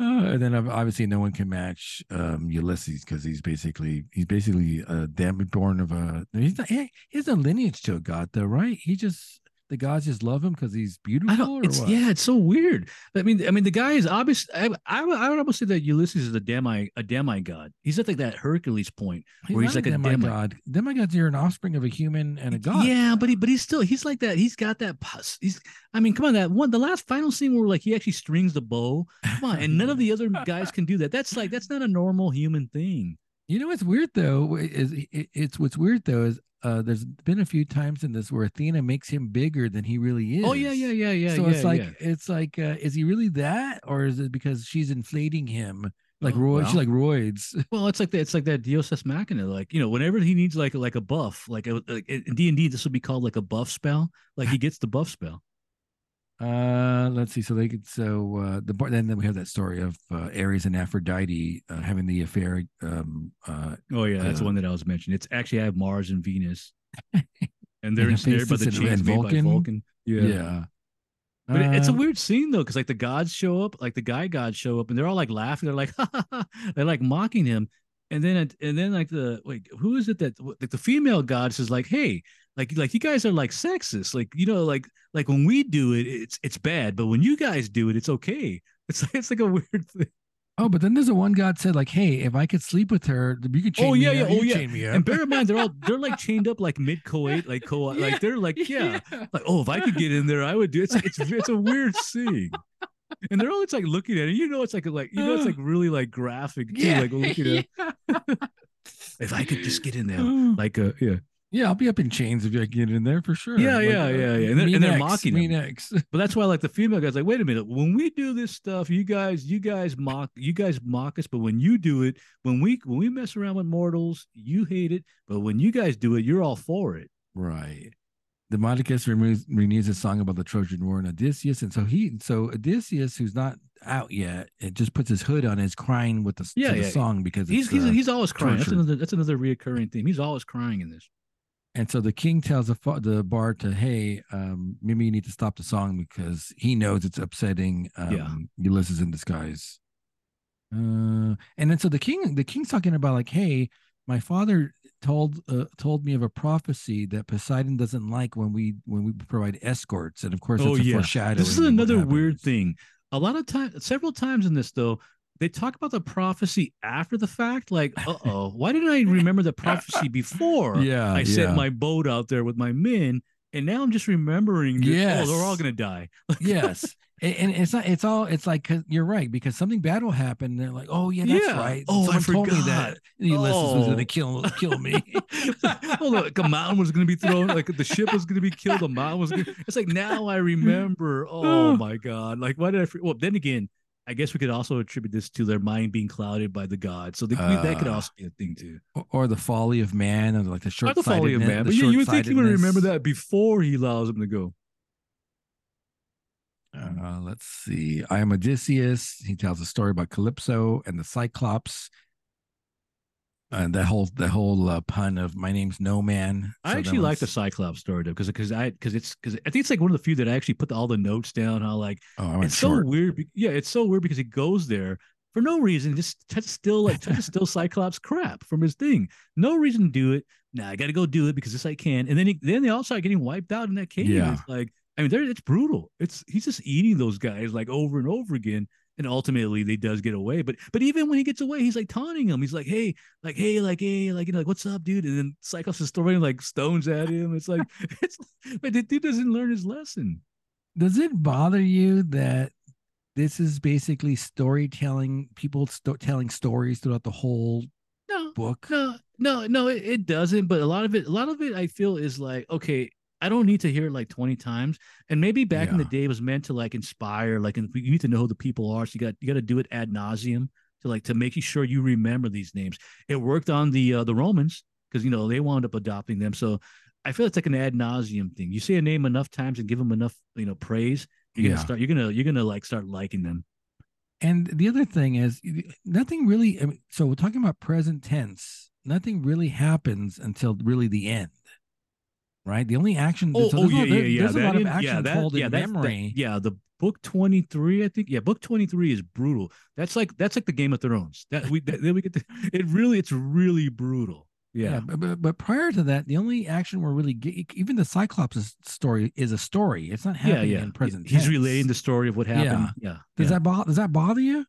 S1: Uh, and then ob- obviously no one can match um, Ulysses because he's basically he's basically a damn born of a he's not he, he has no lineage to a god though right he just the gods just love him because he's beautiful
S2: I
S1: or
S2: don't. It's
S1: what?
S2: yeah. It's so weird. I mean, I mean, the guy is obvious. I, I, would- I would almost say that Ulysses is a demi a demigod. He's at like that Hercules point.
S1: he's,
S2: where he's
S1: not
S2: like a demi-
S1: demigod demigods are an offspring of a human and a god
S2: Yeah, but he but he's still he's like that. He's got that. pus- He's. I mean, come on. That one. The last final scene where like he actually strings the bow. Come on, and none of the other guys can do that. That's like that's not a normal human thing.
S1: You know what's weird though is it, it's what's weird though is uh, there's been a few times in this where Athena makes him bigger than he really is.
S2: Oh yeah, yeah, yeah, yeah.
S1: so
S2: yeah,
S1: it's like
S2: yeah.
S1: it's like uh, is he really that or is it because she's inflating him like
S2: Oh,
S1: Roy? She's
S2: well.
S1: like roids. *laughs*
S2: Well, it's like that. It's like that Dios es Machina. Like you know, whenever he needs like like a buff, like a- like in D and D, this would be called like a buff spell. Like he gets the buff spell.
S1: Uh, let's see. So they could so uh, the bar, then we have that story of uh, Ares and Aphrodite uh, having the affair. Um, uh,
S2: Oh yeah,
S1: Uh,
S2: that's the one that I was mentioning. It's actually I have Mars and Venus, *laughs* and they're
S1: And
S2: ensnared by the
S1: Hephaestus and-
S2: chains
S1: and
S2: made by
S1: Vulcan?
S2: Vulcan.
S1: yeah.
S2: Yeah. But it- it's a
S1: Uh,
S2: weird scene though, because like the gods show up, like the guy gods show up, and they're all like laughing. They're like, *laughs* they're like mocking him, and then it- and then like the like who is it that like the female goddess is like, hey, like like you guys are like sexist, like you know like like when we do it, it's it's bad, but when you guys do it, it's okay. It's *laughs* like it's like a weird thing.
S1: Oh, but then there's a one god said like, "Hey, if I could sleep with her, you could chain
S2: Oh,
S1: me
S2: yeah,
S1: up,
S2: yeah,
S1: you
S2: oh, yeah.
S1: chain me up."
S2: And bear in mind, they're *laughs* all they're like chained up like mid coate, like co
S1: *laughs* Yeah.
S2: like they're like *laughs* yeah. like oh if i could get in there i would do it. it's it's, it's a weird scene and they're all it's like looking at it you know it's like like you know
S1: *sighs*
S2: it's like really like graphic too like *laughs* looking
S1: *laughs*
S2: at if i could just get in there
S1: Yeah.
S2: like uh yeah
S1: Yeah, I'll be up in chains if I get in there for sure.
S2: Yeah,
S1: Like,
S2: yeah,
S1: uh,
S2: yeah, yeah. And they're-
S1: me
S2: and they're
S1: next,
S2: mocking
S1: me
S2: him.
S1: next. *laughs*
S2: but that's why like the female guys like wait a minute when we do this stuff you guys you guys mock you guys mock us but when you do it when we when we mess around with mortals you hate it but when you guys do it you're all for it
S1: Right. Demodocus removes, renews his song about the Trojan War and Odysseus, and so he, so Odysseus, who's not out yet, it just puts his hood on, is crying with the,
S2: Yeah,
S1: to the
S2: yeah.
S1: song because
S2: he's
S1: it's,
S2: he's,
S1: uh,
S2: he's always crying that's
S1: torture.
S2: another that's another reoccurring theme he's always crying in this
S1: and so the king tells the fa- the bard to, hey, um, maybe you need to stop the song because he knows it's upsetting um,
S2: Yeah.
S1: Ulysses in disguise. Uh, and then so the king, the king's talking about like, hey, my father told uh, told me of a prophecy that Poseidon doesn't like when we when we provide escorts, and of course,
S2: Oh,
S1: it's a
S2: yeah.
S1: foreshadowing.
S2: This is
S1: of what
S2: another
S1: happens.
S2: weird thing. A lot of times, several times in this though, they talk about the prophecy after the fact. Like,
S1: *laughs*
S2: uh oh, why didn't I remember the prophecy before?
S1: Yeah,
S2: I sent
S1: yeah.
S2: my boat out there with my men, and now I'm just remembering. That, Oh, they're all
S1: Yes. *laughs*
S2: gonna die. *laughs*
S1: yes. And, and it's not. It's all. It's like you you're right because something bad will happen. And they're like, "Oh yeah, that's
S2: Yeah.
S1: right.
S2: Oh, I
S1: Someone told me that Ulysses was going
S2: Oh.
S1: to kill kill
S2: *laughs*
S1: me."
S2: well, look, Oh, a mountain was gonna be thrown. Like the ship was gonna be killed. The mountain was. Gonna, it's like now
S1: *laughs*
S2: I remember. Oh my god! Like why did I? fre- Well, then again, I guess we could also attribute this to their mind being clouded by the gods. So they, that could
S1: Ah.
S2: also be a thing too.
S1: Or- or the folly of man, or like the
S2: Not
S1: short
S2: the folly of man, but yeah, you would think he would remember that before he allows him to go.
S1: Uh, let's see. I am Odysseus. He tells a story about Calypso and the Cyclops. uh, the whole the whole uh, pun of my name's No Man.
S2: I actually like the Cyclops story though, because because I because it's because I think it's like one of the few that I actually put all the notes down. How like
S1: Oh, I went
S2: it's
S1: short.
S2: so weird. be- Yeah, it's so weird because he goes there for no reason. Just touch still like touch still Cyclops crap from his thing. No reason to do it. Nah, I got to go do it because this I can. And then he, then they all start getting wiped out in that cave.
S1: Yeah.
S2: It's like I mean, they're, it's brutal. It's he's just eating those guys like over and over again. And ultimately, they does get away. But but even when he gets away, he's like taunting him. He's like, hey, like hey, like hey, like you know, like what's up, dude? And then Cyclops is throwing like stones at him. It's like *laughs* it's but the dude doesn't learn his lesson.
S1: Does it bother you that this is basically storytelling? People sto- telling stories throughout the whole
S2: No,
S1: book.
S2: No, no, no, it, it doesn't. But a lot of it, a lot of it, I feel is like, okay, I don't need to hear it like twenty times. And maybe back in the
S1: Yeah.
S2: day, it was meant to like inspire, like, and you need to know who the people are. So you got you got to do it ad nauseum to like to make you sure you remember these names. It worked on the uh, the Romans because you know they wound up adopting them. So I feel it's like an ad nauseum thing. You say a name enough times and give them enough, you know, praise. You're gonna
S1: Yeah.
S2: start. You're gonna you're gonna like start liking them.
S1: And the other thing is, y- nothing really. I mean, so we're talking about present tense. Nothing really happens until really the end, right? The only action. so there's a- there- There's a
S2: that
S1: lot of
S2: in- Oh, yeah,
S1: action
S2: that-
S1: told in
S2: that's- that-
S1: memory.
S2: yeah, the book twenty three, I think. Yeah, book twenty three is brutal. That's like that's like the Game of Thrones. That we that, then we get to, *laughs* it really it's really brutal.
S1: Yeah,
S2: Yeah,
S1: but, but but prior to that, the only action we're really get, e, even the Cyclops' story is a story. It's not
S2: yeah,
S1: happening
S2: yeah.
S1: in present.
S2: He's
S1: tense.
S2: relating the story of what happened. Yeah, yeah.
S1: Does that bother? Does that bother you?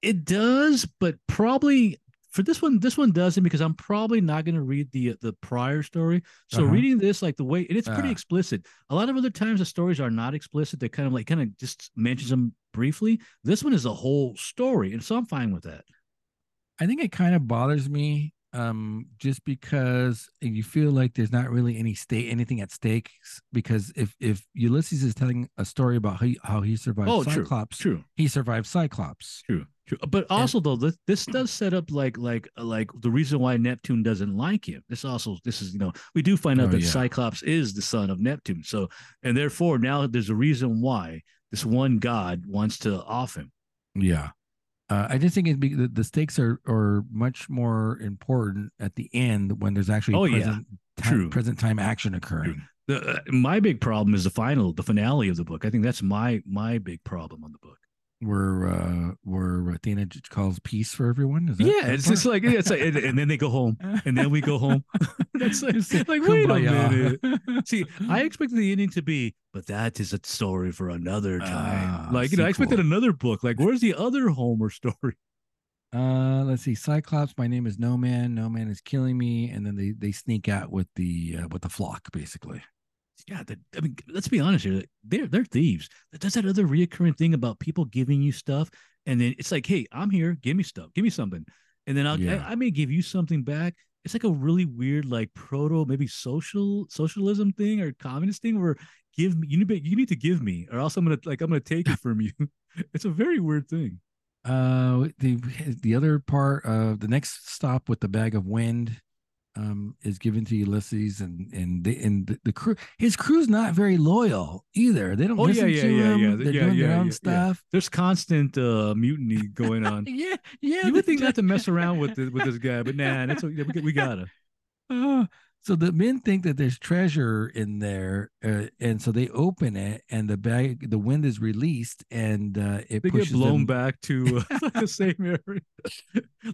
S2: it does, but probably for this one, this one doesn't because I'm probably not going to read the the prior story. So
S1: Uh-huh.
S2: reading this, like the way and it's pretty
S1: Ah.
S2: explicit. A lot of other times the stories are not explicit. They kind of like kind of just mentions them briefly. This one is a whole story, and so I'm fine with that.
S1: I think it kind of bothers me, um, just because you feel like there's not really any state anything at stake. s- Because if if Ulysses is telling a story about how he, how he survived
S2: Oh, true,
S1: Cyclops,
S2: True,
S1: he survived Cyclops.
S2: true, true. Uh, But also though, this, this does set up like like like the reason why Neptune doesn't like him. This also this is you know we do find out
S1: Oh,
S2: that
S1: yeah.
S2: Cyclops is the son of Neptune. So and therefore now there's a reason why this one god wants to off him.
S1: Yeah. Uh, I just think it's be, the, the stakes are, are much more important at the end when there's actually
S2: Oh, yeah.
S1: present, time,
S2: True.
S1: present time action occurring.
S2: The, uh, my big problem is the final, the finale of the book. I think that's my my big problem on the book.
S1: where uh where Athena j- calls peace for everyone. Is that
S2: Yeah,
S1: that
S2: it's just
S1: part?
S2: like yeah, it's like, and, and then they go *laughs* home, and then
S1: *laughs*
S2: we go home. *laughs* that's like,
S1: Just
S2: like wait a
S1: kumbaya.
S2: minute. See,
S1: *laughs*
S2: I expected the ending to be, but that is a story for another time.
S1: Ah,
S2: like, you know, I expected
S1: sequel.
S2: another book. Like, where's the other Homer *laughs* story?
S1: uh let's see Cyclops my name is No Man No Man is killing me and then they they sneak out with the uh, with the flock basically.
S2: Yeah, the, I mean, let's be honest here. like, They're they're thieves. That's that other reoccurring thing about people giving you stuff, and then it's like, hey, I'm here. Give me stuff. Give me something, and then I'll,
S1: Yeah.
S2: I, I may give you something back. It's like a really weird, like proto maybe social socialism thing or communist thing where give me you need you need to give me or else I'm gonna like I'm gonna
S1: *laughs*
S2: take it from you. *laughs* it's a very weird thing.
S1: Uh the the other part of the next stop with the bag of wind um is given to Ulysses and and the and the, the crew his crew's not very loyal either. They don't
S2: Oh, yeah,
S1: listen
S2: yeah,
S1: to
S2: yeah,
S1: him.
S2: yeah,
S1: They're
S2: yeah,
S1: doing their
S2: yeah,
S1: own
S2: yeah, yeah. *laughs*
S1: stuff.
S2: There's constant uh, mutiny going on.
S1: Yeah, *laughs* yeah.
S2: you would
S1: they
S2: think not
S1: just- *laughs*
S2: to mess around with the, with this guy, but nah, that's what, yeah, we, we gotta.
S1: Uh, so the men think that there's treasure in there, uh, and so they open it, and the bag, the wind is released, and uh, it
S2: They
S1: pushes
S2: get
S1: them-
S2: blown back
S1: *laughs*
S2: to uh, *laughs* the same area.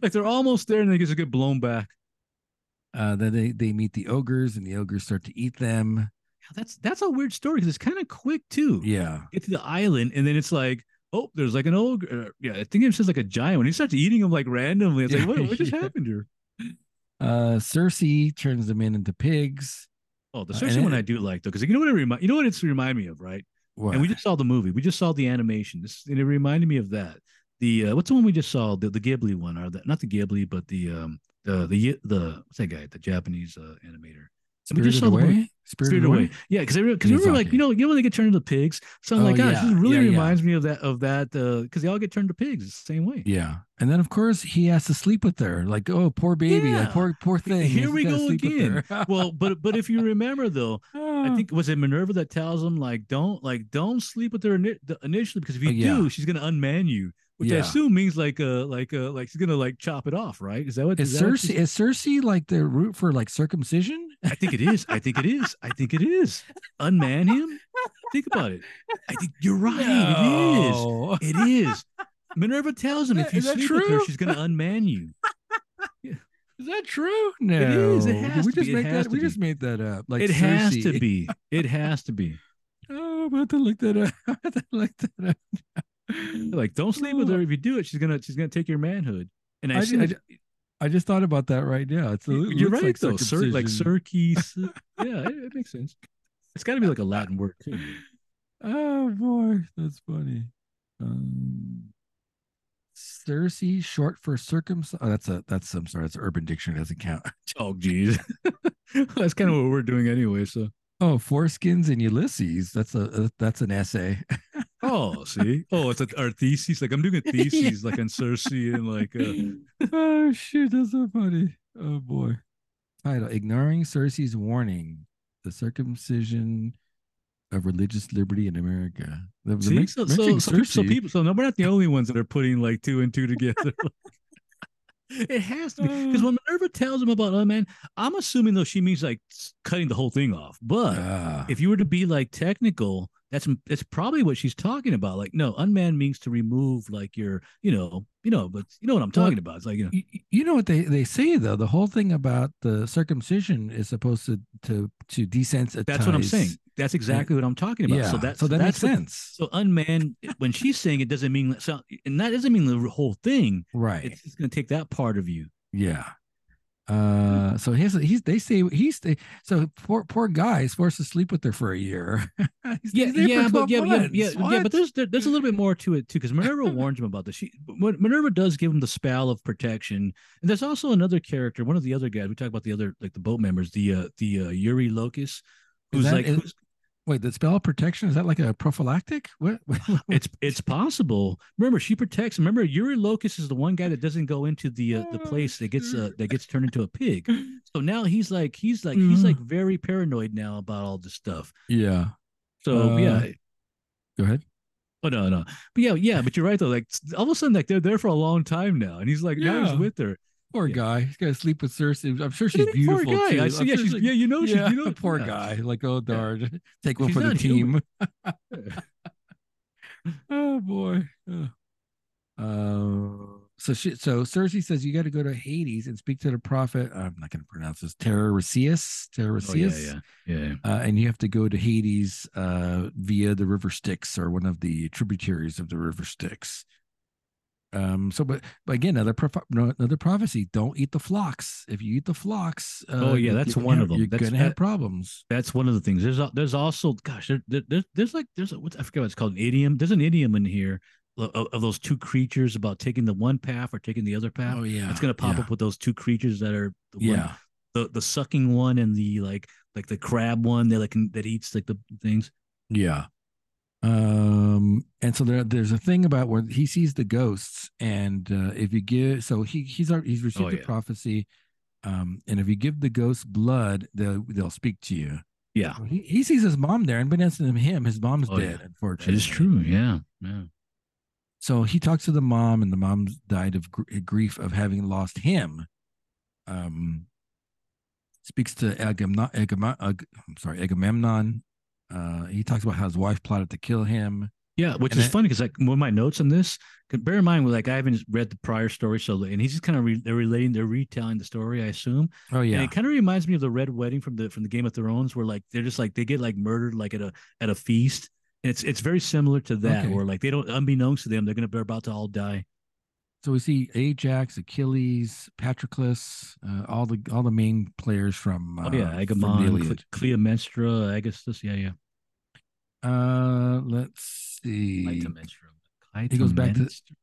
S2: like they're almost there, and they just get blown back.
S1: Uh, then they they meet the ogres, and the ogres start to eat them.
S2: Yeah, that's that's a weird story because it's kind of quick too.
S1: Yeah,
S2: Get to the island, and then it's like, oh, there's like an ogre. Yeah, I think it's just like a giant one. He starts eating them like randomly. It's like, what, what
S1: *laughs*
S2: just
S1: Yeah.
S2: happened here?
S1: uh, Cersei turns the men into pigs.
S2: Oh, the
S1: Uh,
S2: Cersei
S1: and
S2: one
S1: it-
S2: I do like though, because you know what it remind you know what it's remind me of, right?
S1: What?
S2: And we just saw the movie. We just saw the animation. This and it reminded me of that. The uh, what's the one we just saw? The, the Ghibli one, or the, not the Ghibli, but the um the the the what's that guy? The Japanese uh, animator. we
S1: Spirited
S2: just saw the
S1: away.
S2: movie-
S1: Spirited, away.
S2: Yeah, because I because remember like you
S1: Miyazaki.
S2: know you know when they get turned into pigs. So I'm
S1: Oh,
S2: like, gosh,
S1: yeah,
S2: this really
S1: yeah, yeah.
S2: reminds me of that of that because they all get turned to pigs the same way.
S1: *laughs* Yeah, and then of course he has to sleep with her. Like, oh, poor baby, like
S2: Yeah.
S1: poor poor thing. he
S2: Here
S1: has to
S2: we
S1: gotta
S2: go
S1: sleep with
S2: again.
S1: her. *laughs*
S2: Well, but but if you remember though, I
S1: Ah.
S2: think was it Minerva that tells him like don't like don't sleep with her ini- the- initially because if you
S1: Oh, yeah.
S2: do, she's gonna unman you. which I
S1: Yeah.
S2: assume means like uh like uh like she's gonna like chop it off, right? Is that what?
S1: Is
S2: is that what
S1: Cersei
S2: she's-
S1: is Cersei like the root for like circumcision?
S2: I think it is. I think it is. I think it is. Unman him. Think about it. I think you're right.
S1: No.
S2: It is. It is. Minerva tells him
S1: Is
S2: if
S1: that-
S2: you
S1: is that
S2: sleep with her,
S1: true?
S2: she's gonna unman you.
S1: Is that true? No.
S2: is. It
S1: Did
S2: has
S1: we
S2: to
S1: just
S2: be. It
S1: make
S2: has
S1: that
S2: to
S1: we
S2: be.
S1: just made that up. Like
S2: it has to
S1: Cersei.
S2: be. It has to be.
S1: *laughs* Oh, I'm about to look that up. *laughs* I'm about to look that up.
S2: They're like, don't sleep with her. If you do it, she's gonna she's gonna take your manhood. And I,
S1: I
S2: see
S1: ju- I
S2: that-
S1: ju- I just thought about that right now. It's, it
S2: you- you're
S1: looks
S2: right
S1: like
S2: though. Cir- like
S1: circumcision.
S2: circus. *laughs* yeah, it, it makes sense. It's got to be like a Latin word too.
S1: Oh boy, that's funny. Um, Cersei, short for circumcised. Oh, that's a that's some sorry. That's Urban Dictionary doesn't count. *laughs*
S2: Oh, geez. *laughs* That's kind of what we're doing anyway. So,
S1: Oh, foreskins and Ulysses. That's a that's an essay.
S2: oh, see, oh, it's a, our thesis. Like I'm *laughs* doing a
S1: Yeah.
S2: thesis, like on Cersei and like uh,
S1: *laughs* oh shoot, that's so funny. Oh boy. Title: Ignoring Cersei's warning: The circumcision of religious liberty in America. The- the
S2: See,
S1: men-
S2: so, so,
S1: mentioning
S2: so, pe- so
S1: Cersei-
S2: people, so no, we're not the only ones that are putting like two and two together. *laughs* it has to be because when Minerva tells him about oh man, I'm assuming though she means like s- cutting the whole thing off. But
S1: Ah,
S2: if you were to be like technical, that's that's probably what she's talking about. Like, no, unmanned means to remove like your, you know, you know, but you know what I'm
S1: Well,
S2: talking about. It's like you know,
S1: y- y- you know what they, they say though the whole thing about the circumcision is supposed to to to desensitize.
S2: that's what I'm saying. That's exactly what I'm talking about.
S1: Yeah,
S2: So that's
S1: so that makes
S2: that's what-
S1: sense,
S2: So unmanned, when she's saying it doesn't mean so, and that doesn't mean the whole thing.
S1: right?
S2: It's just going to take that part of you.
S1: Yeah. Uh, so he's he's they say he's they, so poor poor guy is forced to sleep with her for a year. *laughs* He's-
S2: yeah,
S1: he's there for
S2: yeah, but
S1: 12
S2: yeah, yeah,
S1: months.
S2: yeah, yeah,
S1: What?
S2: but there's there, there's a little bit more to it too because
S1: *laughs*
S2: Minerva warns him about this. She Mon- Minerva does give him the spell of protection, and there's also another character, one of the other guys. We talk about the other like the boat members, the uh, the uh, Yuri Locus, who's
S1: that-
S2: like
S1: is-
S2: who's-
S1: wait, the spell of protection is that like a prophylactic? What? *laughs*
S2: it's it's possible. Remember, she protects. Remember, Yuri Locus is the one guy that doesn't go into the uh, the
S1: Oh,
S2: place that gets uh,
S1: shoot.
S2: that gets turned into
S1: *laughs*
S2: a pig. So now he's like he's like he's
S1: Mhm.
S2: like very paranoid now about all this stuff.
S1: yeah.
S2: So
S1: Uh,
S2: yeah,
S1: Go ahead.
S2: Oh no, no. But yeah, yeah, but you're right though. Like s- all of a sudden, like they're there for a long time now. And he's like, now
S1: Yeah.
S2: he's with her.
S1: Poor
S2: Yeah.
S1: guy. He's got to sleep with Cersei. I'm sure she's
S2: Poor
S1: beautiful.
S2: guy.
S1: Too.
S2: I
S1: I'm
S2: see, yeah,
S1: sure
S2: she's,
S1: she's-
S2: yeah, you know, she's
S1: yeah,
S2: you know,
S1: poor
S2: yeah.
S1: guy. Like, oh darn. *laughs* Take one
S2: She's
S1: for the
S2: not
S1: team.
S2: human. *laughs*
S1: oh boy. Ugh. Uh, so she, so Cersei says you got to go to Hades and speak to the prophet. I'm not going to pronounce this. Terroricius. Terroricius.
S2: Oh, yeah, yeah, yeah.
S1: Uh, and you have to go to Hades uh, via the River Styx or one of the tributaries of the River Styx. Um, so, but, but again, another prof- no- another prophecy: don't eat the flocks. If you eat the flocks, uh,
S2: Oh, yeah,
S1: you're
S2: that's
S1: gonna
S2: one
S1: have-
S2: of 'em.
S1: You're
S2: That's-
S1: gonna have
S2: that-
S1: problems.
S2: That's one of the things. There's al- there's also gosh, there, there, there's there's like there's a, what's, I forget what it's called an idiom. There's an idiom in here lo- of, of those two creatures about taking the one path or taking the other path.
S1: Oh yeah,
S2: It's gonna pop
S1: yeah,
S2: up with those two creatures that are the one,
S1: Yeah,
S2: the the sucking one and the like like the crab one that like that eats like the things.
S1: Yeah. Um, and so there, there's a thing about where he sees the ghosts, and uh, if you give, so he he's already, he's received
S2: Oh,
S1: the
S2: yeah.
S1: prophecy, um, and if you give the ghosts blood, they'll they'll speak to you.
S2: Yeah,
S1: He, he sees his mom there, and unbeknownst to him, his mom's
S2: Oh, yeah.
S1: dead.
S2: that
S1: Unfortunately,
S2: is true. Yeah, yeah.
S1: So he talks to the mom, and the mom died of gr- grief of having lost him. Um, speaks to Agamemnon. Agamem- Ag- I'm sorry, Agamemnon. Uh, he talks about how his wife plotted to kill him.
S2: Yeah, which
S1: And
S2: is
S1: I-
S2: funny because like one of my notes on this, 'cause bear in mind, like I haven't read the prior story, so and he's just kind of re- they're relating, they're retelling the story, I assume.
S1: Oh yeah,
S2: And it kind of reminds me of the Red Wedding from the from the Game of Thrones, where like they're just like they get like murdered like at a at a feast, and it's it's very similar to that,
S1: Okay.
S2: where like they don't unbeknownst to them, they're gonna they're about to all die.
S1: So we see Ajax, Achilles, Patroclus, uh, all the all the main players from uh,
S2: oh yeah,
S1: from
S2: Agamemnon, Cle-
S1: Iliad.
S2: Cleomestra, Aegisthus, yeah, yeah,
S1: Uh, let's see.
S2: Clytemnestra.
S1: He goes back to-
S2: Clytemnestra?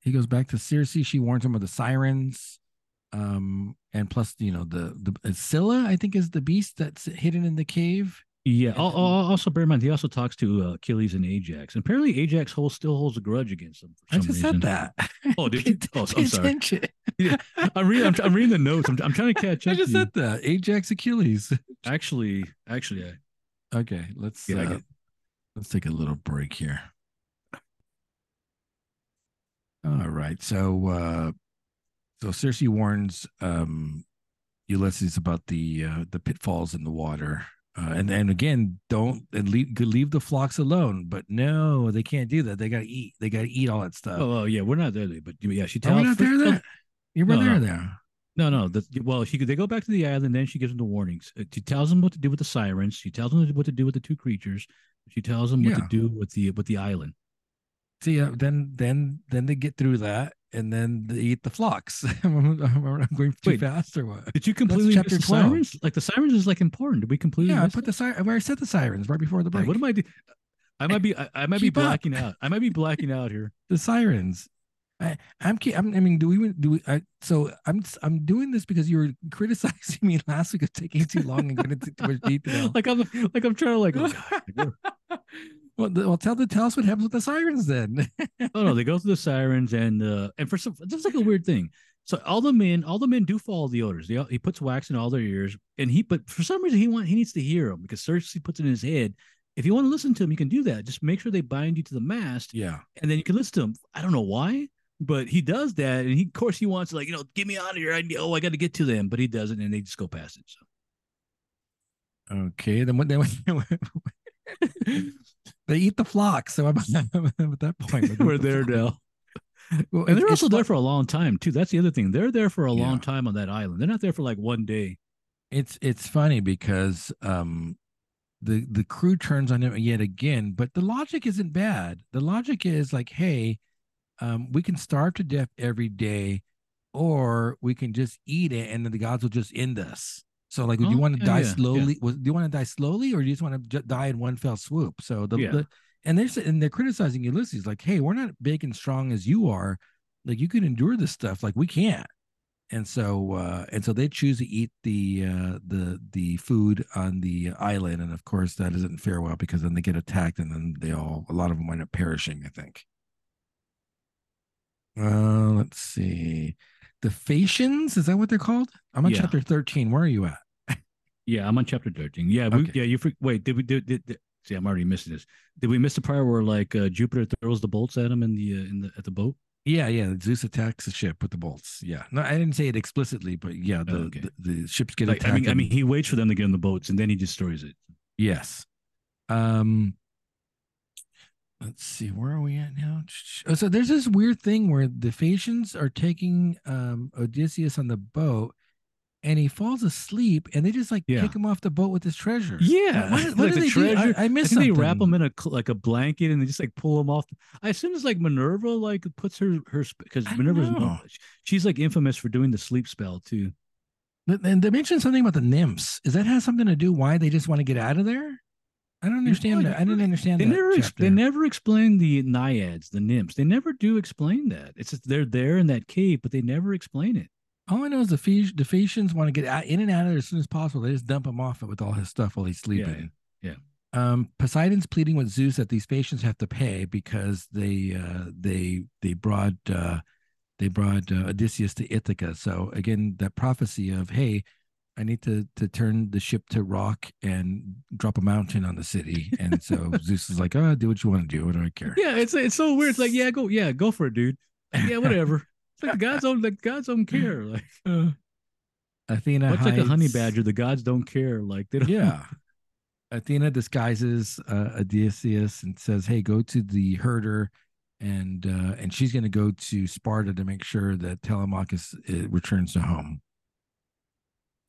S1: He goes back to Circe. She warns him of the sirens, um, and plus you know the the uh, Scylla I think is the beast that's hidden in the cave.
S2: Yeah.
S1: And
S2: al-
S1: then-
S2: al- also, bear in mind, he also talks to uh, Achilles and Ajax. And apparently, Ajax holds, still holds a grudge against him. For
S1: I
S2: some
S1: just said
S2: reason.
S1: that.
S2: Oh,
S1: *laughs*
S2: did
S1: Pay
S2: you? Oh, I'm sorry.
S1: attention.
S2: I'm reading. I'm, tr- I'm reading the notes. I'm, I'm trying to catch
S1: I
S2: up.
S1: just
S2: to you.
S1: said that. Ajax, Achilles.
S2: Actually, actually, I,
S1: Okay, let's
S2: Yeah, I
S1: uh,
S2: get-
S1: let's take a little break here. All right. So uh so Cersei warns um Ulysses about the uh, the pitfalls in the water. Uh, and and again, don't and leave leave the flocks alone. But no, they can't do that. They gotta eat. They gotta eat all that stuff.
S2: oh, oh, yeah, we're not there, but yeah, she
S1: Are
S2: tells.
S1: we not there
S2: first-
S1: then? oh, You were
S2: No,
S1: there
S2: no.
S1: there.
S2: No, no. The, well, she they go back to the island, then she gives them the warnings. Uh, She tells them what to do with the sirens. She tells them what to do with the two creatures. She tells them what
S1: Yeah.
S2: to do with the with the island.
S1: See, uh, then then then they get through that, and then they eat the flocks. *laughs* I'm going too
S2: Wait.
S1: fast or what?
S2: Did you completely
S1: chapter
S2: miss the
S1: 12.
S2: sirens? Like the sirens is like important. Did we completely?
S1: Yeah, I
S2: miss
S1: put
S2: that?
S1: the siren where I set the sirens right before the
S2: Yeah,
S1: break.
S2: What am I? Do- I might be I, I might be
S1: Keep up.
S2: blacking out. I might be blacking out here.
S1: the sirens. I, I'm, ki- I'm. I mean, do we even- do we? I, so I'm. I'm doing this because you were criticizing *laughs* me last week of taking too long and going into too much *laughs* detail.
S2: *laughs* like I'm like I'm trying to like. Oh, God. *laughs* Like, oh.
S1: well, the, well, tell the tell us what happens with the sirens then. *laughs*
S2: oh, no, no, they go through the sirens and uh and for some that's like a weird thing. So all the men, all the men do follow the odors. They all, he puts wax in all their ears, and he but for some reason he want he needs to hear them because Cersei puts it in his head. If you want to listen to him, you can do that. Just make sure they bind you to the mast,
S1: yeah.
S2: and then you can listen to him. I don't know why, but he does that, and he of course he wants to like you know get me out of here. I need, oh I got to get to them, but he doesn't, and they just go past it. So
S1: Okay. Then what? Then what- *laughs*
S2: *laughs*
S1: they eat the flock. So I'm, *laughs* I'm at that point. *laughs* like,
S2: we're
S1: what the
S2: there *laughs*
S1: fuck?
S2: now,
S1: *laughs* Well,
S2: and
S1: it's-
S2: they're
S1: it's
S2: also
S1: fu-
S2: there for a long time too. That's the other thing. They're there for a long
S1: Yeah.
S2: time on that island. They're not there for like one day.
S1: It's it's funny because um the the crew turns on him yet again, but the logic isn't bad. The logic is like, hey, um, we can starve to death every day, or we can just eat it, and then the gods will just end us. So, like, do
S2: Oh,
S1: you want to
S2: yeah,
S1: die
S2: yeah, yeah.
S1: slowly? Was, do you want to die slowly, or do you just want to j- die in one fell swoop? So the,
S2: Yeah.
S1: the and they're s- and they're criticizing Ulysses, like, hey, we're not big and strong as you are. Like, you can endure this stuff. Like, we can't and so uh and so they choose to eat the uh the the food on the island and of course that doesn't fare well because then they get attacked and then they all a lot of them wind up perishing i think uh let's see the Phaeacians, is that what they're called i'm on
S2: Yeah.
S1: chapter 13 where are you at
S2: Yeah, I'm on chapter 13. Yeah, we,
S1: Okay.
S2: yeah, you for, wait, did we do did, did- see I'm already missing this. Did we miss the part where like uh, Jupiter throws the bolts at him in the uh, in the at the boat?
S1: yeah yeah zeus attacks the ship with the bolts yeah no i didn't say it explicitly but yeah the
S2: okay.
S1: the, the ships get
S2: Like,
S1: attacked
S2: I mean I
S1: and-
S2: mean he waits for them to get in the boats and then he destroys it.
S1: Yes. Um let's see, where are we at now? Oh, so there's this weird thing where the Phaeacians are taking um Odysseus on the boat and he falls asleep and they just like
S2: Yeah.
S1: kick him off the boat with his treasure.
S2: Yeah,
S1: What,
S2: *laughs*
S1: what, what
S2: like
S1: do
S2: the
S1: they
S2: treasure-
S1: do? I, I
S2: I
S1: missed
S2: think they wrap
S1: something.
S2: him in a cl- like a blanket and they just like pull him off. I assume it's like Minerva like puts her her because
S1: I don't
S2: Minerva's
S1: know.
S2: known- she's like infamous for doing the sleep spell too.
S1: But- And they mentioned something about the nymphs. Is that has something to do why they just want to get out of there? I don't understand
S2: know,
S1: that. I didn't
S2: they-
S1: understand
S2: They
S1: that.
S2: never ex- they
S1: chapter.
S2: never explain the naiads, the nymphs. They never do explain that. It's just they're there in that cave, but they never explain it.
S1: All I know is the Phae- the Phaeacians want to get out, in and out of there as soon as possible. They just dump him off with all his stuff while he's
S2: Yeah,
S1: sleeping.
S2: yeah.
S1: Um, Poseidon's pleading with Zeus that these Phaeacians have to pay because they uh, they they brought uh, they brought uh, Odysseus to Ithaca. So again, that prophecy of hey, I need to to turn the ship to rock and drop a mountain on the city. And so
S2: *laughs*
S1: Zeus is like, oh, do what you want to do. I don't care.
S2: Yeah, it's it's so weird. It's like, yeah, go, yeah, go for it, dude. Yeah, whatever. It's like the gods don't like gods don't *laughs* care. Like
S1: Athena
S2: much like a honey
S1: hides-
S2: badger, the gods don't care. Like they don't. *laughs*
S1: yeah. Athena disguises uh, Odysseus and says, "Hey, go to the herder," and uh, and she's going to go to Sparta to make sure that Telemachus uh, returns to home.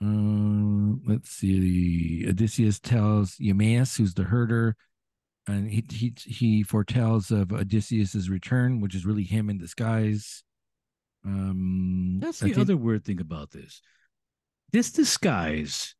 S1: Um, let's see. Odysseus tells Eumaeus, who's the herder, and he he he foretells of Odysseus's return, which is really him in disguise. Um,
S2: That's
S1: I
S2: the
S1: think-
S2: other weird thing about this. This disguise.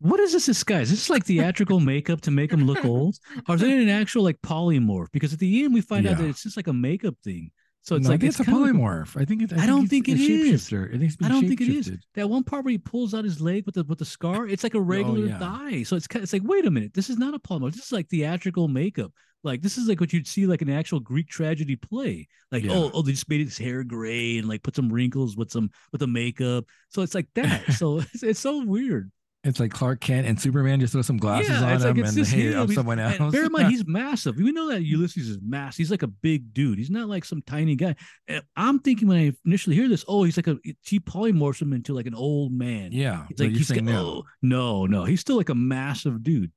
S2: What is this disguise? Is this like theatrical makeup to make him *laughs* look old? Or is it an actual like polymorph? Because at the end we find out
S1: Yeah.
S2: that it's just like a makeup thing. So it's
S1: No, I
S2: like
S1: think
S2: it's,
S1: it's a
S2: kind of-
S1: polymorph. I think it's.
S2: I don't think
S1: it's
S2: it
S1: a
S2: is.
S1: shapeshifter. I think it's
S2: I
S1: been
S2: don't think it is.
S1: shapeshifted.
S2: that one part where he pulls out his leg with the with the scar, it's like a regular
S1: Oh, yeah.
S2: thigh. So it's kind it's like, wait a minute, this is not a polymer. This is like theatrical makeup. Like this is like what you'd see like an actual Greek tragedy play. Like
S1: Yeah.
S2: oh oh they just made his
S1: *laughs*
S2: hair gray and like put some wrinkles with some with the makeup. So it's like that. so it's, it's so weird.
S1: It's like Clark Kent and Superman just throw some glasses
S2: Yeah,
S1: on
S2: it's like,
S1: him
S2: it's
S1: and
S2: just
S1: hey,
S2: him.
S1: I'm
S2: He's-
S1: someone
S2: And
S1: else.
S2: bear
S1: *laughs*
S2: in mind, he's massive. We know that Ulysses is massive. He's like a big dude. He's not like some tiny guy. And I'm thinking when I initially hear this, oh, he's like a he polymorphs him into like an old
S1: *laughs*
S2: man.
S1: yeah,
S2: He's
S1: so
S2: like
S1: you're
S2: he's got,
S1: saying no.
S2: oh no no he's still like a massive dude.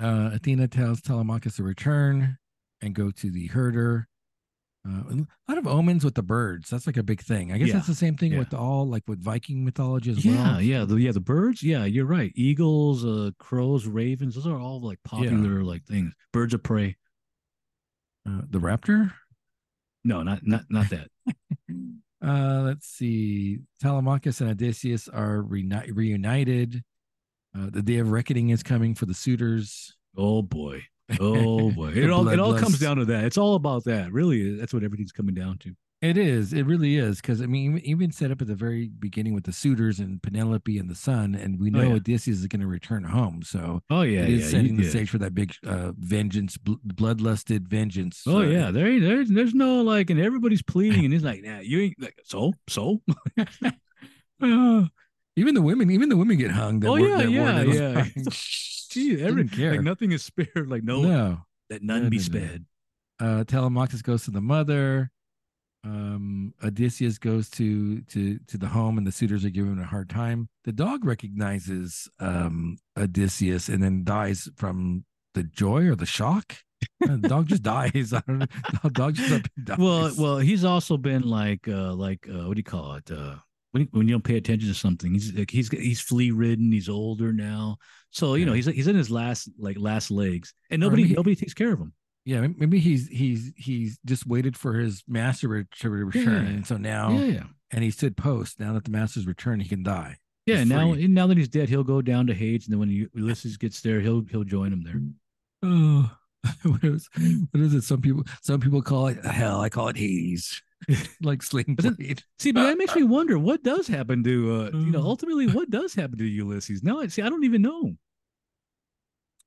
S2: "Oh."
S1: Uh, Athena tells Telemachus to return and go to the herder. Uh, and a lot of omens with the birds. That's like a big thing. I guess
S2: Yeah,
S1: that's the same thing
S2: yeah.
S1: with all like with Viking mythology as
S2: yeah
S1: well.
S2: yeah the, yeah the birds yeah you're right eagles uh, crows ravens those are all like popular like things birds of prey
S1: Uh, the raptor.
S2: no not not not that
S1: Uh, let's see. Telemachus and Odysseus are reuni- reunited. Uh, the day of reckoning is coming for the suitors.
S2: oh boy *laughs* oh boy
S1: The
S2: it all it all comes
S1: bloodlust.
S2: down to that it's all about that really that's what everything's coming down to
S1: It is. It really is. Because I mean, even- even set up at the very beginning with the suitors and Penelope and the son, and we
S2: Oh,
S1: know
S2: yeah.
S1: Odysseus is going to return home. So
S2: oh yeah
S1: it is
S2: yeah,
S1: setting
S2: you-
S1: the
S2: yeah.
S1: stage for that big uh, vengeance, bl- bloodlusted vengeance.
S2: Oh
S1: uh,
S2: yeah, there, ain't- there, there's no like, and everybody's pleading, and he's like, "Nah, you ain't like so, so." *laughs* Uh,
S1: Even the women, even the women get hung. that
S2: Oh,
S1: were-
S2: yeah,
S1: that were-
S2: yeah,
S1: that was
S2: yeah.
S1: hung. *laughs*
S2: gee,
S1: Didn't
S2: every
S1: care.
S2: like nothing is spared. Like no,
S1: no.
S2: that
S1: No,
S2: none be
S1: no, no.
S2: spared.
S1: uh, Telemachus goes to the mother. Um, Odysseus goes to to to the home, and the suitors are giving him a hard time. The dog recognizes um, Odysseus and then dies from the joy or the shock. Uh, the dog just *laughs* dies. I don't know. *laughs* The dog just up and dies.
S2: Well, well, he's also been like, uh, like uh, what do you call it? Uh, when you, when you don't pay attention to something, he's like he's he's flea ridden. He's older now, so you know
S1: Yeah.
S2: he's he's in his last like last legs, and
S1: Or
S2: nobody
S1: maybe-
S2: nobody takes care of him.
S1: yeah, may- maybe he's he's he's just waited for his master re- to return,
S2: Yeah.
S1: and so now
S2: Yeah, yeah,
S1: and he stood post. Now that the master's returned, he can die.
S2: yeah.
S1: He's
S2: Now
S1: free.
S2: and now that he's dead, he'll go down to Hades, and then when U- Ulysses gets there, he'll he'll join him there.
S1: Oh, *laughs* what is, what is it? Some people, some people call it hell. I call it Hades, *laughs* like Sling
S2: Isn't-
S1: Blade.
S2: See, but that makes me wonder what does happen to uh, you know
S1: Uh, Mm.
S2: ultimately what does happen to Ulysses? Now, I see, I don't even know.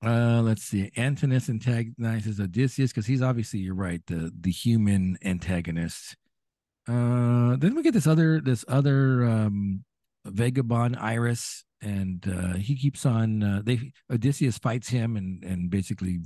S1: Uh, let's see. Antinous antagonizes Odysseus because he's obviously, you're right, the the human antagonist. Uh, then we get this other this other um vagabond Iris, and uh, he keeps on. Uh, they Odysseus fights him and and basically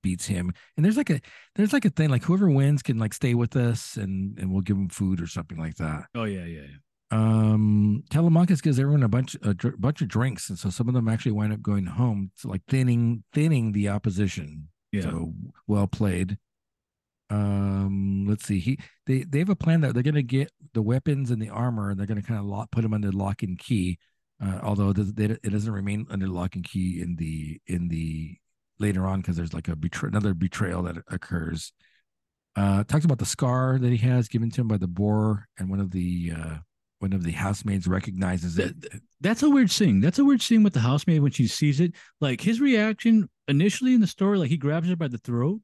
S1: beats him. And there's like a there's like a thing like whoever wins can like stay with us and and we'll give him food or something like that.
S2: Oh yeah, yeah, yeah.
S1: um telemachus gives everyone a bunch a dr- bunch of drinks and so some of them actually wind up going home so like thinning thinning the opposition
S2: yeah.
S1: so well played um let's see he they they have a plan that they're going to get the weapons and the armor and they're going to kind of lock, put them under lock and key uh, although it does- they- it doesn't remain under lock and key in the in the later on because there's like a betra- another betrayal that occurs uh talks about the scar that he has given to him by the boar and one of the uh one of the housemaids recognizes it
S2: That's a weird scene. That's a weird scene with the housemaid when she sees it. Like his reaction initially in the story, like he grabs her by the throat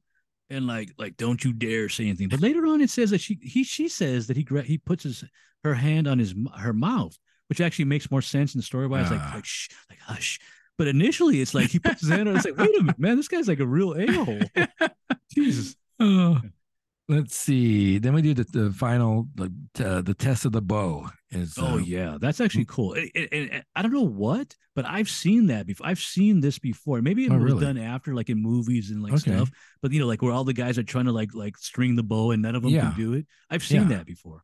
S2: and like like don't you dare say anything. But later on, it says that she he she says that he gra- he puts his her hand on his m- her mouth, which actually makes more sense in the story wise.
S1: Ah.
S2: Like like shh, like hush. But initially, it's like he puts his hand on. It's like wait a minute, man, this guy's like a real a
S1: *laughs*
S2: hole. Jesus.
S1: Oh, let's see. Then we do the, the final, the uh, the test of the bow. Is
S2: oh
S1: uh,
S2: yeah, that's actually cool. And, and- and I don't know what, but I've seen that before. I've seen this before. Maybe it
S1: Oh,
S2: was
S1: really?
S2: done after, like in movies and like
S1: Okay.
S2: stuff. But you know, like where all the guys are trying to like like string the bow and none of them
S1: Yeah.
S2: can do it. I've seen
S1: Yeah.
S2: that before.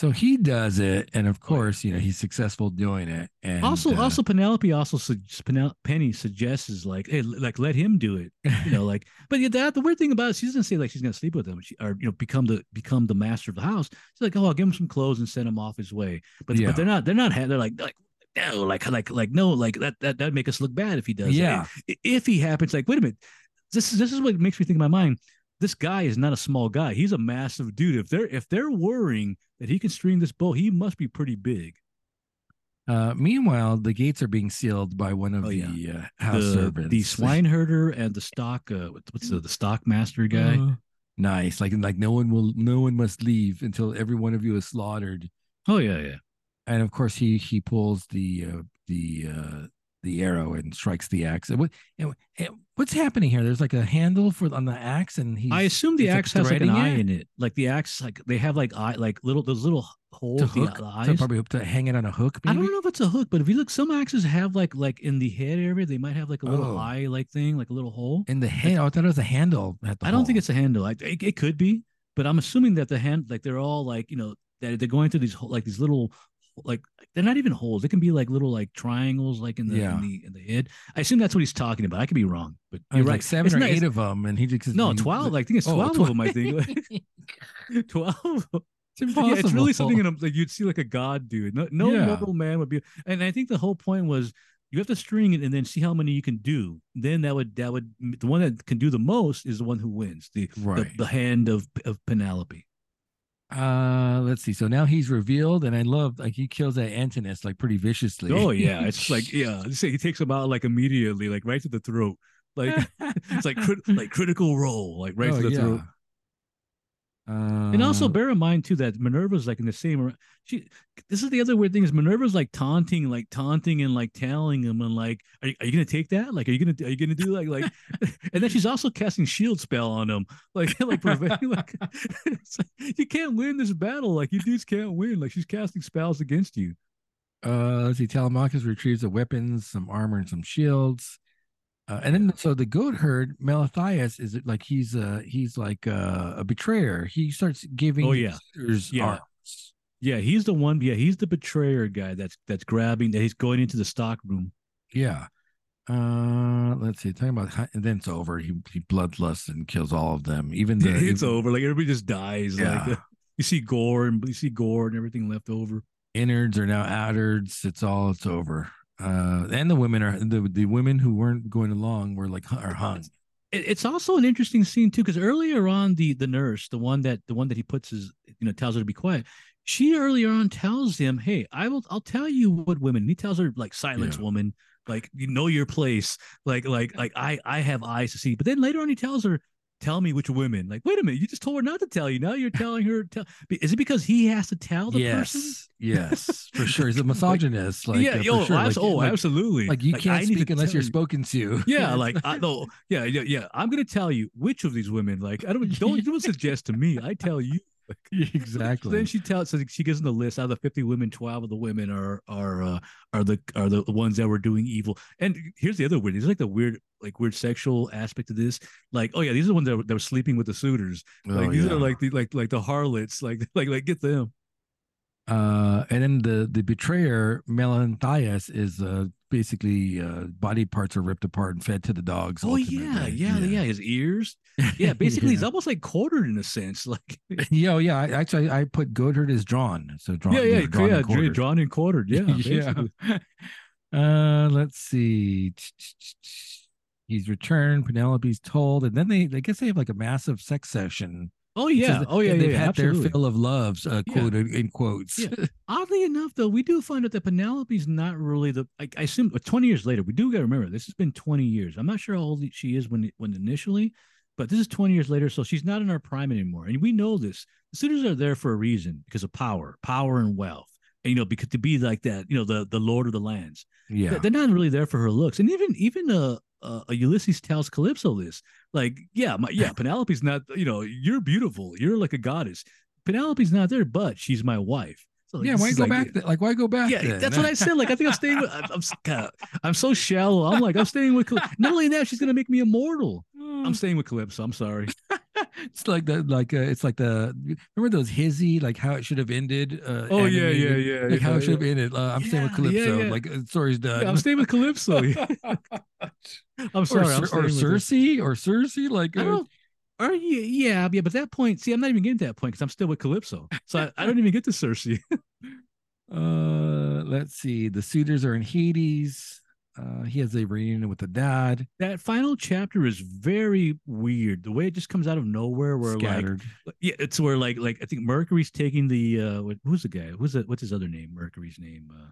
S1: So he does it, and of
S2: Oh, yeah.
S1: course, you know he's successful doing it. And
S2: also,
S1: uh,
S2: also Penelope also sug- Penel- Penny suggests is like, hey, l- like let him do it. You
S1: *laughs*
S2: know, like, but yeah, that the weird thing about it, she doesn't say like she's gonna sleep with him, she, or you know, become the become the master of the house. She's like, oh, I'll give him some clothes and send him off his way. But
S1: Yeah.
S2: but they're not they're not ha- they're like like no like like like no like that that that'd make us look bad if he does. it.
S1: yeah,
S2: I- if he happens, like wait a minute, this is this is what makes me think in my mind. This guy is not a small guy. He's a massive dude. If they're if they're worrying that he can string this bow, he must be pretty big.
S1: Uh, meanwhile, the gates are being sealed by one of
S2: Oh,
S1: the
S2: yeah.
S1: uh, house
S2: the,
S1: servants, *laughs*
S2: the swine herder and the stock uh, what- what's the, the stock master guy
S1: Uh, nice, like like no one will, no one must leave until every one of you is slaughtered.
S2: oh yeah yeah
S1: And of course, he he pulls the uh, the uh, the arrow and strikes the axe. And what- and- and what's happening here? There's like a handle for on the axe, and he's
S2: I assume the
S1: it's, like,
S2: axe has like an
S1: threading
S2: eye
S1: it?
S2: in it. Like the axe, like they have like eye, like little those little holes.
S1: to
S2: the-
S1: hook,
S2: the
S1: to
S2: eyes.
S1: probably hook to hang it on a hook.
S2: I
S1: Maybe?
S2: don't know if it's a hook, but if you look, some axes have like like in the head area, they might have like a little
S1: Oh.
S2: eye like thing, like a little hole.
S1: In the hand, oh, I thought it was a handle. At the
S2: I don't think
S1: hole.
S2: it's a handle. I, it, it could be, but I'm assuming that the hand, like they're all like you know that they're going through these ho- like these little like they're not even holes. They can be like little like triangles, like in the
S1: Yeah.
S2: in the in the head. I assume that's what he's talking about. I could be wrong, but
S1: I
S2: you're
S1: was
S2: right.
S1: like seven
S2: It's
S1: or
S2: not-
S1: eight of them, and he just
S2: no,
S1: he-
S2: twelve. I think it's
S1: Oh,
S2: twelve of them. I think
S1: *laughs*
S2: *laughs* twelve.
S1: It's impossible.
S2: Yeah, it's really something in a, like you'd see like a god dude. No, no
S1: Yeah.
S2: mortal man would be. And I think the whole point was you have to string it and then see how many you can do. Then that would that would the one that can do the most is the one who wins. The
S1: *laughs* right.
S2: the, the hand of of
S1: *laughs*
S2: Penelope.
S1: Uh, let's see. So now he's revealed, and I love like he kills that Antinous like pretty viciously. *laughs*
S2: Oh yeah, it's like yeah. Say he takes him out like immediately, like right to the throat.
S1: *laughs*
S2: Like *laughs* it's like crit, like critical role, like right
S1: Oh,
S2: to the throat.
S1: yeah.
S2: And also
S1: Uh,
S2: bear in mind too that Minerva's like in the same. She, this is the other weird thing is Minerva's like taunting, like taunting and like telling him and like, are you, are you gonna take that? Like, are you gonna are you gonna do like like? *laughs* and then she's also casting shield spell on him, like *laughs* like preventing like, it's like, you can't win this battle. Like you dudes can't win. Like she's casting spells against you.
S1: Uh, let's see. Telemachus retrieves the weapons, some armor, and some shields. Uh, and then so the goat herd Melathias is like he's uh he's like uh, a betrayer. He starts giving
S2: Oh,
S1: the
S2: yeah.
S1: suitors
S2: Yeah.
S1: arms.
S2: Yeah, he's the one. Yeah, he's the betrayer guy. That's that's grabbing. That he's going into the stock room.
S1: Yeah. Uh, let's see. Talking about hi- and then it's over. He, he bloodlusts and kills all of them.
S2: *laughs*
S1: Even the
S2: it's
S1: even
S2: over. Like everybody just dies.
S1: Yeah.
S2: Like *laughs* you see gore and you see gore and everything left over.
S1: innards are now outards. It's all. It's over. Uh, and the women are the the women who weren't going along were like hu- are hung.
S2: It, it's also an interesting scene too, because earlier on the the nurse, the one that the one that he puts his you know tells her to be quiet. She earlier on tells him, "Hey, I will. I'll tell you what women." He tells her like, "Silence,
S1: Yeah.
S2: woman. Like you know your place. Like like like I I have eyes to see." But then later on, he tells her. Tell me which women. Like, wait a minute! You just told her not to tell you. Now you're telling her. Tell. Is it because he has to tell the
S1: yes,
S2: person?
S1: yes, for sure.
S2: *laughs*
S1: He's a misogynist. Like
S2: yeah,
S1: uh, for
S2: yo,
S1: sure.
S2: abs-
S1: like,
S2: oh,
S1: like,
S2: absolutely.
S1: like, you
S2: I
S1: can't
S2: need to
S1: speak unless
S2: tell
S1: you're
S2: you.
S1: spoken to. *laughs*
S2: Yeah, like I no, yeah, yeah, yeah. I'm gonna tell you which of these women. Like,
S1: *laughs*
S2: I don't don't don't suggest to me. I tell you.
S1: exactly.
S2: Then she tells. So she gives him the list out of the 50 women. 12 of the women are are uh, are the are the ones that were doing evil. And here's the other weird. There's like the weird like weird sexual aspect of this. Like, oh yeah, these are the ones that were, that were sleeping with the suitors. Like
S1: Oh,
S2: these
S1: yeah.
S2: are like the like like the harlots. Like *laughs* like like get them.
S1: Uh, and then the the betrayer Melanthias is uh basically uh body parts are ripped apart and fed to the dogs.
S2: Oh yeah,
S1: ultimately.
S2: yeah, yeah,
S1: *laughs*
S2: His ears. Yeah, basically, he's
S1: Yeah.
S2: almost like quartered in a sense. *laughs* Like, yeah,
S1: Yeah, oh, yeah. I, actually, I put Goatherd as drawn. So drawn.
S2: yeah, yeah,
S1: know, drawn and
S2: dra-
S1: quartered.
S2: drawn and quartered. *laughs* Yeah,
S1: *laughs* Yeah.
S2: basically.
S1: Uh, let's see. He's returned. Penelope's told, and then they, I guess, they have like a massive sex session.
S2: Oh
S1: It
S2: yeah,
S1: says
S2: oh yeah,
S1: that
S2: yeah,
S1: They've
S2: yeah,
S1: had
S2: absolutely.
S1: their fill of loves, uh,
S2: Yeah.
S1: quoted in quotes.
S2: Yeah. Oddly enough, though, we do find out that Penelope's not really the. I, I assume uh, twenty years later, we do got to remember this has been twenty years. I'm not sure how old she is when when initially, but this is twenty years later, so she's not in our prime anymore, and we know this. The suitors are there for a reason because of power, power and wealth, and you know because to be like that, you know the the lord of the lands.
S1: *laughs* yeah.
S2: Th- they're not really there for her looks. And even even uh, uh, Ulysses tells Calypso this, like, yeah, my,
S1: *laughs*
S2: yeah, Penelope's not. You know, you're beautiful. You're like a goddess. Penelope's not there, but she's my wife. So, like,
S1: yeah.
S2: this
S1: Why
S2: is
S1: go
S2: like-
S1: back? th- like, why go back?
S2: Yeah,
S1: then? *laughs*
S2: that's what I said. Like, I think I'm staying with. I'm, I'm, s- God, I'm so shallow. I'm like, I'm staying with. Cal- Not only that, she's gonna make me immortal.
S1: Hmm.
S2: I'm staying with Calypso.
S1: *laughs*
S2: I'm sorry.
S1: it's like the like uh, it's like the remember those hizzy like how it should have ended. Uh, animated?
S2: Oh, yeah.
S1: Like how it should have ended. Uh, I'm staying with
S2: Yeah, yeah,
S1: Calypso.
S2: yeah.
S1: Like uh, story's done.
S2: Yeah,
S1: *laughs*
S2: I'm staying with Calypso. *laughs* I'm
S1: or,
S2: sorry.
S1: Cer-
S2: I'm
S1: or
S2: staying with her.
S1: Cersei or Cersei. Like
S2: I
S1: uh,
S2: don't. Or yeah, yeah, yeah, but at that point, see, I'm not even getting to that point because I'm still with Calypso, so I, I don't even get to Cersei. *laughs*
S1: Uh, let's see. The suitors are in Hades. Uh, he has a reunion with the dad.
S2: that final chapter is very weird. The way it just comes out of nowhere, where
S1: scattered.
S2: like, yeah, it's where like, like I think Mercury's taking the uh, what, who's the guy? Who's the, what's his other name? Mercury's name. Uh,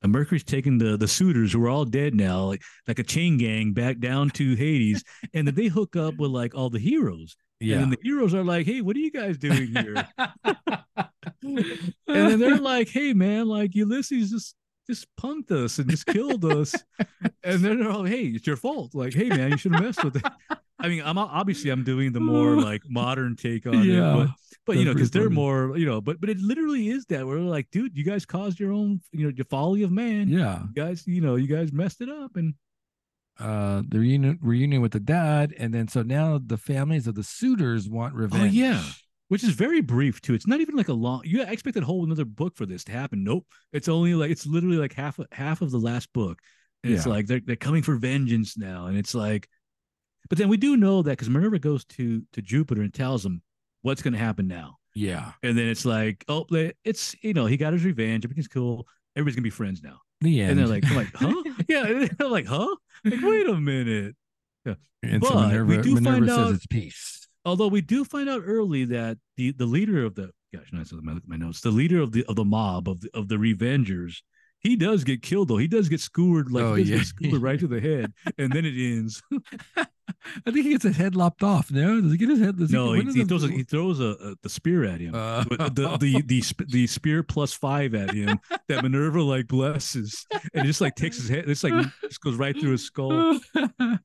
S2: and Mercury's taking the the suitors who are all dead now, like like a chain gang, back down to Hades, and then they hook up with like all the heroes, and then the heroes are like, "Hey, what are you guys doing here?"
S1: yeah. *laughs*
S2: and then they're like, "Hey, man, like Ulysses just just punked us and just killed us. and then they're all, hey, it's your fault. Like, hey, man, you should have messed with it. I mean, I'm obviously I'm doing the
S1: *laughs*
S2: more like modern take on
S1: Yeah,
S2: it, but, but you
S1: that's
S2: know, because
S1: pretty
S2: they're
S1: funny.
S2: more, you know, but but it literally is that we're like, dude, you guys caused your own, you know, your folly of man.
S1: yeah.
S2: You guys, you know, you guys messed it up, and
S1: Uh, the reunion reunion with the dad, and then so now the families of the suitors want revenge.
S2: Oh, yeah. which is very brief too. It's not even like a long. You I expect a whole another book for this to happen. Nope. It's only like it's literally like half half of the last book. And It's
S1: Yeah.
S2: like they're they're coming for vengeance now, and it's like, but then we do know that because Minerva goes to to Jupiter and tells him what's going to happen now,
S1: yeah,
S2: and then it's like, oh, they- it's you know he got his revenge, everything's cool, everybody's gonna be friends now,
S1: the end.
S2: and they're like, I'm like, huh? yeah, and they're like, huh? Like, wait a minute.
S1: and so
S2: but we
S1: Minerva,
S2: do
S1: Minerva
S2: find
S1: says
S2: out-
S1: it's peace.
S2: although we do find out early that the the leader of the gosh, no, it's my, my notes. The leader of the of the mob of the of the Revengers, he does get killed though. He does get skewered like
S1: Oh,
S2: he does
S1: yeah.
S2: get skewered right to the head, and then it
S1: *laughs*
S2: ends.
S1: I think he gets his head lopped off. No, does he get his head? Does
S2: no,
S1: he,
S2: he,
S1: when
S2: he
S1: does
S2: throws a,
S1: the-
S2: he throws a, a the spear at him.
S1: *laughs* Uh,
S2: But the
S1: *laughs*
S2: the the sp- the spear plus five at him that Minerva like blesses and just like takes his head. It's like just goes right through his
S1: *laughs*
S2: skull.
S1: Oh,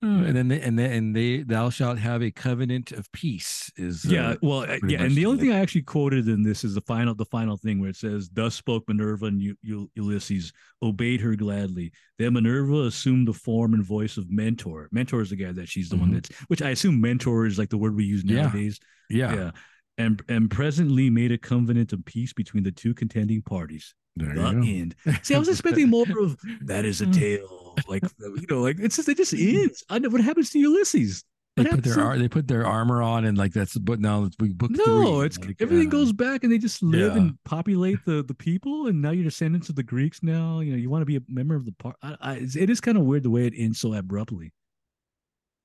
S1: and then they, and then and they thou shalt have a covenant of peace is
S2: yeah
S1: uh,
S2: well uh,
S1: pretty
S2: yeah and
S1: much
S2: the only
S1: the-
S2: thing i actually quoted in this is the final the final thing where it says thus spoke minerva and U- U- ulysses obeyed her gladly then minerva assumed the form and voice of mentor mentor is the guy that she's the one
S1: Mhm.
S2: that's which i assume mentor is like the word we use
S1: Yeah.
S2: nowadays
S1: yeah,
S2: and and presently made a covenant of peace between the two contending parties
S1: There
S2: the
S1: you
S2: end see i was expecting more of that is
S1: *laughs*
S2: a tale like you know like it's just it just ends i know what happens to ulysses
S1: go. they
S2: What
S1: put
S2: happens
S1: their
S2: to-
S1: ar- they put their armor on and like that's but now it's- we book
S2: No,
S1: three,
S2: it's
S1: like,
S2: everything
S1: uh,
S2: goes back, and they just live
S1: yeah.
S2: and populate the the people, and now you're descendants of the Greeks. Now you know you want to be a member of the part. I, I, it's- it is kind of weird the way it ends so abruptly.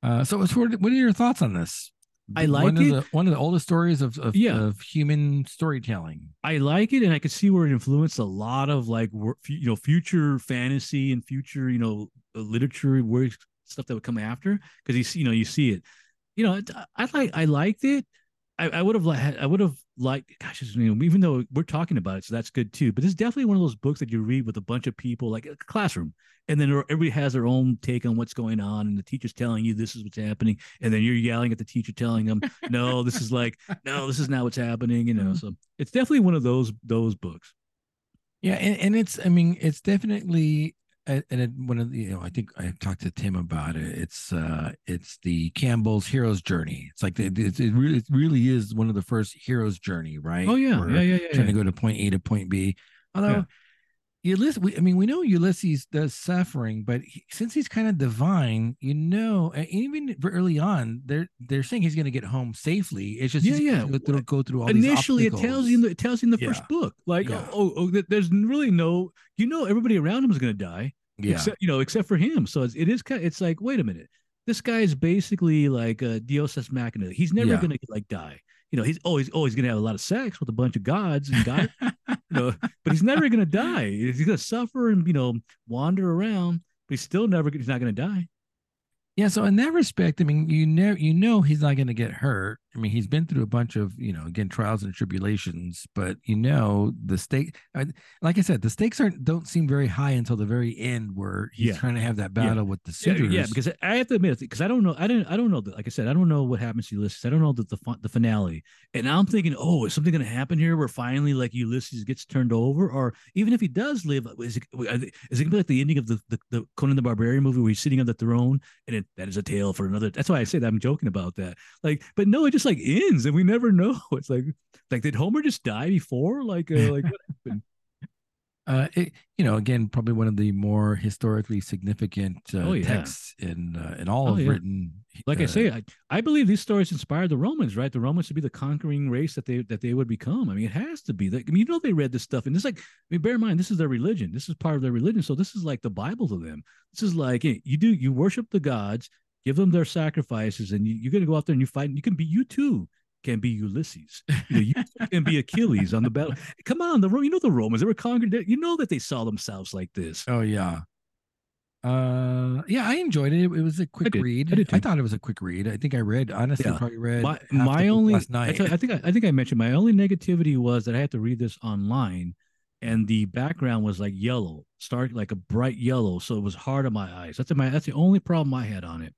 S1: Uh, so it's, what what are your thoughts on this?
S2: I
S1: one
S2: like
S1: of
S2: it.
S1: the, one of the oldest stories of of,
S2: Yeah.
S1: of human storytelling.
S2: I like it, and I could see where it influenced a lot of like wor- fu- you know future fantasy and future you know uh, literature works stuff that would come after because you see you know you see it. You know, it, I- I like I liked it. I, I would have li- I would have liked. Gosh, it's, you know, even though we're talking about it, so that's good too. But it's definitely one of those books that you read with a bunch of people, like a classroom, and then er, everybody has their own take on what's going on, and the teacher's telling you this is what's happening, and then you're yelling at the teacher, telling them, "No, this is like, no, this is not what's happening." You know, so it's definitely one of those those books.
S1: Yeah, and, and it's I mean it's definitely a- and it, one of the you know I think I talked to Tim about it. It's uh it's the Campbell's hero's journey. It's like the, the- it's- it really it really is one of the first hero's journey, right?
S2: Oh yeah,
S1: Where
S2: yeah, yeah, yeah.
S1: Trying to go to point A to point B. Although Ulysses, we, I mean, we know Ulysses does suffering, but he, since he's kind of divine, you know, and even early on, they're they're saying he's going to get home safely. It's just
S2: Yeah,
S1: he's gonna
S2: yeah.
S1: Go through, go through all these
S2: Initially, it tells you
S1: obstacles.
S2: in the, it tells you in the first
S1: Yeah.
S2: book, like,
S1: Yeah.
S2: oh, oh, th- there's really no, you know, everybody around him is going to die.
S1: yeah.
S2: except you know except for him so it's, it is kind it's like wait a minute this guy is basically like uh dios ex machina he's never
S1: Yeah.
S2: gonna like die you know he's always oh, he's gonna have a lot of sex with a bunch of gods
S1: *laughs*
S2: and god you know, but he's never gonna die he's gonna suffer and you know wander around but he's still never he's not gonna die
S1: Yeah, so in that respect, I mean, you know, you know, he's not going to get hurt. I mean, he's been through a bunch of, you know, again, trials and tribulations, but you know, the stake, I- like I said, the stakes aren't don't seem very high until the very end, where he's
S2: Yeah.
S1: trying to have that
S2: Yeah.
S1: battle with the
S2: Yeah,
S1: suitors.
S2: Yeah, because I- I have to admit, because I don't know, I didn't, I don't know. The, like I said, I don't know what happens to Ulysses. I don't know the the, fin- the finale, and I'm thinking, oh, is something going to happen here where finally, like Ulysses gets turned over, or even if he does live, is it are they- is it going to be like the ending of the, the the Conan the Barbarian movie where he's sitting on the throne, and it, that is a tale for another. That's why I say that I'm joking about that. Like, but no, it just like ends, and we never *laughs* know. It's like, like did Homer just die before? Like, uh, like what happened?
S1: uh, it, you know, again, probably one of the more historically significant uh,
S2: Oh, yeah.
S1: texts in uh, in all
S2: Oh,
S1: of
S2: yeah.
S1: written.
S2: Like I
S1: uh,
S2: say, I, I believe these stories inspired the Romans, right? The Romans to be the conquering race that they that they would become. I mean, it has to be. Like, I mean, you know, they read this stuff, and it's like, I mean, bear in mind, this is their religion. This is part of their religion. So this is like the Bible to them. This is like hey, you do you worship the gods, give them their sacrifices, and you, you're going to go out there and you fight. And you can be you too can be Ulysses. You, know, you too can be Achilles on the battle. Come on, the Ro- you know the Romans they were conquered. They- You know that they saw themselves like this.
S1: Oh yeah. Uh yeah, I enjoyed it. It was a quick
S2: did.
S1: read.
S2: I did too.
S1: thought it was a quick read. I think I read honestly
S2: Yeah.
S1: probably read
S2: my
S1: half the
S2: my
S1: book
S2: only
S1: last
S2: I,
S1: night.
S2: thought- I think I, I think I mentioned my only negativity was that I had to read this online, and the background was like yellow, stark like a bright yellow, so it was hard on my eyes. That's my that's the only problem I had on it.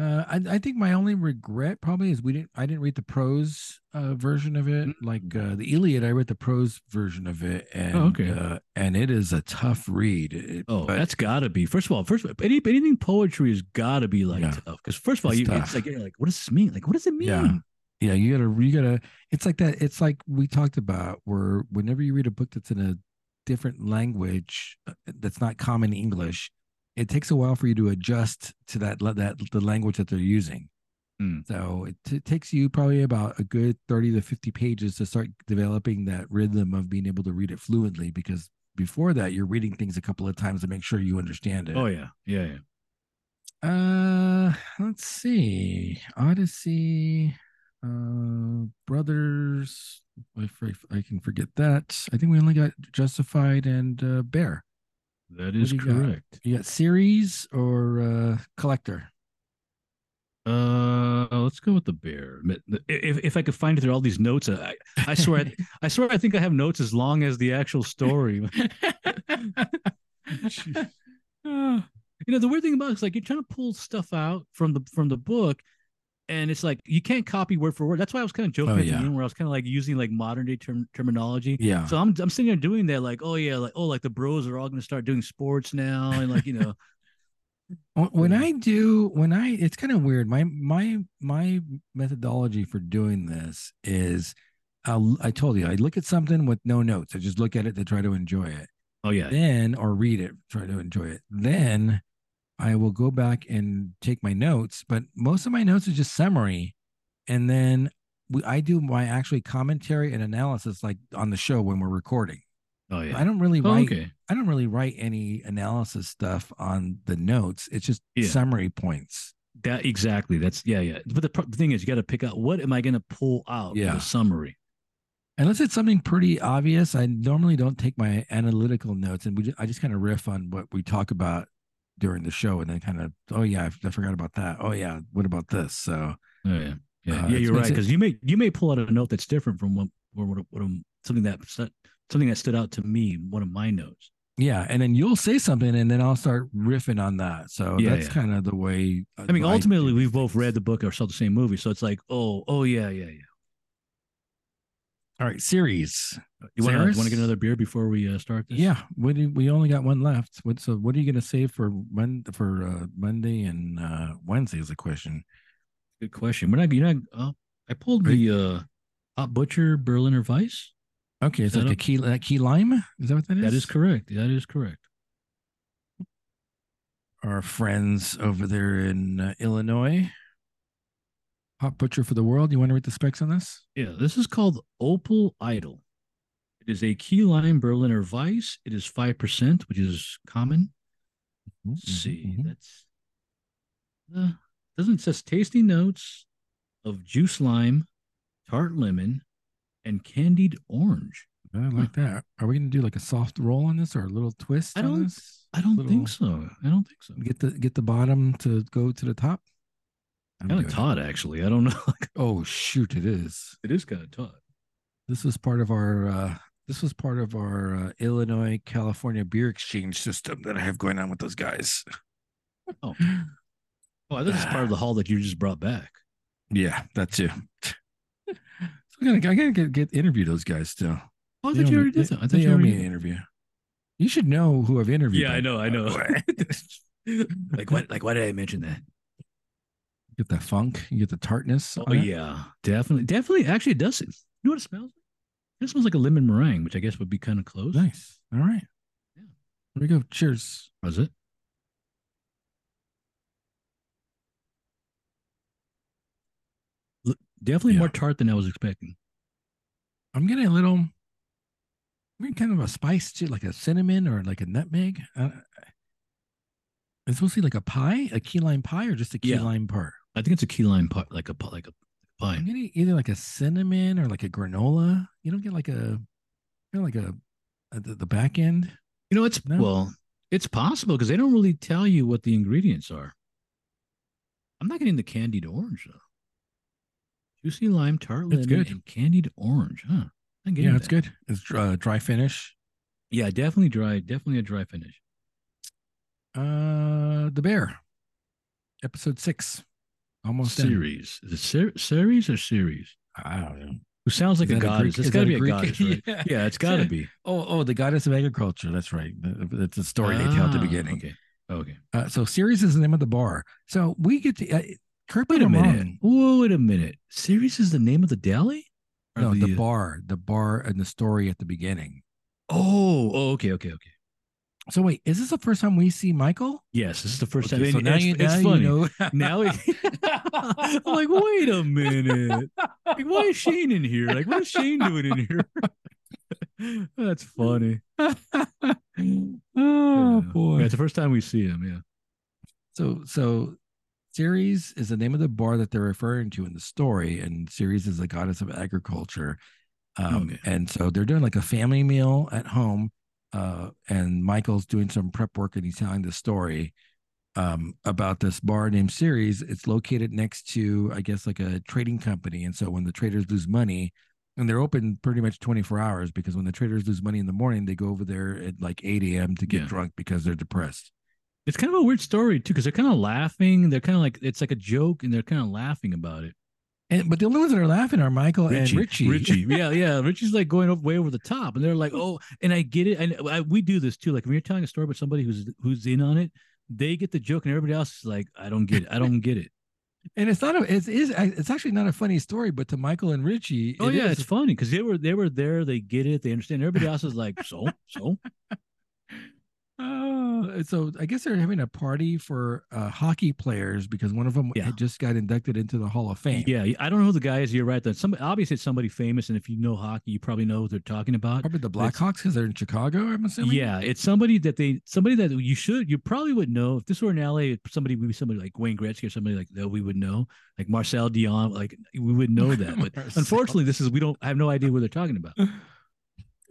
S1: Uh, I, I think my only regret probably is we didn't. I didn't read the prose uh, version of it, like uh, the Iliad. I read the prose version of it, and
S2: Mm-hmm. Oh, okay.
S1: uh, and it is a tough read. It-
S2: Oh,
S1: but-
S2: that's gotta be. First of all, first of all, any, anything poetry has gotta be like
S1: Yeah.
S2: tough. Because first of all,
S1: It's
S2: you,
S1: tough.
S2: it's like you're like, what does this mean? Like, what does it mean?
S1: Yeah. yeah, you gotta you gotta. It's like that. It's like we talked about where whenever you read a book that's in a different language uh, that's not common English, it takes a while for you to adjust to that la- that the language that they're using.
S2: Mm.
S1: So it t- takes you probably about a good thirty to fifty pages to start developing that rhythm of being able to read it fluently. Because before that, you're reading things a couple of times to make sure you understand it.
S2: Oh yeah, yeah, yeah.
S1: Uh, let's see. Odyssey, uh, Brothers. If I, I can forget that. I think we only got Justified and uh, Bear.
S2: That is
S1: do you got?
S2: correct.
S1: You got series or uh, collector?
S2: Uh, let's go with the bear. Mi- the- If if I could find it through all these notes, I I swear I, I swear I think I have notes as long as the actual story. *laughs* Uh, you know the weird thing about it is like you're trying to pull stuff out from the from the book and it's like you can't copy word for word that's why i was kind of joking
S1: Oh,
S2: at the
S1: yeah.
S2: end where i was kind of like using like modern day term- terminology
S1: *laughs* yeah.
S2: *laughs* so I'm, I'm sitting there doing that like oh yeah like oh like the bros are all going to start doing sports now and like you know
S1: Wh- when
S2: Oh, Yeah.
S1: i do when i it's kind of weird my my my methodology for doing this is I'll, i told you i look at something with no notes i just look at it to try to enjoy it
S2: oh yeah
S1: then or read it try to enjoy it then i will go back and take my notes but most of my notes is just summary and then we, i do my actually commentary and analysis like on the show when we're recording
S2: oh
S1: i
S2: yeah
S1: don't really
S2: oh,
S1: write
S2: okay
S1: I don't really write any analysis stuff on the notes. It's just
S2: Yeah.
S1: summary points.
S2: that exactly that's yeah yeah but the, pro- the thing is you got to pick out what am i going to pull out yeah.
S1: Yeah.
S2: the summary
S1: Unless it's something pretty obvious, I normally don't take my analytical notes, and we ju- I just kind of riff on what we talk about during the show, and then kind of, oh yeah, I, f- I forgot about that. Oh yeah, what about this? So
S2: oh yeah yeah,
S1: Uh,
S2: yeah
S1: it's-
S2: you're right
S1: it's-
S2: because you may you may pull out a note that's different from what or what, what um, something that stu- something that stood out to me in one of my notes
S1: yeah, and then you'll say something, and then I'll start riffing on that. So
S2: Yeah,
S1: that's
S2: yeah.
S1: kind of the way. uh,
S2: I mean,
S1: do
S2: ultimately, we've both
S1: things.
S2: read the book or saw the same movie, so it's like, oh, oh yeah, yeah, yeah.
S1: All right, series.
S2: You want to
S1: Cyrus?
S2: want to get another beer before we uh, start this?
S1: Yeah, what do, we only got one left. What, so what are you going to save for Mon- for uh, Monday and uh, Wednesday is the question.
S2: good question. We're not, you're not. Uh, I pulled
S1: Are
S2: the uh, Hot Butcher Berliner Weiss.
S1: Okay, it's
S2: Set
S1: like a
S2: up-
S1: key that key lime. Is that what that is?
S2: That is correct. That is correct.
S1: Our friends over there in uh, Illinois, Hot Butcher for the World. You want to read the specs on this?
S2: Yeah, this is called Opal Idol. It is a key lime Berliner Weiss. It is five percent, which is common.
S1: Mhm,
S2: Let's see,
S1: mhm, mhm.
S2: that's uh, doesn't it says tasty notes of juice lime, tart lemon, and candied orange.
S1: I like that. Are we going to do like a soft roll on this or a little twist?
S2: I
S1: on
S2: don't-
S1: this?
S2: I don't
S1: Little-
S2: think so. I don't think so.
S1: Get the get the bottom to go to the top. I'm
S2: Kind
S1: doing
S2: of
S1: it.
S2: taut, actually. I don't know. *laughs*
S1: Oh shoot! It is.
S2: it is kind of taut.
S1: This was part of our uh, this was part of our uh, Illinois California beer exchange system that I have going on with those guys.
S2: Oh. Oh, I thought this is part of the haul that you just brought back.
S1: Yeah, that too. *laughs* so I gotta, I gotta get, get interview those guys still.
S2: Oh, I
S1: They
S2: thought you
S1: owe
S2: already
S1: me-
S2: did
S1: they-
S2: that. I thought
S1: they
S2: you
S1: owe me
S2: already
S1: an
S2: did.
S1: interview. You should know who I've interviewed.
S2: Yeah, I
S1: by
S2: know. I
S1: now.
S2: know. *laughs* *laughs* like what? Like why did I mention that?
S1: Get the funk. You get the tartness.
S2: Oh
S1: on it.
S2: yeah, definitely, definitely. Actually, it does. You know what it smells? like? It smells like a lemon meringue, which I guess would be kind of close.
S1: Nice. All right.
S2: Yeah.
S1: There we go. Cheers.
S2: Was it? L- Definitely
S1: Yeah.
S2: more tart than I was expecting.
S1: I'm getting a little. I mean, kind of a spice too, like a cinnamon or like a nutmeg. Uh, it's supposed to be like a pie, a key lime pie, or just a key
S2: Yeah.
S1: lime pie.
S2: I think it's a key lime pie, like a pi- like a
S1: I'm
S2: pie.
S1: getting either like a cinnamon or like a granola. You don't get like a, you know, like a, a the, the back end.
S2: You know, it's
S1: No?
S2: well, it's possible because they don't really tell you what the ingredients are. I'm not getting the candied orange though. Juicy lime tart
S1: It's
S2: lemon
S1: good.
S2: and candied orange, huh? I'm not getting
S1: Yeah, it's
S2: that.
S1: good. It's dr- uh, dry finish.
S2: Yeah, definitely dry. Definitely a dry finish.
S1: Uh, The Bear, episode six, almost done.
S2: series. Is it ser- series or series?
S1: I don't know.
S2: Who sounds like
S1: Is
S2: a
S1: that a
S2: goddess?
S1: Greek-
S2: It's
S1: is
S2: got to
S1: that
S2: be
S1: a
S2: a
S1: Greek?
S2: goddess, right?
S1: *laughs* Yeah.
S2: yeah. it's got to be.
S1: Oh, oh, the goddess of agriculture. That's right. Th- That's the story they tell at the
S2: Ah,
S1: beginning.
S2: Okay. Okay.
S1: Uh, so, series is the name of the bar. So we get to uh, correct me if
S2: Wait a
S1: I'm
S2: minute.
S1: wrong.
S2: Whoa, wait a minute. Series is the name of the deli? Or
S1: No, the uh,
S2: uh,
S1: bar, the bar, and the story at the beginning.
S2: Oh, oh, okay, okay, okay.
S1: So wait, is this the first time we see Michael?
S2: Yes, this is the first
S1: Okay,
S2: time.
S1: so
S2: and
S1: now
S2: it's,
S1: you,
S2: it's
S1: now you
S2: funny.
S1: know.
S2: *laughs* Now it,
S1: *laughs*
S2: I'm *laughs* like, wait a minute. Like, why is Shane in here? Like, what is Shane doing in here? *laughs* That's funny.
S1: oh
S2: Yeah.
S1: boy.
S2: Yeah, it's the first time we see him. Yeah.
S1: So so Ceres is the name of the bar that they're referring to in the story, and Ceres is the goddess of agriculture. Um,
S2: Okay.
S1: And so they're doing like a family meal at home, uh, and Michael's doing some prep work and he's telling the story um, about this bar named Ceres. It's located next to, I guess, like a trading company. And so when the traders lose money, and they're open pretty much 24 hours because when the traders lose money in the morning, they go over there at like 8 a.m. to get
S2: Yeah.
S1: drunk because they're depressed.
S2: It's kind of a weird story too, because they're kind of laughing. They're kind of like it's like a joke, and they're kind of laughing about it.
S1: And but the only ones that are laughing are Michael and Richie.
S2: Oh, *laughs* Richie, yeah, yeah. Richie's like going up way over the top, and they're like, "Oh," and I get it. And I, we do this too. Like when you're telling a story about somebody who's who's in on it, they get the joke, and everybody else is like, "I don't get it. I don't get it."
S1: And it's not a it's is it's actually not a funny story, but to Michael and Richie,
S2: *laughs* Oh
S1: it
S2: yeah,
S1: is.
S2: it's funny because they were they were there. They get it. They understand. Everybody else is like, "So, so."
S1: Oh, and so I guess they're having a party for uh, hockey players because one of them
S2: Yeah.
S1: had just got inducted into the Hall of Fame.
S2: Yeah, I don't know who the guy is. You're right. That some obviously it's somebody famous, and if you know hockey, you probably know what they're talking about.
S1: probably the
S2: It's-
S1: Blackhawks because they're in Chicago. I'm assuming.
S2: Yeah, it's somebody that they somebody that you should you probably would know if this were in LA. it- Somebody would be somebody like Wayne Gretzky or somebody like that we would know, like Marcel Dion. Like we would know *laughs* that, but
S1: Marcel.
S2: unfortunately, this is we don't I have no idea what they're talking *laughs* about.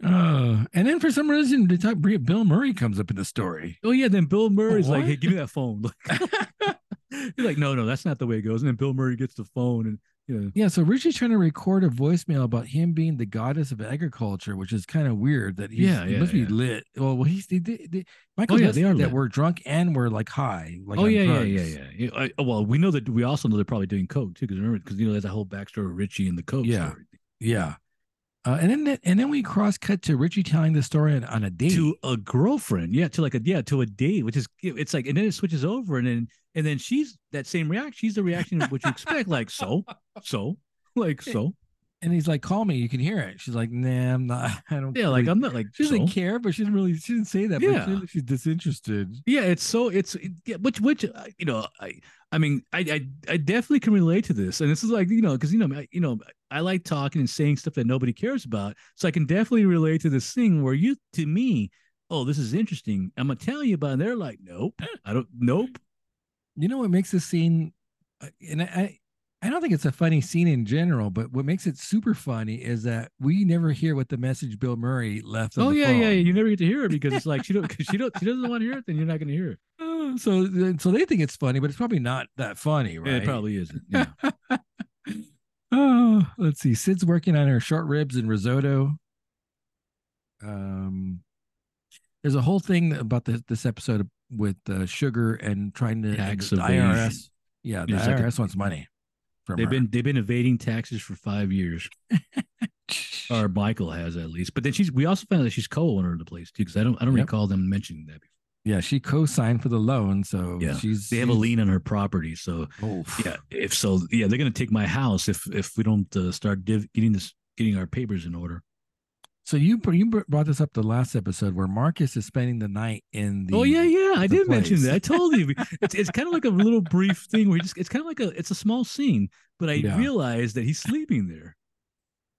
S1: Uh, and then for some reason, they talk, Bill Murray comes up in the story.
S2: Oh yeah, then Bill Murray's like,
S1: What?
S2: hey, give me that phone. *laughs* Like, He's like, no, no, that's not the way it goes. And then Bill Murray gets the phone, and you know,
S1: Yeah, so Richie's trying to record a voicemail about him being the goddess of agriculture, which is kind of weird that he's,
S2: Yeah,
S1: he
S2: yeah,
S1: must
S2: yeah. Oh,
S1: be lit. Well, well he's they, they, they, Michael
S2: yeah,
S1: does
S2: they
S1: say
S2: are
S1: that
S2: lit.
S1: we're drunk and we're like high. Like
S2: oh
S1: on
S2: yeah, yeah, yeah,
S1: drugs.
S2: yeah, yeah. I- oh, well, we know that we also know they're probably doing coke too, because remember, because you know, there's a whole backstory of Richie and the coke.
S1: Yeah.
S2: story.
S1: yeah. Uh, and then that- and then we cross cut to Richie telling the story on, on a date.
S2: to a girlfriend yeah to like a yeah to a date which is it's like and then it switches over and then and then she's that same reaction she's the reaction of what you expect like so so *laughs* like so
S1: and he's like, "Call me, you can hear it." She's like, "Nah, I'm not. *laughs* I don't.
S2: yeah like
S1: really-
S2: i'm not like
S1: She
S2: so.
S1: doesn't care, but she didn't really. She didn't say that.
S2: Yeah.
S1: But clearly she's disinterested.
S2: yeah it's so it's it- yeah, which which uh, you know i i mean I, I i definitely can relate to this and this is like you know because you know I, you know i like talking and saying stuff that nobody cares about so i can definitely relate to this thing where you to me oh this is interesting i'm gonna tell you about it. and they're like nope eh, i don't nope
S1: You know what makes this scene, uh, and I, I, I don't think it's a funny scene in general, but what makes it super funny is that we never hear what the message Bill Murray left. On
S2: Oh
S1: the
S2: yeah,
S1: phone.
S2: yeah, yeah. You never get to hear it because it's like she don't, cause she don't, she doesn't want to hear it. Then you're not going to hear it.
S1: Uh, So, th- so they think it's funny, but it's probably not that funny, right?
S2: It probably *laughs* isn't. Yeah.
S1: Oh, let's see. Sid's working on her short ribs and risotto. Um, there's a whole thing about this this episode with uh, sugar and trying to and
S2: Tax
S1: the
S2: evasion.
S1: IRS. Yeah, the
S2: There's like a-
S1: IRS wants money from
S2: they've
S1: her.
S2: been they've been evading taxes for five years,
S1: *laughs*
S2: or Michael has at least. But then she's we also found out that she's co-owner of the place too, because I don't I don't
S1: Yep.
S2: recall them mentioning that. Before.
S1: yeah, she co-signed for the loan, so
S2: Yeah,
S1: she's
S2: They have a
S1: she's-
S2: lien on her property, so
S1: Oh,
S2: yeah. If so, yeah, they're going to take my house if if we don't uh, start div- getting this getting our papers in order.
S1: So you br- you br- brought this up the last episode where Marcus is spending the night in the
S2: oh yeah, yeah. I
S1: the
S2: did mention
S1: place.
S2: that. I told you. *laughs* It's it's kind of like a little brief thing where you just it's kind of like a it's a small scene, but I
S1: Yeah.
S2: realized that he's sleeping there.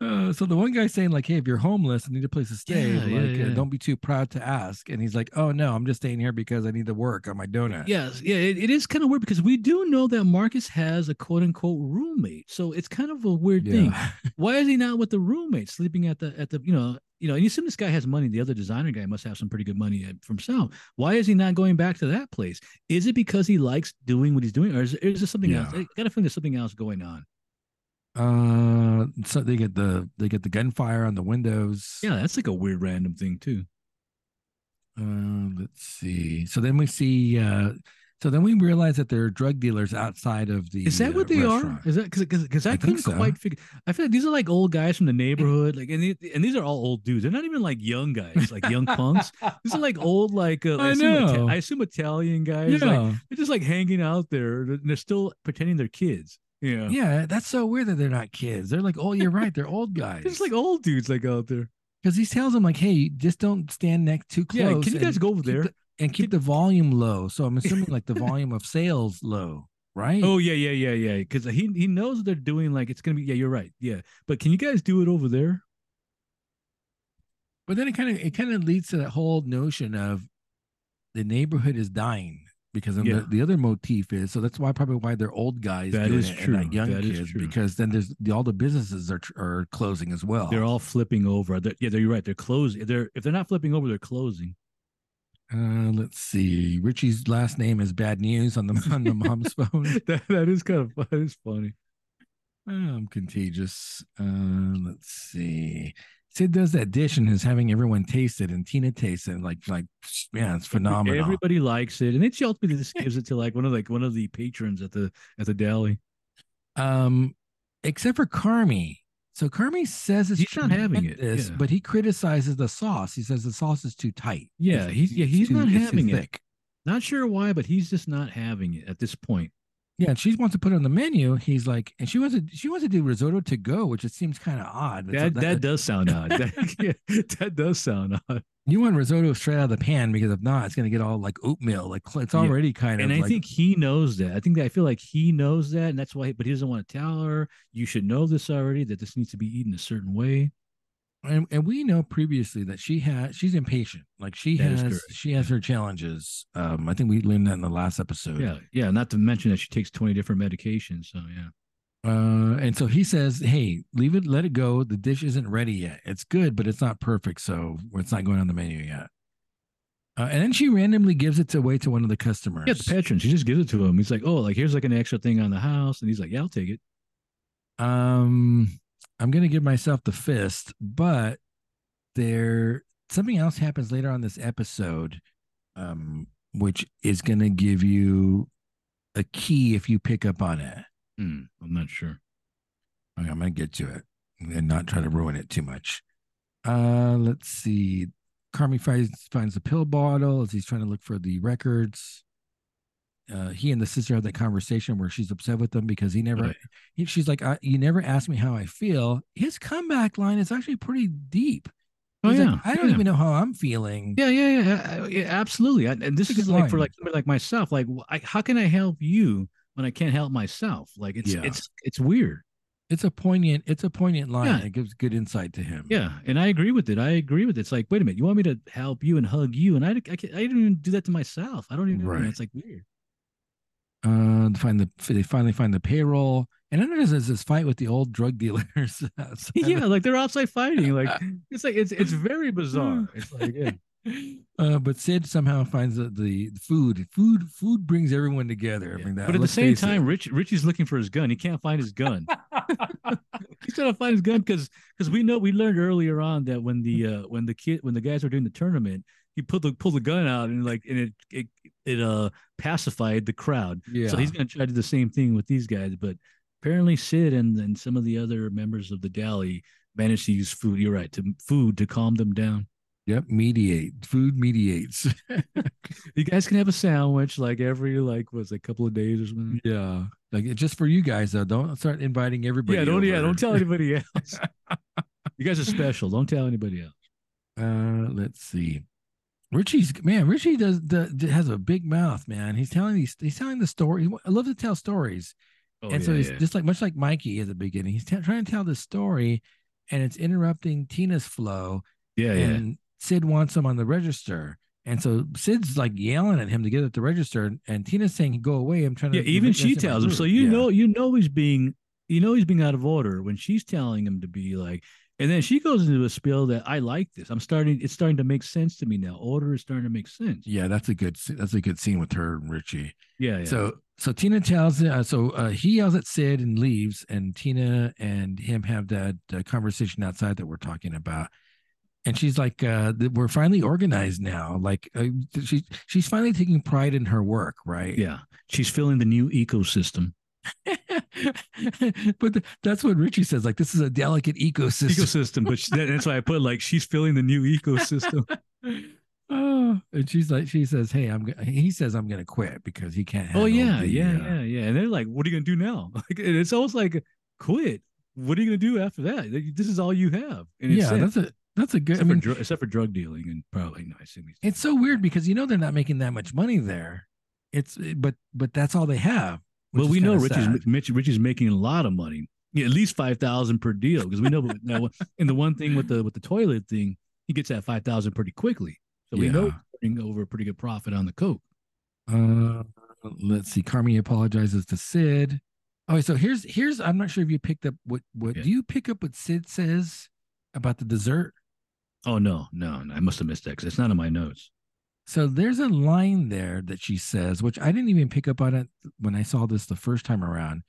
S1: Uh, so the one guy's saying like, "Hey, if you're homeless and need a place to stay,
S2: Yeah, yeah,
S1: like, Uh,
S2: yeah.
S1: don't be too proud to ask." And he's like, "Oh no, I'm just staying here because I need to work on my donut."
S2: Yes, yeah, it, it is kind of weird because we do know that Marcus has a quote unquote roommate, so it's kind of a weird thing.
S1: Yeah.
S2: Why is he not with the roommate, sleeping at the at the you know you know? And you assume this guy has money. The other designer guy must have some pretty good money uh, for himself. Why is he not going back to that place? Is it because he likes doing what he's doing, or is, is there something else?
S1: Yeah.
S2: I got to think there's something else going on.
S1: Uh, so they get the they get the gunfire on the windows.
S2: Yeah, that's like a weird random thing too.
S1: Uh, let's see. So then we see. Uh, so then we realize that there are drug dealers outside of the.
S2: Is that
S1: uh,
S2: what they
S1: restaurant.
S2: are? Is that because I,
S1: I think
S2: couldn't
S1: so.
S2: quite figure? I feel like these are like old guys from the neighborhood, like and, the- and these are all old dudes. They're not even like young guys, like young punks. These are like old, like
S1: *laughs*
S2: uh,
S1: I
S2: assume Ita-
S1: know.
S2: I assume Italian guys.
S1: yeah,
S2: Like, they're just like hanging out there. and They're still pretending they're kids. Yeah,
S1: yeah. That's so weird that they're not kids. They're like, oh, you're right. They're
S2: *laughs*
S1: old guys.
S2: they're just like old dudes, like out there.
S1: because he tells them like, hey, just don't stand next too close.
S2: Yeah, can you
S1: and
S2: guys go over
S1: keep
S2: there?
S1: the- and keep the volume low. So
S2: *laughs*
S1: I'm assuming like the volume of sales low, right?
S2: Oh yeah, yeah, yeah, yeah. Because he he knows they're doing like it's gonna be. Yeah, you're right. Yeah, but can you guys do it over there?
S1: But then it kind of it kind of leads to that whole notion of the neighborhood is dying because then
S2: Yeah.
S1: the, the other motif is so that's why probably why they're old guys
S2: That
S1: doing
S2: is
S1: it and not
S2: true.
S1: young
S2: That is
S1: kids
S2: true.
S1: because then there's the, all the businesses are tr- are closing as well.
S2: They're all flipping over. They're, yeah, they're, you're right. They're closing. They're if they're not flipping over, they're closing.
S1: uh, let's see. Richie's last name is bad news on the on the
S2: *laughs*
S1: mom's phone.
S2: that, that is kind of fun. That is funny.
S1: I'm Um, contagious. Uh, let's see. Sid does that dish and is having everyone taste it, and Tina tastes it. and Like, like, man, it's phenomenal.
S2: Everybody likes it, and then she ultimately just gives it to like one of like one of the patrons at the at the deli.
S1: um, except for Carmi. So Carmi says it's
S2: He's not having it,
S1: tremendous,
S2: yeah.
S1: but he criticizes the sauce. He says the sauce is too tight.
S2: Yeah,
S1: It's-
S2: he's- yeah,
S1: it's
S2: he's
S1: too-
S2: not
S1: it's too
S2: having it.
S1: thick.
S2: Not sure why, but he's just not having it at this point.
S1: Yeah, and she wants to put it on the menu. He's like, and she wants to she wants to do risotto to go, which it seems kind of odd. but so
S2: That that, does
S1: *laughs*
S2: sound odd. That, yeah, that does sound odd.
S1: you want risotto straight out of the pan because if not, it's gonna get all like oatmeal. Like it's
S2: Yeah.
S1: already kind of
S2: And I
S1: like
S2: think he knows that. I think that I feel like he knows that, and that's why. But he doesn't want to tell her. You should know this already. That this needs to be eaten a certain way.
S1: and, and we know previously that she has she's impatient like she
S2: That is
S1: has
S2: correct,
S1: she has her challenges um i think we learned that in the last episode
S2: Yeah, yeah. Not to mention that she takes twenty different medications. So yeah.
S1: uh and so he says hey leave it let it go the dish isn't ready yet it's good but it's not perfect so it's not going on the menu yet uh, and then she randomly gives it away to one of the customers
S2: Yeah, the patron. She just gives it to him. He's like, "Oh, like here's like an extra thing on the house," and he's like, "Yeah, I'll take it."
S1: um i'm gonna give myself the fist but there something else happens later on this episode um which is gonna give you a key if you pick up on it
S2: Hmm, I'm not sure.
S1: Okay, i'm gonna get to it and not try to ruin it too much uh let's see carmi finds finds the pill bottle as he's trying to look for the records uh, he and the sister have that conversation where she's upset with him because he never
S2: Right.
S1: he, she's like I, you never asked me how i feel his comeback line is actually pretty deep
S2: Oh
S1: He's
S2: yeah,
S1: like, i don't
S2: yeah.
S1: even know how i'm feeling
S2: Yeah, yeah, yeah, I- I- yeah, absolutely. I, and this
S1: It's a
S2: is
S1: good
S2: like for
S1: line.
S2: like somebody like myself. Like, wh- I, how can I help you when I can't help myself? Like, it's
S1: Yeah.
S2: it's it's weird.
S1: it's a poignant it's a poignant line
S2: Yeah.
S1: it gives good insight to him
S2: Yeah, and I agree with it. I agree with it. It's like, wait a minute, you want me to help you and hug you, and I I, can't, I didn't even do that to myself. I don't even.
S1: Right.
S2: know. It's like
S1: *laughs*
S2: weird.
S1: uh find the they finally find the payroll and then there's this fight with the old drug dealers *laughs* outside
S2: yeah, like they're outside
S1: *laughs*
S2: fighting. Like it's like it's it's very bizarre. It's like yeah.
S1: Uh, but Sid somehow finds the, the food. Food food brings everyone together. I
S2: Yeah.
S1: mean, that,
S2: but at the
S1: let's
S2: same
S1: face it.
S2: time, Rich Richie's looking for his gun. He can't find
S1: *laughs*
S2: his gun. He's trying to find his gun because because we know we learned earlier on that when the uh when the kid when the guys were doing the tournament, he put the pulled the gun out and like and it it it uh pacified the crowd.
S1: yeah.
S2: So he's gonna try to do the same thing with these guys, but apparently Sid and and some of the other members of the dally managed to use food. You're right, to food to calm them down.
S1: yep, mediate. Food mediates. *laughs*
S2: You guys can have a sandwich like every like was a couple of days or something.
S1: yeah. Like it's just for you guys though. Don't start inviting everybody.
S2: yeah, don't yeah,
S1: over.
S2: don't tell *laughs* anybody else. you guys are special. Don't tell anybody else.
S1: Uh, let's see. Richie's man. Richie does the, the- has a big mouth, man. He's telling these. He's telling the story. He, I love to tell stories,
S2: Oh,
S1: and so he's just like much like Mikey at the beginning. He's t- trying to tell this story, and it's interrupting Tina's flow.
S2: yeah, yeah.
S1: and Sid wants him on the register. And so Sid's like yelling at him to get at the register, and, and Tina's saying, "Go away! I'm trying to."
S2: Yeah, even
S1: that's in
S2: she
S1: my
S2: tells him.
S1: group."
S2: So you
S1: Yeah.
S2: know, you know he's being you know he's being out of order when she's telling him to be like and then she goes into a spiel that I like this. I'm starting it's starting to make sense to me now. Order is starting to make sense.
S1: Yeah, that's a good. s- That's a good scene with her and Richie.
S2: Yeah, yeah.
S1: So so Tina tells. Uh, so uh, he yells at Sid and leaves, and Tina and him have that uh, conversation outside that we're talking about. and she's like, uh, th- "We're finally organized now. Like uh, she's she's finally taking pride in her work, right?
S2: Yeah. She's filling the new ecosystem.
S1: *laughs* but th- that's what Richie says. Like this is a delicate ecosystem.
S2: Ecosystem. But she, that's why I put like she's filling the *laughs* new ecosystem.
S1: *laughs* oh, and she's like, she says, "Hey, I'm." Gonna, he says, "I'm gonna quit because he can't."
S2: oh
S1: handle
S2: yeah,
S1: the,
S2: yeah,
S1: uh,
S2: yeah, yeah. And they're like, "What are you gonna do now?" *laughs* Like, and it's almost like, "Quit." What are you gonna do after that? Like, This is all you have. And it's
S1: yeah.
S2: it.
S1: That's a that's a good. I
S2: except,
S1: mean,
S2: for dru- except for drug dealing and probably no, I assume he's
S1: it's so weird because you know they're not making that much money there. It's but but that's all they have. which
S2: Well,
S1: is
S2: we know
S1: kinda
S2: Richie's
S1: sad.
S2: Mitch, Richie's making a lot of money, yeah, at least five thousand per deal, because we know. now, *laughs* and the one thing with the with the toilet thing, he gets that five thousand pretty quickly, so we know
S1: Yeah.
S2: he's turning over a pretty good profit on the coke.
S1: Uh, let's see. Carmi apologizes to Sid. Oh, so here's here's. I'm not sure if you picked up what what
S2: Yeah.
S1: do you pick up what Sid says about the dessert.
S2: Oh no, no, no I must have missed that 'cause it's not in my notes.
S1: So there's a line there that she says, which I didn't even pick up on it when I saw this the first time around.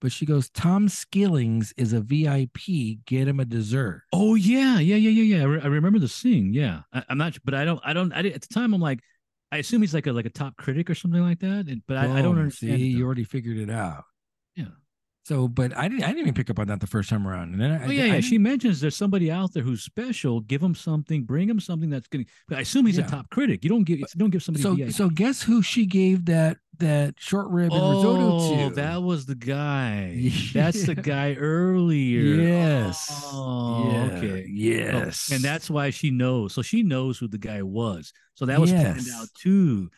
S1: But she goes, "Tom Skillings is a VIP. Get him a dessert."
S2: Oh yeah, yeah, yeah, yeah, yeah. I, re- I remember the scene. Yeah, I, I'm not, but I don't, I don't. I did, at the time, I'm like, I assume he's like a like a top critic or something like that. And, but I, I don't
S1: Boom.
S2: understand. it,
S1: Oh, See,
S2: though.
S1: you already figured it out.
S2: Yeah.
S1: So, but I didn't. I didn't even pick up on that the first time around. And then I,
S2: Oh yeah,
S1: I
S2: yeah.
S1: didn't-
S2: She mentions there's somebody out there who's special. Give him something. Bring him something that's going. But I assume he's
S1: Yeah.
S2: a top critic. You don't give. it's- Don't give somebody.
S1: so
S2: VIP.
S1: so guess who she gave that that short rib and risotto
S2: oh,
S1: to?
S2: that was the guy. That's
S1: *laughs*
S2: the
S1: Yeah.
S2: guy earlier.
S1: Yes.
S2: Oh,
S1: Yeah.
S2: okay. Oh,
S1: Yes.
S2: and that's why she knows. So she knows who the guy was. So that was planned
S1: Yes.
S2: out too.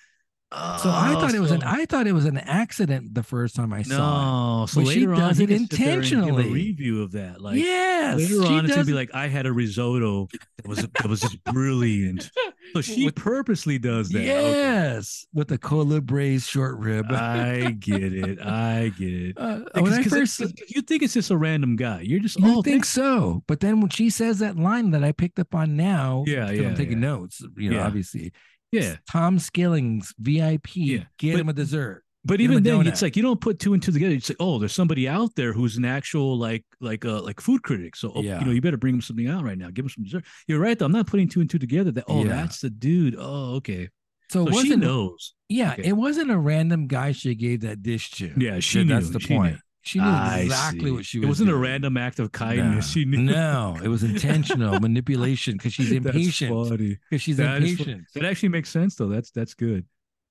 S1: so I
S2: Oh,
S1: thought it was an
S2: so-
S1: I thought it was an accident the first time I saw
S2: no. So
S1: But she
S2: later on,
S1: does
S2: he
S1: it
S2: can sit there and give
S1: intentionally.
S2: a review of that,
S1: it.
S2: like
S1: yes.
S2: Later
S1: she
S2: on, it's gonna be
S1: does-
S2: like I had a risotto that was that was just brilliant. So she
S1: With-
S2: purposely does that. Okay.
S1: yes, with the cola braised short rib. *laughs*
S2: I get it. I get it.
S1: Uh, when
S2: Uh, Because-
S1: I
S2: because it-
S1: first,
S2: because you think it's just a random guy. You're just
S1: you
S2: oh,
S1: think
S2: thanks.
S1: so, but then when she says that line that I picked up on now,
S2: Yeah,
S1: 'cause
S2: yeah,
S1: I'm taking notes. You know,
S2: Yeah.
S1: obviously,
S2: yeah.
S1: Tom Skilling's VIP.
S2: Yeah,
S1: Get
S2: but-
S1: him a dessert.
S2: But
S1: Give him
S2: even
S1: a
S2: then,
S1: donut.
S2: it's like you don't put two and two together. It's like oh, there's somebody out there who's an actual like like uh like food critic. So oh,
S1: Yeah.
S2: you know you better bring him something out right now. Give him some dessert. You're right though. I'm not putting two and two together. That oh,
S1: Yeah.
S2: that's the dude. Oh, okay.
S1: So, it
S2: So she
S1: wasn't
S2: knows.
S1: Yeah,
S2: Okay.
S1: it wasn't a random guy she gave that dish to.
S2: Yeah, she
S1: Th-
S2: knew.
S1: that's the
S2: She knew.
S1: point. She knew
S2: I
S1: exactly
S2: see.
S1: what she was.
S2: It wasn't
S1: doing.
S2: a random act of kindness.
S1: No,
S2: She knew. *laughs*
S1: No, it was intentional manipulation because she's
S2: That's
S1: impatient.
S2: funny.
S1: Because she's
S2: That is fu-
S1: impatient.
S2: That actually makes sense though. That's that's good.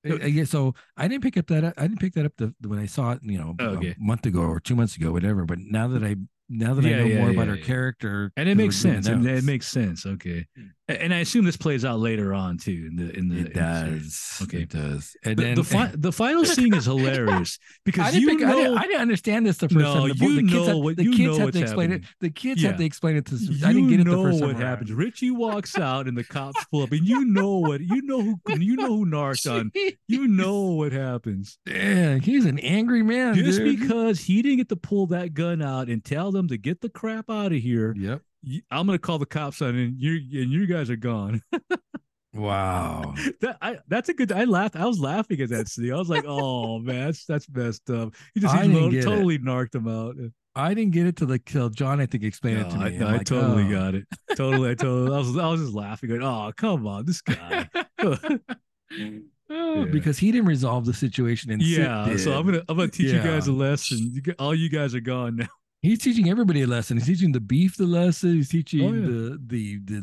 S1: Uh, uh, yeah, so I didn't pick up that. Up, I didn't pick that up the, when I saw it. You know,
S2: Oh, Okay.
S1: a month ago or two months ago, whatever. But now that I now that I
S2: Yeah,
S1: know
S2: yeah,
S1: more about
S2: yeah,
S1: her
S2: yeah.
S1: character,
S2: And it
S1: 'cause
S2: makes
S1: we're doing
S2: sense. And it
S1: notes,
S2: makes sense. Okay. A- And I assume this plays out later on too in the in the
S1: it
S2: in the series.
S1: does.
S2: Okay.
S1: it does. And
S2: The,
S1: then
S2: the,
S1: *laughs*
S2: fi- the final scene is hilarious
S1: I
S2: because
S1: didn't,
S2: you
S1: think, I, didn't,
S2: know
S1: I didn't understand this the first
S2: No,
S1: time. The, bo-
S2: you
S1: the kids,
S2: know
S1: had,
S2: what-
S1: the
S2: you
S1: kids
S2: know
S1: had
S2: what's
S1: to explain
S2: happening.
S1: it. The kids
S2: Yeah.
S1: have to explain it to. s-
S2: you
S1: I didn't get it the
S2: know
S1: first time
S2: what
S1: around.
S2: happens. Richie walks out and the cops pull up, and you know what you know who you know
S1: *laughs*
S2: who narked on. You know what happens.
S1: Damn, he's an angry man.
S2: Just
S1: dude.
S2: because he didn't get to pull that gun out and tell them to get the crap out of here,
S1: Yep.
S2: y- I'm gonna call the cops on and you and you guys are gone. *laughs*
S1: Wow.
S2: that I, that's a good. I laughed. I was laughing at that scene. I
S1: *laughs*
S2: was like, oh man, that's that's messed up. He just
S1: I
S2: he
S1: didn't
S2: lo-
S1: get it.
S2: totally narked him out. uh,
S1: I didn't get it till the till John. I think explained
S2: No,
S1: it to me.
S2: I,
S1: I'm
S2: no, I
S1: like,
S2: totally
S1: oh.
S2: got it. Totally, I totally. I was I was just laughing. Going, oh come on, this
S1: *laughs*
S2: guy. *laughs*
S1: Oh,
S2: Yeah.
S1: Because he didn't resolve the situation, and Sid
S2: yeah. So I'm
S1: did.
S2: gonna I'm gonna teach you guys a
S1: Yeah.
S2: lesson. You, g- all you guys are gone now.
S1: He's teaching everybody a lesson. He's teaching the beef the lesson. He's teaching
S2: Oh, yeah.
S1: the the the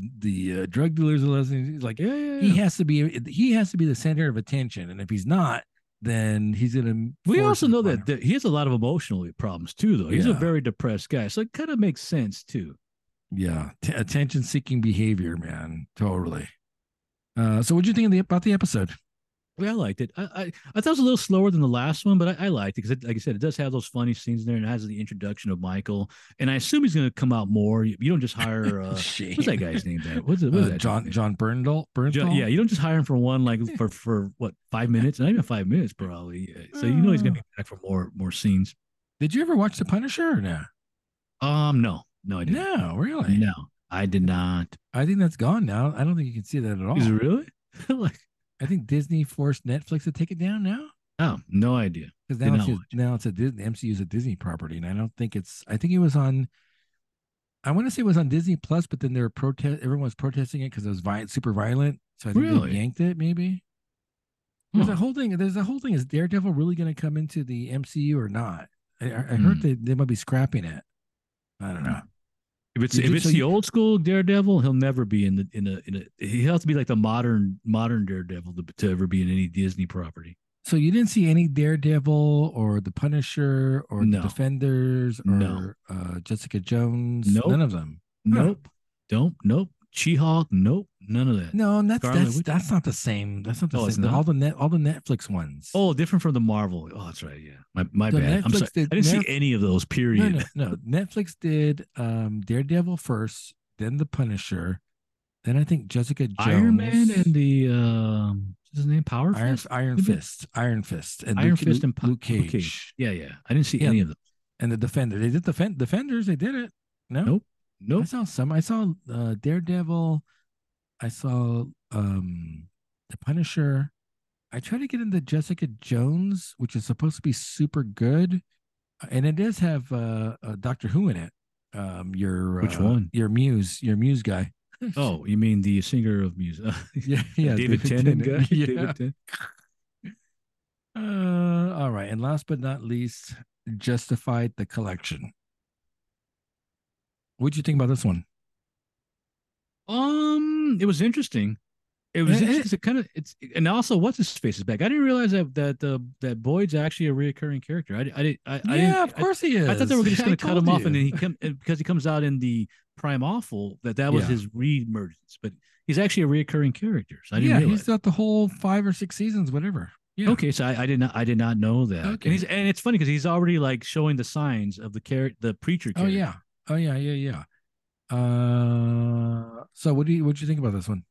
S1: the uh, drug dealers a lesson. He's like,
S2: Yeah, yeah.
S1: he has to be he has to be the center of attention and if he's not then he's gonna
S2: We
S1: force
S2: also
S1: it
S2: know
S1: upon
S2: that, that he has a lot of emotional problems too, though. He's a
S1: Yeah.
S2: very depressed guy, so it kind of makes sense too.
S1: him. yeah T- attention seeking behavior man totally uh so what do you think of the, about the episode
S2: Yeah, I liked it. I, I I thought it was a little slower than the last one, but I, I liked it because, like I said, it does have those funny scenes in there, and it has the introduction of Michael. And I assume he's going to come out more. You, you don't just
S1: *laughs*
S2: hire *laughs* uh,
S1: Shame.
S2: what's that guy's name? There, what's, it, what's
S1: Uh,
S2: that
S1: john
S2: guy's
S1: john Berndahl,
S2: name?
S1: Bernthal?
S2: Jo- yeah, you don't just hire him for one like for for what five minutes, not even five minutes probably. So you know he's going to be back for more more scenes.
S1: did you ever watch the punisher or no
S2: Um, no, no, I didn't.
S1: no
S2: No,
S1: really
S2: I did not.
S1: i think that's gone now i don't think you can see that at all
S2: Is it really? *laughs* like,
S1: i think disney forced netflix to take it down now
S2: oh, no idea.
S1: because
S2: Did
S1: now,
S2: not
S1: it's a-
S2: watch
S1: now it's a Disney, MCU is a Disney property, and I don't think it's. I think it was on. I want to say it was on Disney Plus, but then they were protest. Everyone was protesting it because it was violent, super violent. So I think
S2: Really?
S1: they yanked it. Maybe there's
S2: Huh.
S1: a whole thing. There's a whole thing. Is Daredevil really going to come into the MCU or not? I, I I heard
S2: Hmm.
S1: they, they might be scrapping it. I don't know.
S2: If it's
S1: You
S2: if
S1: did-
S2: it's
S1: so
S2: the
S1: you-
S2: old school Daredevil, he'll never be in the in a in a. He'll have to be like the modern modern Daredevil to, to ever be in any Disney property.
S1: So you didn't see any Daredevil or the Punisher or
S2: No.
S1: the Defenders or
S2: No.
S1: uh, Jessica Jones.
S2: Nope.
S1: None of them. Huh.
S2: Nope, don't nope. She Hulk, nope, none of that.
S1: No, and that's
S2: Scarlet
S1: that's
S2: Witch.
S1: that's not the same. That's not the
S2: Oh, it's
S1: same. The-
S2: not?
S1: All the net, all the Netflix ones.
S2: Oh, different from the Marvel. Oh, that's right. Yeah, my my
S1: The
S2: bad. I'm
S1: Netflix
S2: sorry. I
S1: did-
S2: didn't
S1: Netf-
S2: see any of those.
S1: no,
S2: Period.
S1: no, no. Netflix did um, Daredevil first, then the Punisher, then I think Jessica Jones,
S2: Iron Man and the um, what's his name Power
S1: Iron
S2: Fist.
S1: Iron
S2: Did they-
S1: Fist, Iron Fist, and
S2: Iron
S1: Luke,
S2: Fist and
S1: Luke,
S2: Pa-
S1: Luke
S2: Luke
S1: Cage,
S2: Cage. Yeah, yeah. I didn't see
S1: Yeah.
S2: any of them.
S1: and the Defender. They did defend Defenders. They did it. No,
S2: Nope.
S1: I
S2: Nope.
S1: saw some. I saw uh, Daredevil. I saw um, the Punisher. I tried to get into Jessica Jones, which is supposed to be super good, uh, and it does have uh, uh, Doctor Who in it. Um, your
S2: Which
S1: uh,
S2: one?
S1: Your muse, your muse guy. *laughs*
S2: Oh, you mean the singer of music? *laughs*
S1: yeah, yeah,
S2: David Tennant guy.
S1: *laughs*
S2: *laughs*
S1: Yeah.
S2: David Tennant.
S1: Uh, all right, and last but not least, justified the collection. What'd you think about this one?
S2: Um, it was interesting. It was
S1: Eh, eh.
S2: interesting 'cause it kind of it's and also what's his face is back. I didn't realize that that uh, that Boyd's actually a reoccurring character. I di- I didn't I, I didn't,
S1: yeah, of
S2: I-
S1: course he is.
S2: I, thought they were
S1: *laughs*
S2: just
S1: I
S2: going to cut
S1: told
S2: him off and
S1: you.
S2: then he come and because he comes out in the Prime Awful that that was
S1: Yeah.
S2: his re-emergence, but he's actually a reoccurring character. So I didn't
S1: yeah,
S2: realize.
S1: he's got the whole five or six seasons, whatever. Yeah.
S2: Okay, so I, I did not I did not know that.
S1: Okay.
S2: And he's and it's funny because he's already like showing the signs of the character the preacher
S1: Oh
S2: character.
S1: yeah. Oh yeah. Yeah. Yeah. Uh. So what do you what do you think about this one?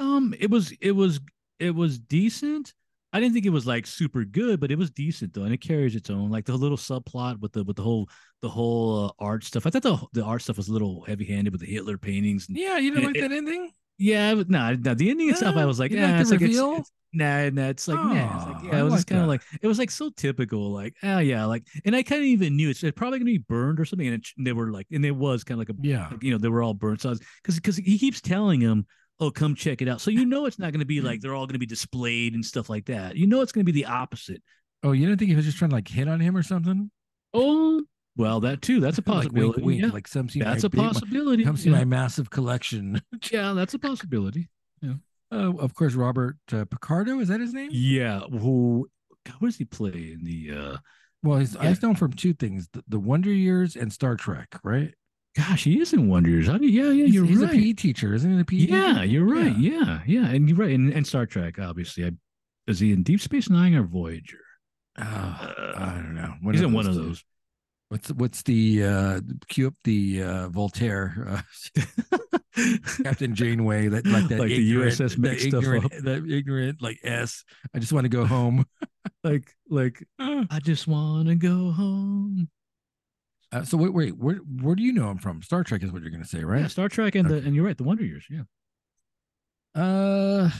S2: Um, it was it was it was decent. I didn't think it was like super good, but it was decent though, and it carries its own. Like the little subplot with the with the whole the whole uh, art stuff. I thought the the art stuff was a little heavy handed with the Hitler paintings. And,
S1: Yeah, you didn't
S2: It-
S1: like that ending?
S2: yeah, but nah, nah, the ending itself, I
S1: Uh,
S2: was like,
S1: you
S2: nah,
S1: didn't like
S2: it's
S1: the
S2: like it's,
S1: reveal?
S2: it's- nah, nah, it's like, nah, it's
S1: Aw,
S2: like, yeah,
S1: I
S2: it was
S1: like
S2: just kind
S1: that.
S2: of like it was like so typical, like, oh yeah, like, and I kind of even knew it's, it's probably gonna be burned or something, and, it, they were like, and it was kind of like a
S1: Yeah.
S2: like, you know they were all burnt so because because he keeps telling him oh come check it out so you know it's not going to be
S1: Mm-hmm.
S2: like they're all going to be displayed and stuff like that you know it's going to be the opposite
S1: Oh, you didn't think he was just trying to like hit on him or something?
S2: oh well that too that's a
S1: Like
S2: possibility
S1: wink, wink.
S2: yeah.
S1: Like some see
S2: that's
S1: my
S2: a
S1: big- my-
S2: possibility
S1: Come see
S2: yeah.
S1: my massive collection. *laughs*
S2: Yeah, that's a possibility
S1: Uh, of course, Robert uh, Picardo is that his name?
S2: yeah who God, what does he play in the uh
S1: Well, he's, I
S2: Yeah.
S1: just know him from two things: the, the Wonder Years and Star Trek. Right?
S2: gosh he is in wonder years how do you yeah yeah
S1: He's-
S2: you're
S1: he's,
S2: right
S1: a PE teacher, isn't he? A PE
S2: yeah
S1: teacher?
S2: you're right yeah. yeah and you're right and, and star trek obviously I, is he in deep space nine or voyager
S1: Oh, I don't know. One
S2: he's in one of
S1: two.
S2: those
S1: What's what's the uh cue up the uh Voltaire uh, *laughs* Captain Janeway that like that
S2: Like the
S1: ignorant,
S2: USS
S1: that
S2: mixed stuff
S1: ignorant,
S2: up.
S1: that ignorant like S. I just want to go home. *laughs*
S2: like like
S1: Uh,
S2: I just want to go home.
S1: so wait, wait, where where do you know him from? Star Trek is what you're gonna say,
S2: Right, yeah,
S1: right?
S2: Star Trek and
S1: Okay.
S2: the and you're right, the Wonder Years. Yeah,
S1: Uh,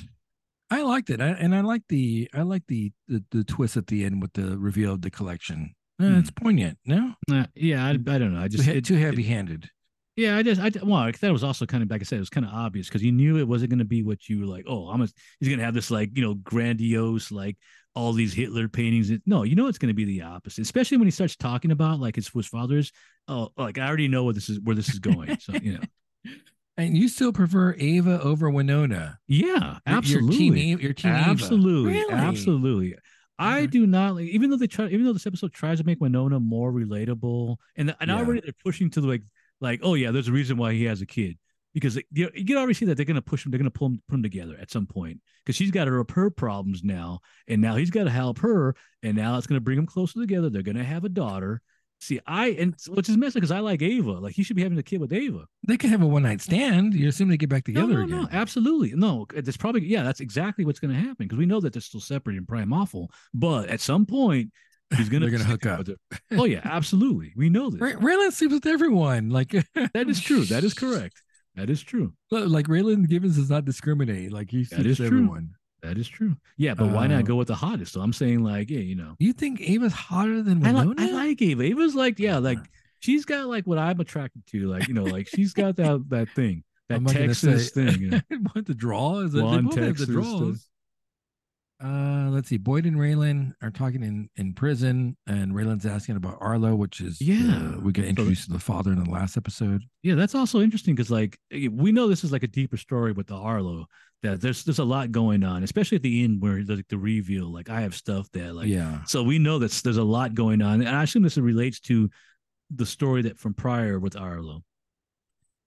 S1: I liked it, I, and I like the I like the, the the twist at the end with the reveal of the collection. Uh, It's poignant. No,
S2: Nah, yeah. I, I don't know. I
S1: just *laughs*
S2: Hmm. just
S1: too,
S2: it- it-
S1: heavy handed.
S2: yeah, I just I well, I- that was also kind of like I said, it was kind of obvious because you knew it wasn't going to be what you were like. Oh, I'm a, he's going to have this like you know grandiose like all these Hitler paintings. It- No, you know it's going to be the opposite, especially when he starts talking about like his his father's. Oh, like I already know where this is where this is going. So you know,
S1: And you still prefer Ava over Winona?
S2: yeah,
S1: *laughs* Your-
S2: absolutely.
S1: Your team, Ava- your team Ava.
S2: Absolutely,
S1: Really?
S2: absolutely. I
S1: Okay.
S2: do not like, even though they try, even though this episode tries to make Winona more relatable, and and
S1: Yeah.
S2: already they're pushing to like, like, oh yeah, there's a reason why he has a kid because they- you, you can already see that they're gonna push him, they're gonna pull him, put him together at some point because she's got her her problems now, and now he's got to help her, and now it's gonna bring them closer together. They're gonna have a daughter. See, I and which is messy because I like Ava, like he should be having a kid with Ava.
S1: They could have a one night stand. You assume they get back
S2: No,
S1: together
S2: no,
S1: again.
S2: no, absolutely. No, that's probably, yeah, that's exactly what's going to happen because we know that they're still separate in Prime Awful, but at some point, he's
S1: *laughs*
S2: going
S1: They're gonna
S2: *laughs*
S1: hook up.
S2: Oh, yeah, absolutely. We know this.
S1: Ray- Raylan sleeps with everyone. Like *laughs*
S2: That is true. That *laughs* is correct. That is true.
S1: Look, Like Raylan Givens does not discriminate. Like he sleeps
S2: is
S1: with
S2: true.
S1: everyone.
S2: That is true. Yeah, but why not
S1: Um,
S2: go with the hottest? So I'm saying, like, yeah, you know,
S1: You think Ava's hotter than
S2: I
S1: Winona? *laughs*
S2: like, I like Ava. Ava's like, yeah, like, she's got like what I'm attracted to, like you know, like she's got that that thing,
S1: *laughs*
S2: that
S1: I'm not gonna say-
S2: Texas thing, you *laughs* know,
S1: what the draw is?
S2: blonde
S1: they both have the
S2: Texas thing.
S1: draws. Uh, let's see. Boyd and Raylan are talking in, in prison, and Raylan's asking about Arlo, which is the-
S2: Yeah.
S1: we got
S2: So-
S1: introduced to the father in the last episode.
S2: Yeah, that's also interesting because like we know this is like a deeper story with the Arlo that there's there's a lot going on, especially at the end where like the reveal, like I have stuff that like
S1: yeah,
S2: so we know that there's a lot going on, and I assume this relates to the story that from prior with Arlo.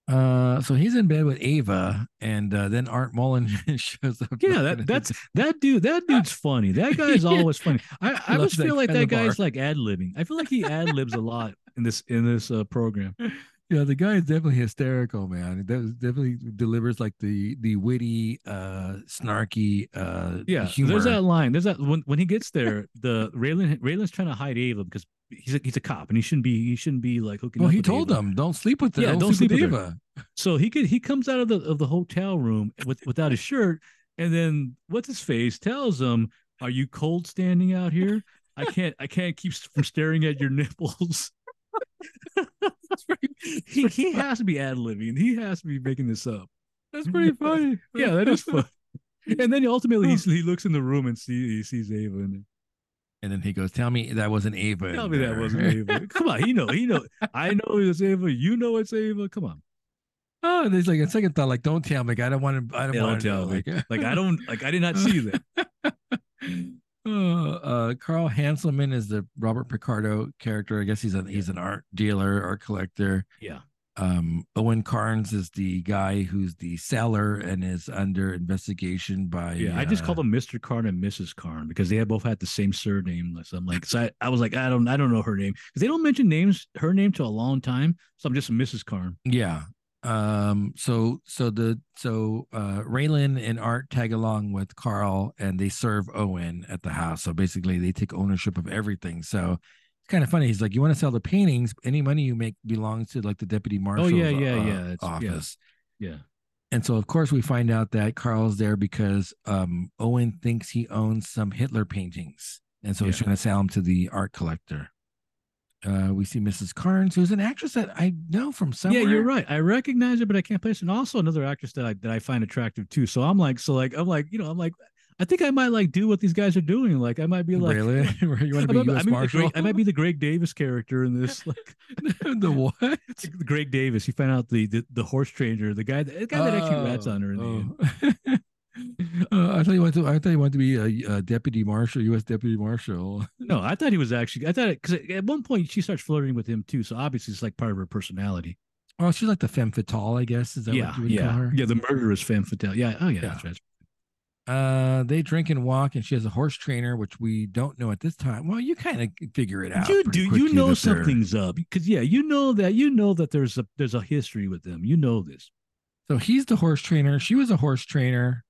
S1: Uh, so he's in bed with Ava, and uh, then Art Mullen *laughs* shows up.
S2: Yeah,
S1: knocking *laughs*
S2: that
S1: at
S2: that's that dude. That dude's funny. That guy is
S1: Yeah.
S2: always funny. I
S1: He
S2: I always
S1: loves that
S2: feel like
S1: guy in
S2: that
S1: the bar.
S2: guy's like ad libbing. I feel like he ad libs a lot in this in this uh, program.
S1: the, yeah. The guy is definitely hysterical, man. That was definitely delivers like the the witty, uh, snarky, uh,
S2: Yeah,
S1: humor.
S2: there's that line. There's that when when he gets there, the Raylan Raylan's trying to hide Ava because he's a, he's a cop and he shouldn't be he shouldn't be like hooking
S1: well,
S2: up.
S1: he
S2: with
S1: told
S2: Ava.
S1: them, "Don't sleep with her.
S2: Yeah,
S1: don't, sleep with
S2: her."
S1: Ava."
S2: So he could he comes out of the of the hotel room with without his shirt, and then what's his face tells him, "Are you cold standing out here? I can't I can't keep s- from staring at your nipples." *laughs* he he has to be ad libbing. He has to be making this up.
S1: That's *laughs* pretty funny.
S2: Yeah, that is fun. And then ultimately he, s- he looks in the room and see he sees Ava in there.
S1: And then he goes, "Tell me that wasn't Ava." in
S2: Tell me that
S1: there." *laughs*
S2: wasn't Ava. Come on, he know, he know. I know it's Ava. You know it's Ava. Come on.
S1: Oh, there's like a second thought, like, "Don't tell me. like, I don't want to. I don't
S2: Yeah,
S1: want
S2: don't
S1: to know."
S2: tell me.
S1: Like, *laughs*
S2: Like I don't like I did not see that.
S1: Uh, uh, Carl Hanselman is the Robert Picardo character. I guess he's an he's an art dealer, art collector.
S2: Yeah.
S1: Um, Owen Carnes is the guy who's the seller and is under investigation by. uh,
S2: Yeah, I just called them Mr. Karn and Mrs. Karn because they had both had the same surname. So I'm like, so I, I was like, I don't, I don't know her name because they don't mention names, her name to a long time. So I'm just Mrs. Karn.
S1: Yeah. Um. So so the so uh Raylan and Art tag along with Carl and they serve Owen at the house. So basically, they take ownership of everything. So it's kind of funny. He's like, "You want to sell the paintings? Any money you make belongs to like the deputy marshal's
S2: Oh, yeah, yeah,
S1: uh,
S2: yeah, it's- yeah.
S1: office."
S2: Yeah,
S1: And so, of course, we find out that Carl's there because um, Owen thinks he owns some Hitler paintings. And so he's
S2: Yeah.
S1: trying to sell them to the art collector. Uh, we see Mrs. Carnes, who's an actress that I know from somewhere.
S2: yeah, you're right. I recognize her, but I can't place her. And also another actress that I that I find attractive too. So I'm like, so like I'm like, you know, I'm like, I think I might like do what these guys are doing. Like I might be like, *laughs*
S1: really? *laughs* you want to
S2: I
S1: be
S2: might be- I
S1: U.S.
S2: might be the
S1: Marshal?
S2: Greg- I might be the Greg Davis character in *laughs* this. Like
S1: the what?
S2: Greg Davis, you find out the the, the horse trader, the guy that the guy
S1: *laughs*
S2: that actually rats
S1: Oh,
S2: on her in the end.
S1: oh. *laughs* Uh, I thought you wanted to. I thought you wanted to be a, a deputy marshal, U.S. deputy marshal.
S2: No, I thought he was actually. I thought because at one point she starts flirting with him too. So obviously it's like part of her personality.
S1: Oh, she's like the femme fatale, I guess. Is that
S2: yeah,
S1: what you would
S2: yeah,
S1: call her?
S2: yeah. The murderous femme fatale. Yeah. Oh yeah.
S1: Yeah.
S2: That's right.
S1: Uh, they drink and walk, and she has a horse trainer, which we don't know at this time. Well, you kind of figure it out.
S2: You
S1: pretty
S2: do. You
S1: quickly
S2: know
S1: that they're-
S2: something's up because yeah, you know that you know that there's a there's a history with them. You know this.
S1: So he's the horse trainer. She was a horse trainer,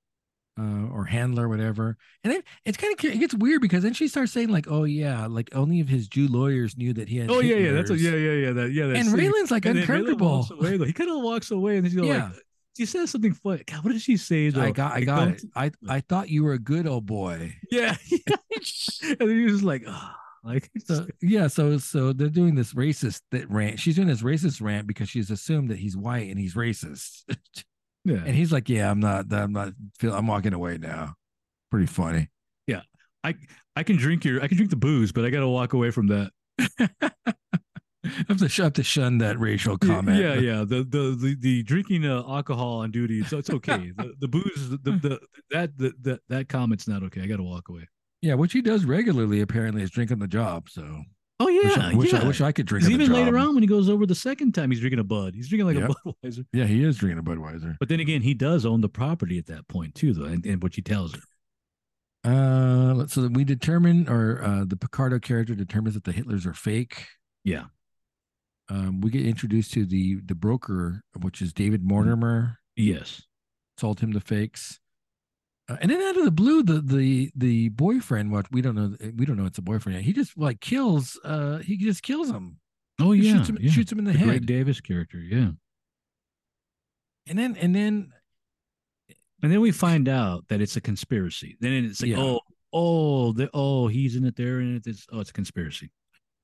S1: uh, or handler, whatever. And then it's kind of it gets weird because then she starts saying like, "Oh yeah, like only of his Jew lawyers knew that he had."
S2: Oh yeah, yeah. That's a,
S1: Hitlers."
S2: yeah, yeah, yeah. That yeah. That
S1: And
S2: scene.
S1: Raylan's like
S2: And then Raylan
S1: uncomfortable.
S2: walks away, though. He kind of walks away and he's like,
S1: Yeah.
S2: she says something funny. God, what did she say? Though?
S1: I got, I
S2: Like,
S1: got
S2: don't-
S1: it. I, I thought you were a good old boy.
S2: *laughs* Yeah. *laughs* and then he was like, oh, like
S1: So yeah, so so they're doing this racist that rant. She's doing this racist rant because she's assumed that he's white and he's racist. *laughs*
S2: yeah.
S1: And he's like, "Yeah, I'm not. I'm not. Feel, I'm walking away now." Pretty funny. *laughs*
S2: I can drink your I can drink the booze, but I gotta walk away from that.
S1: I have to, sh- I have to shun that racial
S2: Y-
S1: comment.
S2: Yeah, yeah. The the the, the drinking uh, alcohol on duty, so it's okay. the, the booze, the, the, the that the, the, that comment's not okay. I gotta walk away.
S1: yeah. Which he does regularly, apparently, is drinking the job. So
S2: Oh
S1: wish, I, wish, I wish I could drink. on the
S2: even later
S1: job.
S2: on when he goes over the second time, he's drinking a bud. He's drinking like
S1: Yep.
S2: a Budweiser.
S1: Yeah, he is drinking a Budweiser.
S2: But then again, he does own the property at that point too, though, and, and what she tells her.
S1: Uh, let's- so we determine, or uh, the Picardo character determines that the Hitlers are fake.
S2: Yeah.
S1: Um, we get introduced to the the broker, which is David
S2: Mm-hmm.
S1: Mortimer.
S2: Yes.
S1: Sold him the fakes. Uh, and then out of the blue, the the the boyfriend, what we don't know, we don't know it's a boyfriend yet. He just like kills. Uh, he just kills him.
S2: Oh
S1: He
S2: yeah.
S1: shoots him,
S2: yeah.
S1: shoots him in the,
S2: the Greg
S1: head.
S2: Davis character, yeah.
S1: And then and then
S2: And then we find out that it's a conspiracy. Then it's like,
S1: Yeah.
S2: oh, oh, the, oh, he's in it, they're in it. It's, oh, it's a conspiracy.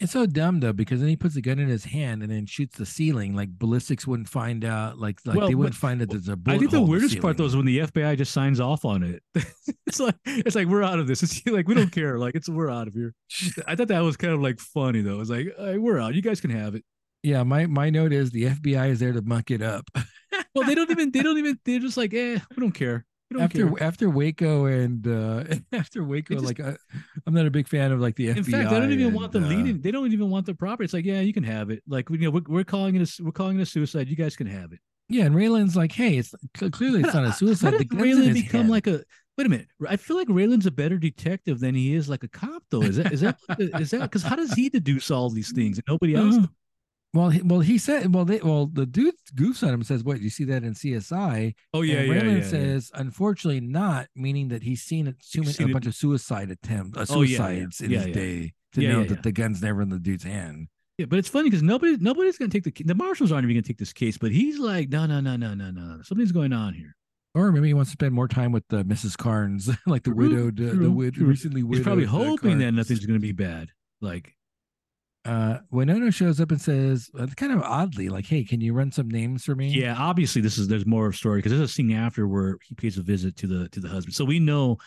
S1: It's so dumb though, because then he puts a gun in his hand and then shoots the ceiling. Like ballistics wouldn't find out. Like like
S2: Well,
S1: they wouldn't
S2: but-
S1: find that there's a bullet.
S2: I think the
S1: hole in
S2: weirdest part though
S1: ceiling.
S2: is when the FBI just signs off on it. *laughs* it's like it's like we're out of this. *laughs* It's like we don't care. Like it's we're out of here. I thought that was kind of like funny though. It's like all right, we're out. You guys can have it.
S1: Yeah, my my note is the FBI is there to muck it up.
S2: Well, they don't even. They don't even. They're just like, eh, we don't care. We don't
S1: after
S2: care.
S1: after Waco and uh *laughs* after Waco,
S2: just-
S1: like I, I'm not a big fan of like the FBI.
S2: In fact, I don't even want them
S1: and, uh,
S2: leading. They don't even want the property. It's like, yeah, you can have it. Like, you know, we're, we're calling it a we're calling it a suicide. You guys can have it.
S1: Yeah, and Raylan's like, hey, it's cl- clearly it's
S2: But
S1: not a
S2: How
S1: suicide. The
S2: did
S1: gun's in
S2: Raylan
S1: his
S2: become
S1: hand.
S2: like a? Wait a minute. I feel like Raylan's a better detective than he is like a cop, though. Is that is that is that because how does he deduce all these things and nobody else?
S1: Uh, well, he, well, he said, well, they, well, the dude goofs on him and says, "What? You see that in CSI?"
S2: *laughs* Oh yeah,
S1: and
S2: yeah,
S1: Raylan
S2: yeah, yeah.
S1: says, "Unfortunately, not," meaning that he's seen a, too
S2: He's
S1: many,
S2: seen
S1: a
S2: it-
S1: bunch of suicide attempts, uh,
S2: Oh, yeah, yeah.
S1: suicides in
S2: Yeah,
S1: his
S2: yeah.
S1: day to
S2: Yeah,
S1: know
S2: yeah,
S1: that
S2: yeah.
S1: the gun's never in the dude's hand.
S2: Yeah, but it's funny because nobody nobody's gonna take the ca- the marshals aren't even gonna take this case, but he's like, no, no, no, no, no, no, something's going on here.
S1: Or maybe he wants to spend more time with uh, Mrs. Carnes, *laughs* like the
S2: True,
S1: widowed, uh, the
S2: true,
S1: wid-
S2: true.
S1: recently widowed.
S2: He's probably
S1: uh,
S2: hoping that
S1: Carnes.
S2: nothing's gonna be bad. Like,
S1: Uh, Winona shows up and says, uh, kind of oddly, like, "Hey, can you run some names for me?"
S2: yeah, obviously this is there's more of a story because there's a scene after where he pays a visit to the to the husband, so we know.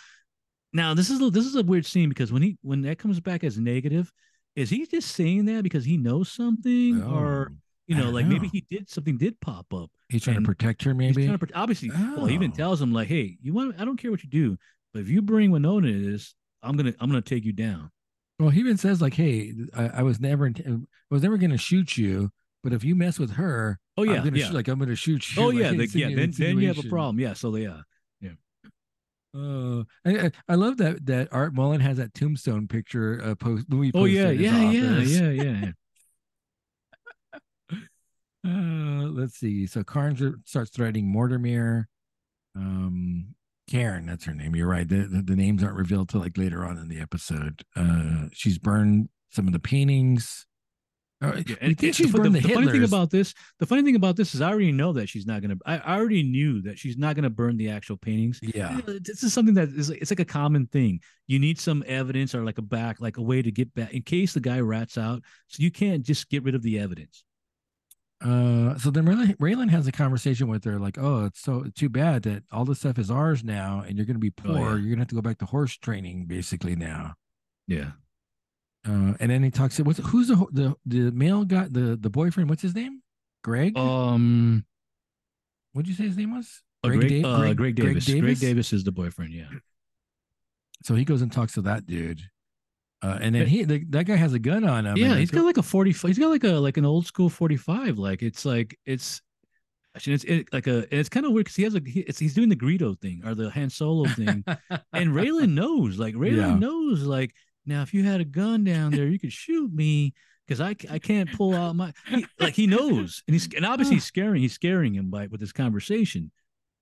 S2: Now this is a- this is a weird scene because when he when that comes back as negative, is he just saying that because he knows something or
S1: Oh,
S2: you
S1: I
S2: know
S1: don't
S2: like maybe
S1: know.
S2: he did something did pop up
S1: he's trying
S2: and
S1: to protect her,
S2: He's
S1: maybe.
S2: trying to protect- obviously, well, he even
S1: Oh.
S2: tells him like, "Hey, you want? I don't care what you do, but if you bring Winona to this, I'm gonna I'm gonna take you down."
S1: Well, he even says like, "Hey, I, I was never, int- I was never going to shoot you, but if you mess with her,
S2: Oh yeah,
S1: I'm gonna
S2: yeah.
S1: shoot, like I'm going to shoot you."
S2: oh
S1: like,
S2: yeah,
S1: an
S2: like, yeah. Then then you have a
S1: insinuation.
S2: problem. Yeah. So yeah,
S1: Uh, I, I- I love that that Art Mullen has that tombstone picture uh, post. Louis
S2: Oh
S1: posted
S2: yeah,
S1: in his
S2: yeah, yeah,
S1: office.
S2: yeah,
S1: *laughs*
S2: yeah, yeah.
S1: Uh, let's see. So Carnes r- starts threatening Mortimer. Um, Karen, that's her name. You're right. The, the, the names aren't revealed till like later on in the episode. Uh, she's burned some of the paintings. Uh,
S2: Yeah,
S1: we
S2: and-
S1: think
S2: and
S1: she's
S2: fu-
S1: burned the,
S2: the funny thing
S1: Hitlers.
S2: about this, the funny thing about this is, I already know that she's not gonna. I I already knew that she's not gonna burn the actual paintings.
S1: yeah.
S2: You know, This is something that is it's like a common thing. You need some evidence or like a back, like a way to get back in case the guy rats out. So you can't just get rid of the evidence.
S1: Uh, so then Raylan, Raylan has a conversation with her, like, "Oh, it's so too bad that all this stuff is ours now, and you're going to be
S2: Oh,
S1: poor.
S2: yeah.
S1: You're going to have to go back to horse training, basically now."
S2: Yeah.
S1: Uh, and then he talks to what's who's the ho- the the male guy, the the boyfriend. What's his name? Greg.
S2: Um.
S1: What'd you say his name was?
S2: Uh, Greg,
S1: Da-
S2: uh, Greg, Davis. Greg Davis. is the boyfriend. Yeah.
S1: So he goes and talks to that dude, uh, and then he the, that guy has a gun on him. and
S2: yeah.
S1: they
S2: He's
S1: go-
S2: got like a 45. He's got like a, like an old school 45. Like it's like, it's, actually, it's it, like a, and it's kind of weird because he has a, he, it's, he's doing the Greedo thing or the Han Solo thing.
S1: *laughs*
S2: and Raylan knows, like Raylan
S1: Yeah.
S2: knows, like, now if you had a gun down there, you could shoot me because I, c- I can't pull out my, he- like he knows. And he's,
S1: *sighs*
S2: and obviously he's scaring, he's scaring him by, with this conversation.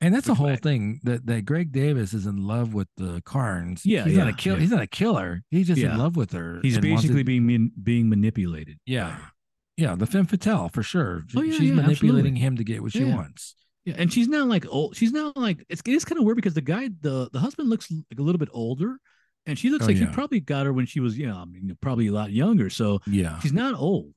S1: and that's the
S2: Which
S1: whole
S2: way?
S1: thing that that Greg Davis is in love with the Carnes.
S2: Yeah,
S1: he's not a
S2: yeah,
S1: kill.
S2: yeah.
S1: He's not a killer. He's just
S2: Yeah.
S1: in love with her.
S2: He's
S1: and wants to-
S2: basically being, man- being manipulated.
S1: yeah, yeah, the femme fatale for sure.
S2: Oh, yeah,
S1: She's
S2: yeah,
S1: manipulating
S2: absolutely.
S1: him to get what she
S2: Yeah.
S1: wants.
S2: Yeah, and she's not like old. She's not like it's. It's kind of weird because the guy, the the husband looks like a little bit older, and she looks
S1: Oh,
S2: like
S1: yeah. Uh-huh.
S2: he probably got her when she was, you know, I mean, probably a lot younger. So
S1: Yeah.
S2: she's not old.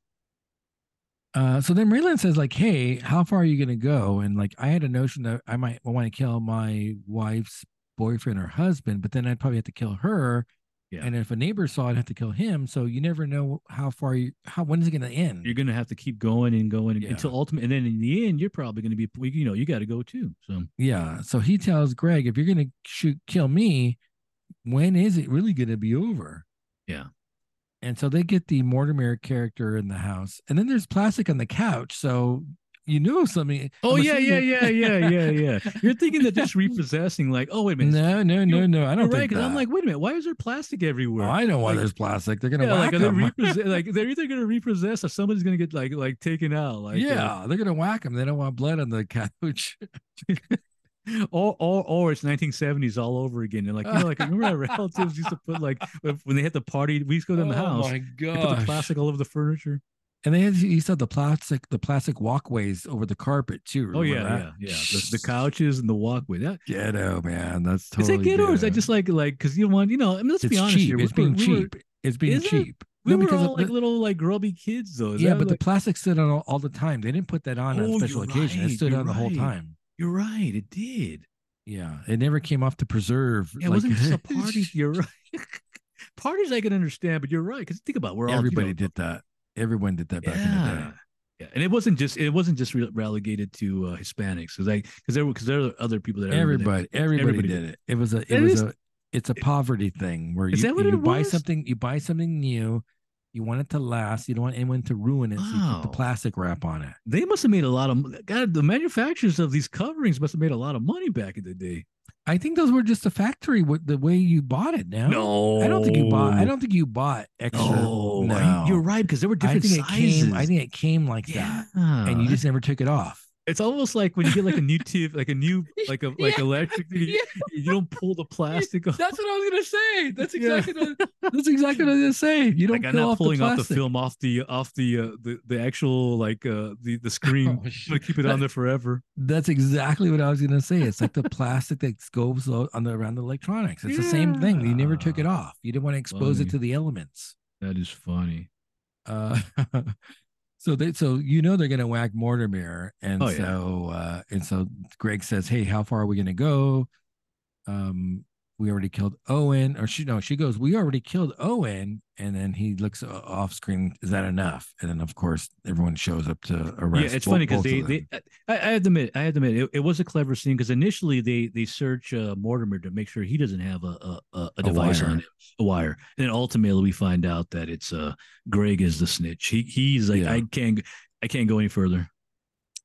S1: Uh, so then Raylan says, like, hey, how far are you gonna go? And like I had a notion that I might want to kill my wife's boyfriend or husband, but then I'd probably have to kill her.
S2: Yeah.
S1: And if a neighbor saw it, I'd have to kill him. So you never know how far you how when is it gonna end?
S2: You're gonna have to keep going and going
S1: Yeah.
S2: until ultimate, and then in the end, you're probably gonna be, you know, you got to go too. So
S1: yeah. So he tells Greg, if you're gonna shoot kill me, when is it really gonna be over?
S2: Yeah.
S1: And so they get the Mortimer character in the house, and then there's plastic on the couch. So you know something.
S2: oh
S1: I'm
S2: yeah, yeah,
S1: assuming-
S2: yeah, yeah, yeah, yeah. *laughs* You're thinking
S1: *laughs*
S2: that just repossessing, like, oh wait a minute,
S1: No, no, no, no. I
S2: you're
S1: don't
S2: right?
S1: think
S2: Because I'm
S1: that.
S2: like, wait a minute, why is there plastic everywhere?
S1: Well, I know why
S2: like-
S1: there's plastic. They're gonna
S2: yeah, like
S1: whack
S2: are they
S1: them.
S2: repossess- like they're either gonna repossess or somebody's gonna get like like taken out. *laughs* Like uh,
S1: yeah, they're gonna whack them. They don't want blood on the *laughs* couch.
S2: or, or or it's 1970s all over again. And like you know, like
S1: *laughs*
S2: remember our relatives used to put like if- when they had the party, we used to go down the house,
S1: Oh my
S2: they put the
S1: god!
S2: plastic all over the furniture.
S1: And they had you saw the plastic, the plastic walkways over the carpet too.
S2: Oh yeah,
S1: remember
S2: yeah,
S1: that?
S2: yeah. The, the couches and the walkway. That
S1: Ghetto man, that's
S2: is
S1: totally.
S2: that ghetto or is that
S1: ghetto.
S2: just like like because you want you know? I mean, let's
S1: It's
S2: be honest
S1: cheap.
S2: here.
S1: it's
S2: we're-
S1: being
S2: we're-
S1: cheap. It's being
S2: Is it?
S1: cheap.
S2: We
S1: No,
S2: were
S1: because
S2: all
S1: of
S2: like
S1: the-
S2: little like grubby kids though. Is
S1: yeah,
S2: that,
S1: but
S2: like-
S1: the plastic stood on all, all the time. They didn't put that on
S2: Oh,
S1: on
S2: you're
S1: special occasion.
S2: right,
S1: It stood
S2: you're
S1: on the whole
S2: right.
S1: time.
S2: you're right. It did.
S1: Yeah, it never came off to preserve.
S2: Yeah, it wasn't
S1: *laughs*
S2: just a party. You're right. *laughs* Parties I can understand, but you're right because think about it, we're all you
S1: Everybody
S2: know,
S1: did that. Everyone did that back in the
S2: yeah.
S1: day.
S2: Yeah, and it wasn't just it wasn't just re- relegated to uh, Hispanics because because there were because there are other people that I remember that-
S1: Everybody, everybody,
S2: everybody
S1: did it. It was a, it
S2: That
S1: was
S2: is-
S1: a, it's a poverty thing where
S2: Is
S1: you,
S2: that what
S1: you
S2: it
S1: buy
S2: was?
S1: something, you buy something new, you want it to last, you don't want anyone to ruin it, so you put
S2: Wow.
S1: the plastic wrap on it.
S2: they must have made a lot of God. The manufacturers of these coverings must have made a lot of money back in the day.
S1: I think those were just a factory with the way you bought it. Now,
S2: No,
S1: I don't think you bought. I don't think you bought extra.
S2: No,
S1: no.
S2: I- you're right because there were
S1: I
S2: Oh, different
S1: think
S2: sizes.
S1: it came. I think it came like that, and you
S2: Yeah. Uh-huh.
S1: just never took it *laughs* off.
S2: it's almost like when you get like a new tube, like
S1: *laughs*
S2: a new, like a like electric. thing, You, you don't pull the plastic off.
S1: That's what I was gonna say. That's
S2: Yeah.
S1: the, *laughs* that's exactly what I was gonna say. You
S2: like I'm not pulling off the film off the off the uh, the the actual like uh the the screen.
S1: Oh,
S2: I'm gonna
S1: shit.
S2: keep it on there forever.
S1: That's exactly what I was gonna say. It's like the *laughs* plastic that goes o- on the around the electronics. It's the same thing. You never took it
S2: Yeah.
S1: off. You didn't want to expose
S2: Funny.
S1: it to the elements.
S2: That is funny.
S1: Uh, *laughs* so they so you know they're gonna whack Mortimer, and
S2: Oh, yeah.
S1: so uh, and so Greg says, "Hey, how far are we gonna go?" Um, we already killed Owen, or she no, she goes, "We already killed Owen," and then he looks o- off screen. Is that enough? And then of course everyone shows up to arrest.
S2: Yeah, it's
S1: bo-
S2: funny because
S1: both of
S2: they,
S1: them.
S2: they I, I have to admit, I have to admit, it, it was a clever scene because initially they they search uh, Mortimer to make sure he doesn't have a a, a, a device
S1: wire.
S2: on him, a wire, and then ultimately we find out that it's uh Greg is the snitch. He he's like
S1: Yeah.
S2: I can't I can't go any further.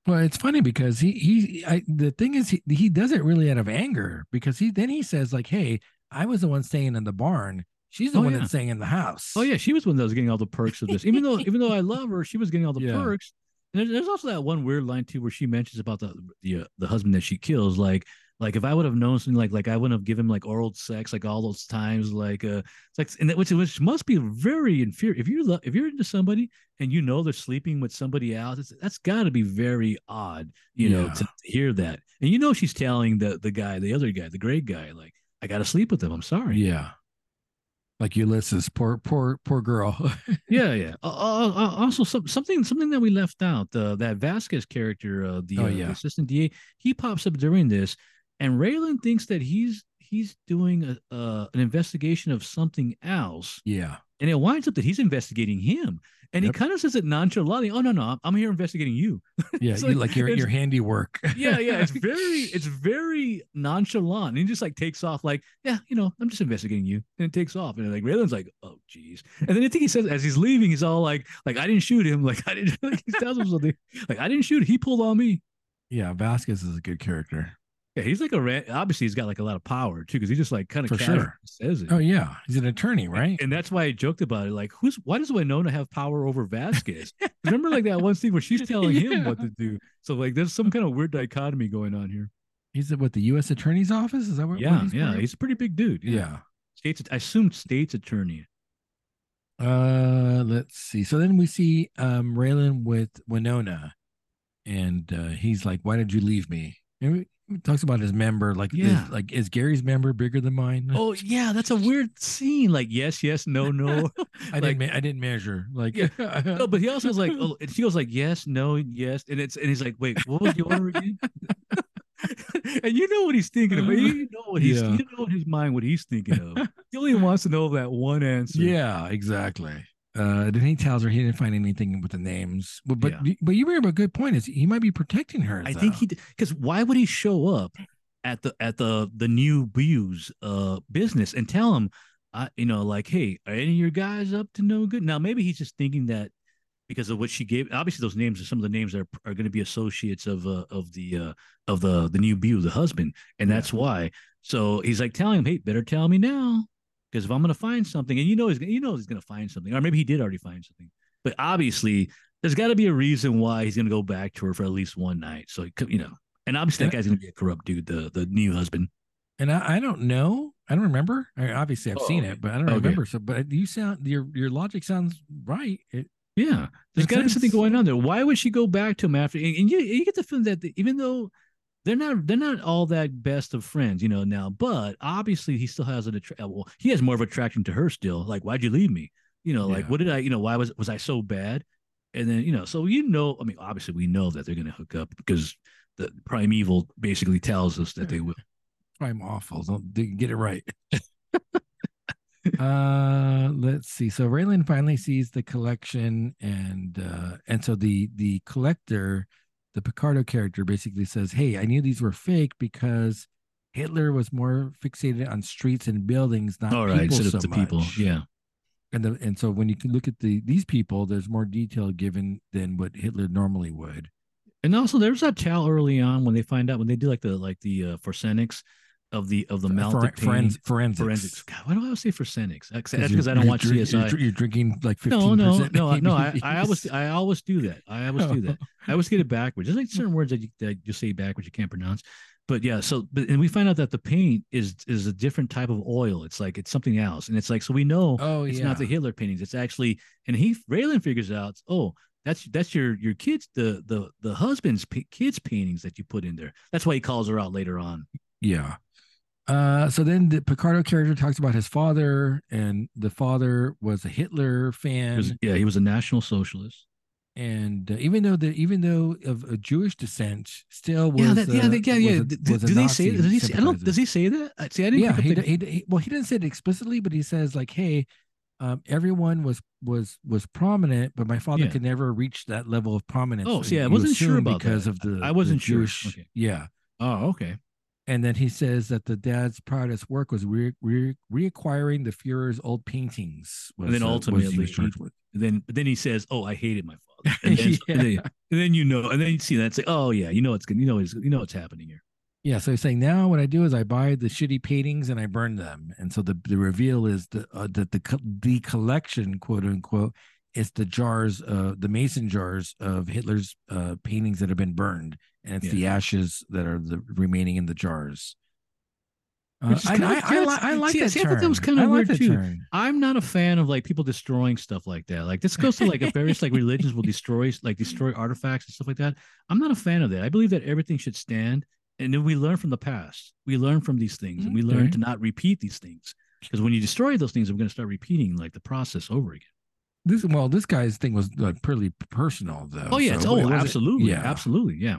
S1: Well, it's funny because he he I, the thing is he, he does it really out of anger because he then he says like, "Hey, I was the one staying in the barn. She's the
S2: Oh,
S1: one
S2: yeah.
S1: that's staying in the house."
S2: Oh yeah, she was one that was getting all the perks of this. Even though
S1: *laughs*
S2: even though I love her, she was getting all the
S1: Yeah.
S2: perks. And there's, there's also that one weird line too where she mentions about the the, uh, the husband that she kills. Like like if I would have known something like like I wouldn't have given him like oral sex like all those times like uh it's like and that, which which must be very inferior if you love if you're into somebody and you know they're sleeping with somebody else it's, that's got to be very odd you know
S1: Yeah.
S2: to, to hear that and you know she's telling the the guy the other guy the great guy like I got to sleep with him I'm sorry
S1: yeah. Like Ulysses, poor poor poor girl. *laughs*
S2: Yeah, yeah. Uh, uh, uh, also, some, something something that we left out. Uh, that Vasquez character, uh, the,
S1: Oh,
S2: uh, the
S1: yeah.
S2: assistant DA, he pops up during this, and Raylan thinks that he's he's doing a, uh, an investigation of something else,
S1: yeah,
S2: and it winds up that he's investigating him, and
S1: Yep.
S2: he kind of says it nonchalantly. Oh no, no, I'm- I'm here investigating you.
S1: yeah.
S2: It's
S1: you- like,
S2: like-
S1: your
S2: it's-
S1: your handiwork.
S2: *laughs* Yeah, yeah. It's very it's very nonchalant, and he just like takes off like yeah, you know, I'm just investigating you, and it takes off, and like Raylan's like oh jeez, and then I think he says as he's leaving, he's all like like I didn't shoot him, *laughs* like I didn't like he tells him something like I didn't shoot, he pulled on me.
S1: *laughs* yeah. Vasquez is a good character.
S2: Yeah, he's like a ran- obviously he's got like a lot of power too because he just like kind of
S1: For
S2: casually
S1: sure.
S2: says it.
S1: Oh yeah, he's an attorney, right?
S2: And that's why I joked about it. Like, who's why does Winona have power over *laughs* Vasquez? Remember, like that one scene where she's telling him what to do. So, like, there's some kind of weird dichotomy going on here.
S1: He's at what the U.S. Attorney's office? Is that what? what
S2: yeah,
S1: he's
S2: yeah,
S1: part of?
S2: he's a pretty big dude.
S1: yeah.
S2: states. I assume
S1: *laughs*
S2: state's attorney.
S1: Uh, let's see. So then we see um Raylan with Winona, and uh, he's like, "Why did you leave me?" And he- he talks about his member, like,
S2: Yeah.
S1: is, like is Gary's member bigger than mine?
S2: Oh yeah, that's a weird scene. Like yes, yes,
S1: *laughs*
S2: no, no.
S1: I didn't,
S2: like-
S1: ma- I didn't measure. Like, *laughs*
S2: Yeah. no, but he also is like, oh, and she goes like yes, no, yes, and it's and he's like, wait, what
S1: *laughs*
S2: was the order again? *laughs* and you know what he's thinking of. You know what he's
S1: Yeah.
S2: you know in his mind what he's thinking of. He only wants to know that one answer.
S1: yeah, exactly. Uh, then he tells her he didn't find anything with the names, but but,
S2: Yeah.
S1: you- but you bring up a good point. Is he might be protecting her?
S2: I think
S1: though.
S2: he because why would he show up at the at the the new Buse uh business and tell him, I you know like hey are any of your guys up to no good? Now maybe he's just thinking that because of what she gave. Obviously those names are some of the names that are, are going to be associates of uh, of the uh, of the the new Buse the husband, and
S1: Yeah.
S2: that's why. So he's like telling him, hey, better tell me now because if I'm going to find something, and you know he's you know he's going to find something, or maybe he did already find something, but obviously there's got to be a reason why he's going to go back to her for at least one night. So he could, you know, and obviously that guy's going to be a corrupt dude, the the new husband.
S1: and I, I don't know. I don't remember. I mean, obviously, I've
S2: Oh,
S1: seen
S2: okay.
S1: it, but I don't
S2: Okay.
S1: remember. So, but you sound your your logic sounds right. It,
S2: Yeah,
S1: Makes
S2: there's got to be something
S1: sense.
S2: going on there. Why would she go back to him after? And, and you you get the feeling that the, even though they're not they're not all that best of friends, you know, uh, now, but obviously he still has an attraction. Well, he has more of attraction to her still. Like, why'd you leave me? you know like
S1: Yeah.
S2: what did i you know why was was i so bad and then you know so you know i mean obviously we know that they're going to hook up because the primeval basically tells us that they will
S1: I'm awful. Don't d- get it
S2: *laughs*
S1: right. *laughs* uh let's see. So Raylan finally sees the collection and uh and so the the collector, the Picardo character basically says, "Hey, I knew these were fake because Hitler was more fixated on streets and buildings, not
S2: all right
S1: people
S2: instead
S1: so
S2: of the people
S1: much."
S2: yeah
S1: And the, and so when you can look at the these people, there's more detail given than what Hitler normally would.
S2: and also there's that tell early on when they find out when they do like the like the uh forensics of the of the
S1: Fore-
S2: melted
S1: forens-
S2: paintings.
S1: Uh, forensics.
S2: forensics. God, why do I always say forensics?
S1: Because
S2: That's that's because
S1: you're-
S2: I don't
S1: you're
S2: watch
S1: drink- you're
S2: CSI.
S1: dr- You're, drinking like 15%.
S2: no, no, no, I- no. I, I
S1: *laughs*
S2: always oh,
S1: maybe.
S2: I always do that. I always
S1: *laughs*
S2: do that. I always get it backwards. There's like certain words that you that you say backwards you can't pronounce. But yeah, so but and we find out that the paint is is a different type of oil. It's like it's something else, and it's like so we know
S1: Oh,
S2: it's
S1: yeah.
S2: not the Hitler paintings. It's actually and he Raylan figures out oh. That's that's your your kids the the the husband's p- kids paintings that you put in there. That's why he calls her out later on.
S1: yeah. Uh, so then the Picardo character talks about his father, and the father was a Hitler fan.
S2: He was- yeah, he was a national socialist.
S1: and uh, even though the even though of a Jewish descent, still was
S2: yeah, that, yeah,
S1: a-
S2: they, yeah,
S1: was
S2: yeah.
S1: a-
S2: D-
S1: was a
S2: do they say?
S1: Nazi
S2: Does he? Say, I don't.
S1: sympathizer.
S2: Does he say that? I- See, I didn't.
S1: yeah,
S2: pick
S1: he,
S2: up
S1: d
S2: the,
S1: he, d- he- well, he didn't say it explicitly, but he says like, "Hey, um, everyone was was was prominent, but my father
S2: Yeah.
S1: could never reach that level of prominence."
S2: Oh,
S1: so
S2: see, I
S1: you
S2: wasn't sure
S1: assume
S2: about
S1: because
S2: that.
S1: of the
S2: I
S1: the
S2: wasn't sure.
S1: Jewish,
S2: Okay.
S1: yeah.
S2: oh, okay.
S1: And then he says that the dad's proudest work was re- re- reacquiring the Führer's old paintings. Was,
S2: And then
S1: uh, was he was
S2: ultimately he-
S1: charged with.
S2: And then, but then he says, "Oh, I hated my *laughs* father." And then, and then, and then you know, and then you see that. Say, "Oh yeah, you know it's good. You know it's you know it's happening here."
S1: Yeah, so he's saying now what I do is I buy the shitty paintings and I burn them, and so the, the reveal is the, uh, that the co- the collection, quote unquote, is the jars, uh, the mason jars of Hitler's uh, paintings that have been burned, and it's
S2: Yeah.
S1: the ashes that are the remaining in the jars. Uh,
S2: Which is
S1: I,
S2: kinda-
S1: I, I,
S2: yeah,
S1: li- I like
S2: see,
S1: that
S2: see, I
S1: term.
S2: thought that was kinda
S1: I like
S2: weird
S1: that
S2: too.
S1: term.
S2: I'm not a fan of like people destroying stuff like that. Like this goes to like if various like religions will destroy like destroy artifacts and stuff like that. I'm not a fan of that. I believe that everything should stand, and then we learn from the past. We learn from these things, and we learn
S1: Okay.
S2: to not repeat these things. Because when you destroy those things, we're going to start repeating like the process over again.
S1: This well, this guy's thing was like purely personal though.
S2: Oh yeah,
S1: so
S2: it's,
S1: it
S2: oh
S1: wasn't-
S2: absolutely,
S1: yeah.
S2: absolutely, yeah.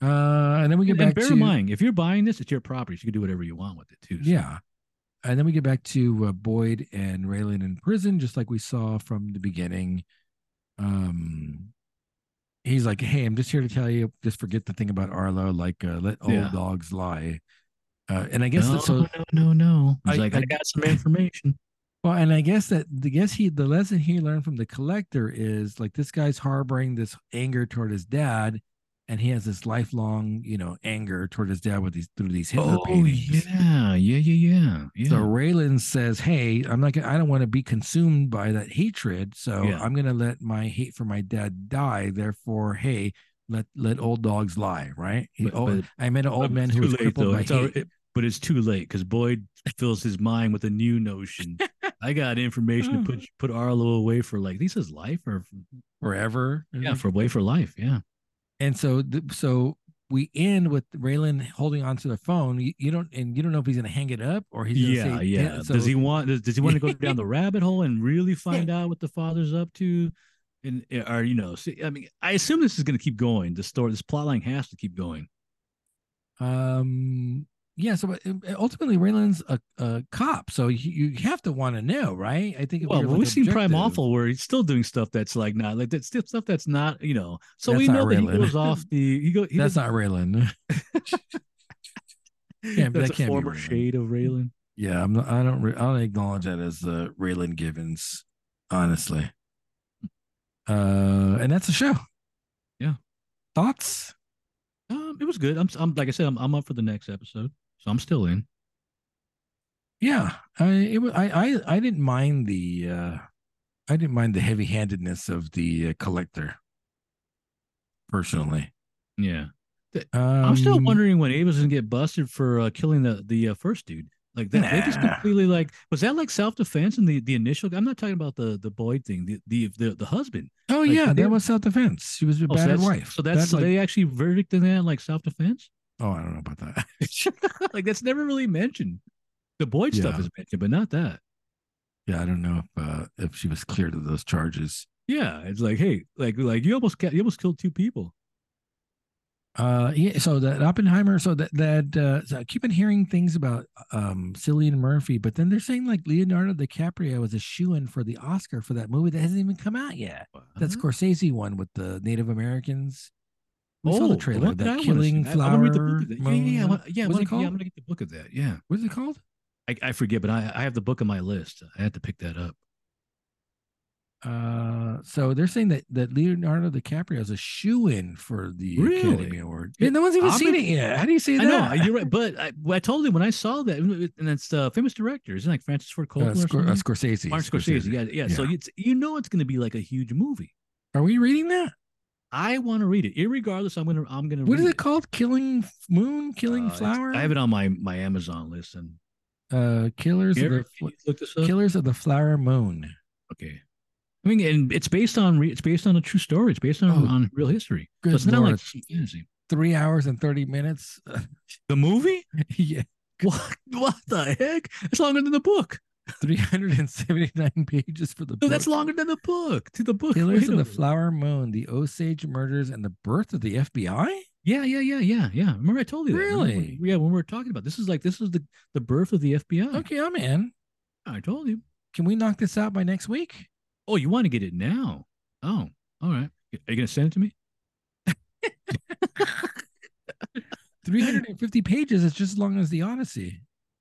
S1: Uh, and then we get
S2: And,
S1: back
S2: bear
S1: to
S2: in mind, if you're buying this, it's your property. So you can do whatever you want with it too. So-
S1: Yeah. And then we get back to uh, Boyd and Raylan in prison, just like we saw from the beginning. Um, he's like, "Hey, I'm just here to tell you, just forget the thing about Arlo. Like, uh, let old
S2: Yeah.
S1: dogs lie." Uh, and I guess
S2: no,
S1: that, so.
S2: no, no, no. He's
S1: I-
S2: like,
S1: I-
S2: I, got some information.
S1: Well, and I guess that the guess he the lesson he learned from the collector is like this guy's harboring this anger toward his dad, and he has this lifelong, you know, anger toward his dad with these through these Hitler
S2: Oh
S1: paintings.
S2: yeah, yeah, yeah, yeah, yeah.
S1: So Raylan says, "Hey, I'm not. Gonna, I don't want to be consumed by that hatred. So
S2: Yeah.
S1: I'm gonna let my hate for my dad die. Therefore, hey, let let old dogs lie. Right? He-
S2: But-
S1: oh,
S2: but-
S1: I met an old
S2: But
S1: man
S2: it's
S1: who
S2: too
S1: was
S2: late,
S1: crippled
S2: though.
S1: by
S2: It's al-
S1: hate.
S2: it- but it's too late because Boyd fills his mind with a new
S1: *laughs*
S2: notion. I got information to
S1: Oh.
S2: put put Arlo away for like this is life or
S1: forever.
S2: yeah for away for life. Yeah,
S1: And so, th- so we end with Raylan holding onto the phone. You, you don't, and you don't know if he's gonna hang it up or he's gonna
S2: yeah,
S1: say,
S2: yeah.
S1: "Dad," So,
S2: does he want does, does he want to go down
S1: *laughs*
S2: the rabbit hole and really find out what the father's up to? And eh, or you know, see, I mean, I assume this is going to keep going. The story, this plot line has to keep going.
S1: Um, yeah. So uh, ultimately, Raylan's a, a cop, so you, you have to want to know, right? I think. if
S2: Well,
S1: you're,
S2: but
S1: like,
S2: we've seen Prime
S1: objective-
S2: Awful where he's still doing stuff that's like not like that's still stuff that's not you know. So
S1: That's
S2: we
S1: not
S2: know that he
S1: Raylan.
S2: goes off the he go he
S1: That's
S2: does-
S1: not
S2: *laughs*
S1: Raylan. can't-
S2: that's
S1: that
S2: a
S1: can't be
S2: former
S1: Raylan.
S2: shade of Raylan.
S1: Yeah, I'm. Not, I don't. Re- I don't acknowledge that as uh, Raylan Givens, honestly. Uh, and that's the show.
S2: Yeah.
S1: Thoughts?
S2: Um, it was good. I'm, I'm like I said, I'm, I'm up for the next episode, so I'm still in.
S1: Yeah, I it was, I I I didn't mind the uh I didn't mind the heavy-handedness of the uh, collector personally.
S2: Yeah,
S1: Um,
S2: I'm still wondering when Ava's gonna get busted for uh, killing the the uh, first dude. Like that, they just
S1: Nah.
S2: completely like was that like self defense and the the initial? I'm not talking about the the Boyd thing, the the the, the husband.
S1: Oh
S2: like,
S1: yeah,
S2: they-
S1: that was self-defense. She was a
S2: Oh, so
S1: bad
S2: that's-
S1: wife.
S2: So that's
S1: That, like,
S2: they actually verdict in that like self defense. *laughs*
S1: oh, I don't know about that. *laughs*
S2: like that's never really mentioned. The Boyd stuff
S1: Yeah.
S2: is mentioned, but not that.
S1: Yeah, I don't know if uh, if she was cleared of those charges.
S2: Yeah, it's like, hey, like, like you almost ca- you almost killed two people.
S1: Uh, yeah. So that Oppenheimer. So that that uh, so I keep on hearing things about um Cillian Murphy, but then they're saying like Leonardo DiCaprio was a shoe in for the Oscar for that movie that hasn't even come out yet. That
S2: Huh?
S1: Scorsese one with the Native Americans. We saw the trailer,
S2: one
S1: that
S2: Oh, I wanna
S1: Killing
S2: see. I- I wanna read the book
S1: Flower
S2: of that. Yeah, yeah, yeah. I
S1: Moon.
S2: wanna- yeah, I
S1: What's
S2: wanna-
S1: it
S2: yeah,
S1: called?
S2: I'm gonna get the book of that. Yeah,
S1: What is it called?
S2: I, I forget, but I, I have the book on my list. I had to pick that up.
S1: Uh, so they're saying that that Leonardo DiCaprio is a shoe in for the
S2: Really?
S1: Academy Award. Yeah, no one's even
S2: I'm
S1: seen
S2: in-
S1: it yet. How do you say
S2: I
S1: that?
S2: know you're right, but I, well, I told him when I saw that, and it's the famous director, isn't it like Francis Ford
S1: Uh,
S2: Coppola, or
S1: Scor- uh,
S2: something?
S1: Scorsese.
S2: Martin Scorsese. Yeah, yeah, So
S1: Yeah.
S2: it's you know it's going to be like a huge movie.
S1: Are we reading that?
S2: I want to read it, irregardless. I'm gonna I'm gonna.
S1: What
S2: read
S1: is it called? Killing F- Moon, Killing
S2: Uh, it's-
S1: Flower.
S2: I have it on my my Amazon list, and
S1: Uh, Killers
S2: You
S1: of
S2: ever-
S1: the
S2: can
S1: Fl-
S2: you look this up.
S1: Killers of the Flower Moon.
S2: okay. I mean, and it's based on re- it's based on a true story. It's based on,
S1: Oh,
S2: on real history. So
S1: good
S2: it's not
S1: lord.
S2: like some fantasy.
S1: Three hours and thirty minutes. *laughs*
S2: The movie? *laughs*
S1: yeah,
S2: What? What the heck? It's longer than the book.
S1: three hundred and seventy-nine pages for the.
S2: No, that's
S1: book.
S2: longer than the book. To the book.
S1: Killers of
S2: Wait a
S1: the
S2: minute.
S1: Flower Moon, the Osage Murders, and the Birth of the FBI.
S2: Yeah, yeah, yeah, yeah, yeah. Remember I told you that. Remember when-
S1: Really?
S2: yeah, when we were talking about this is like this is the the birth of the FBI.
S1: Okay, I'm in.
S2: I told you.
S1: Can we knock this out by next week?
S2: Oh, you want to get it now? Oh, all right. Are you gonna send it to me?
S1: Three hundred and
S2: *gasps*
S1: fifty pages is just as long as the Odyssey.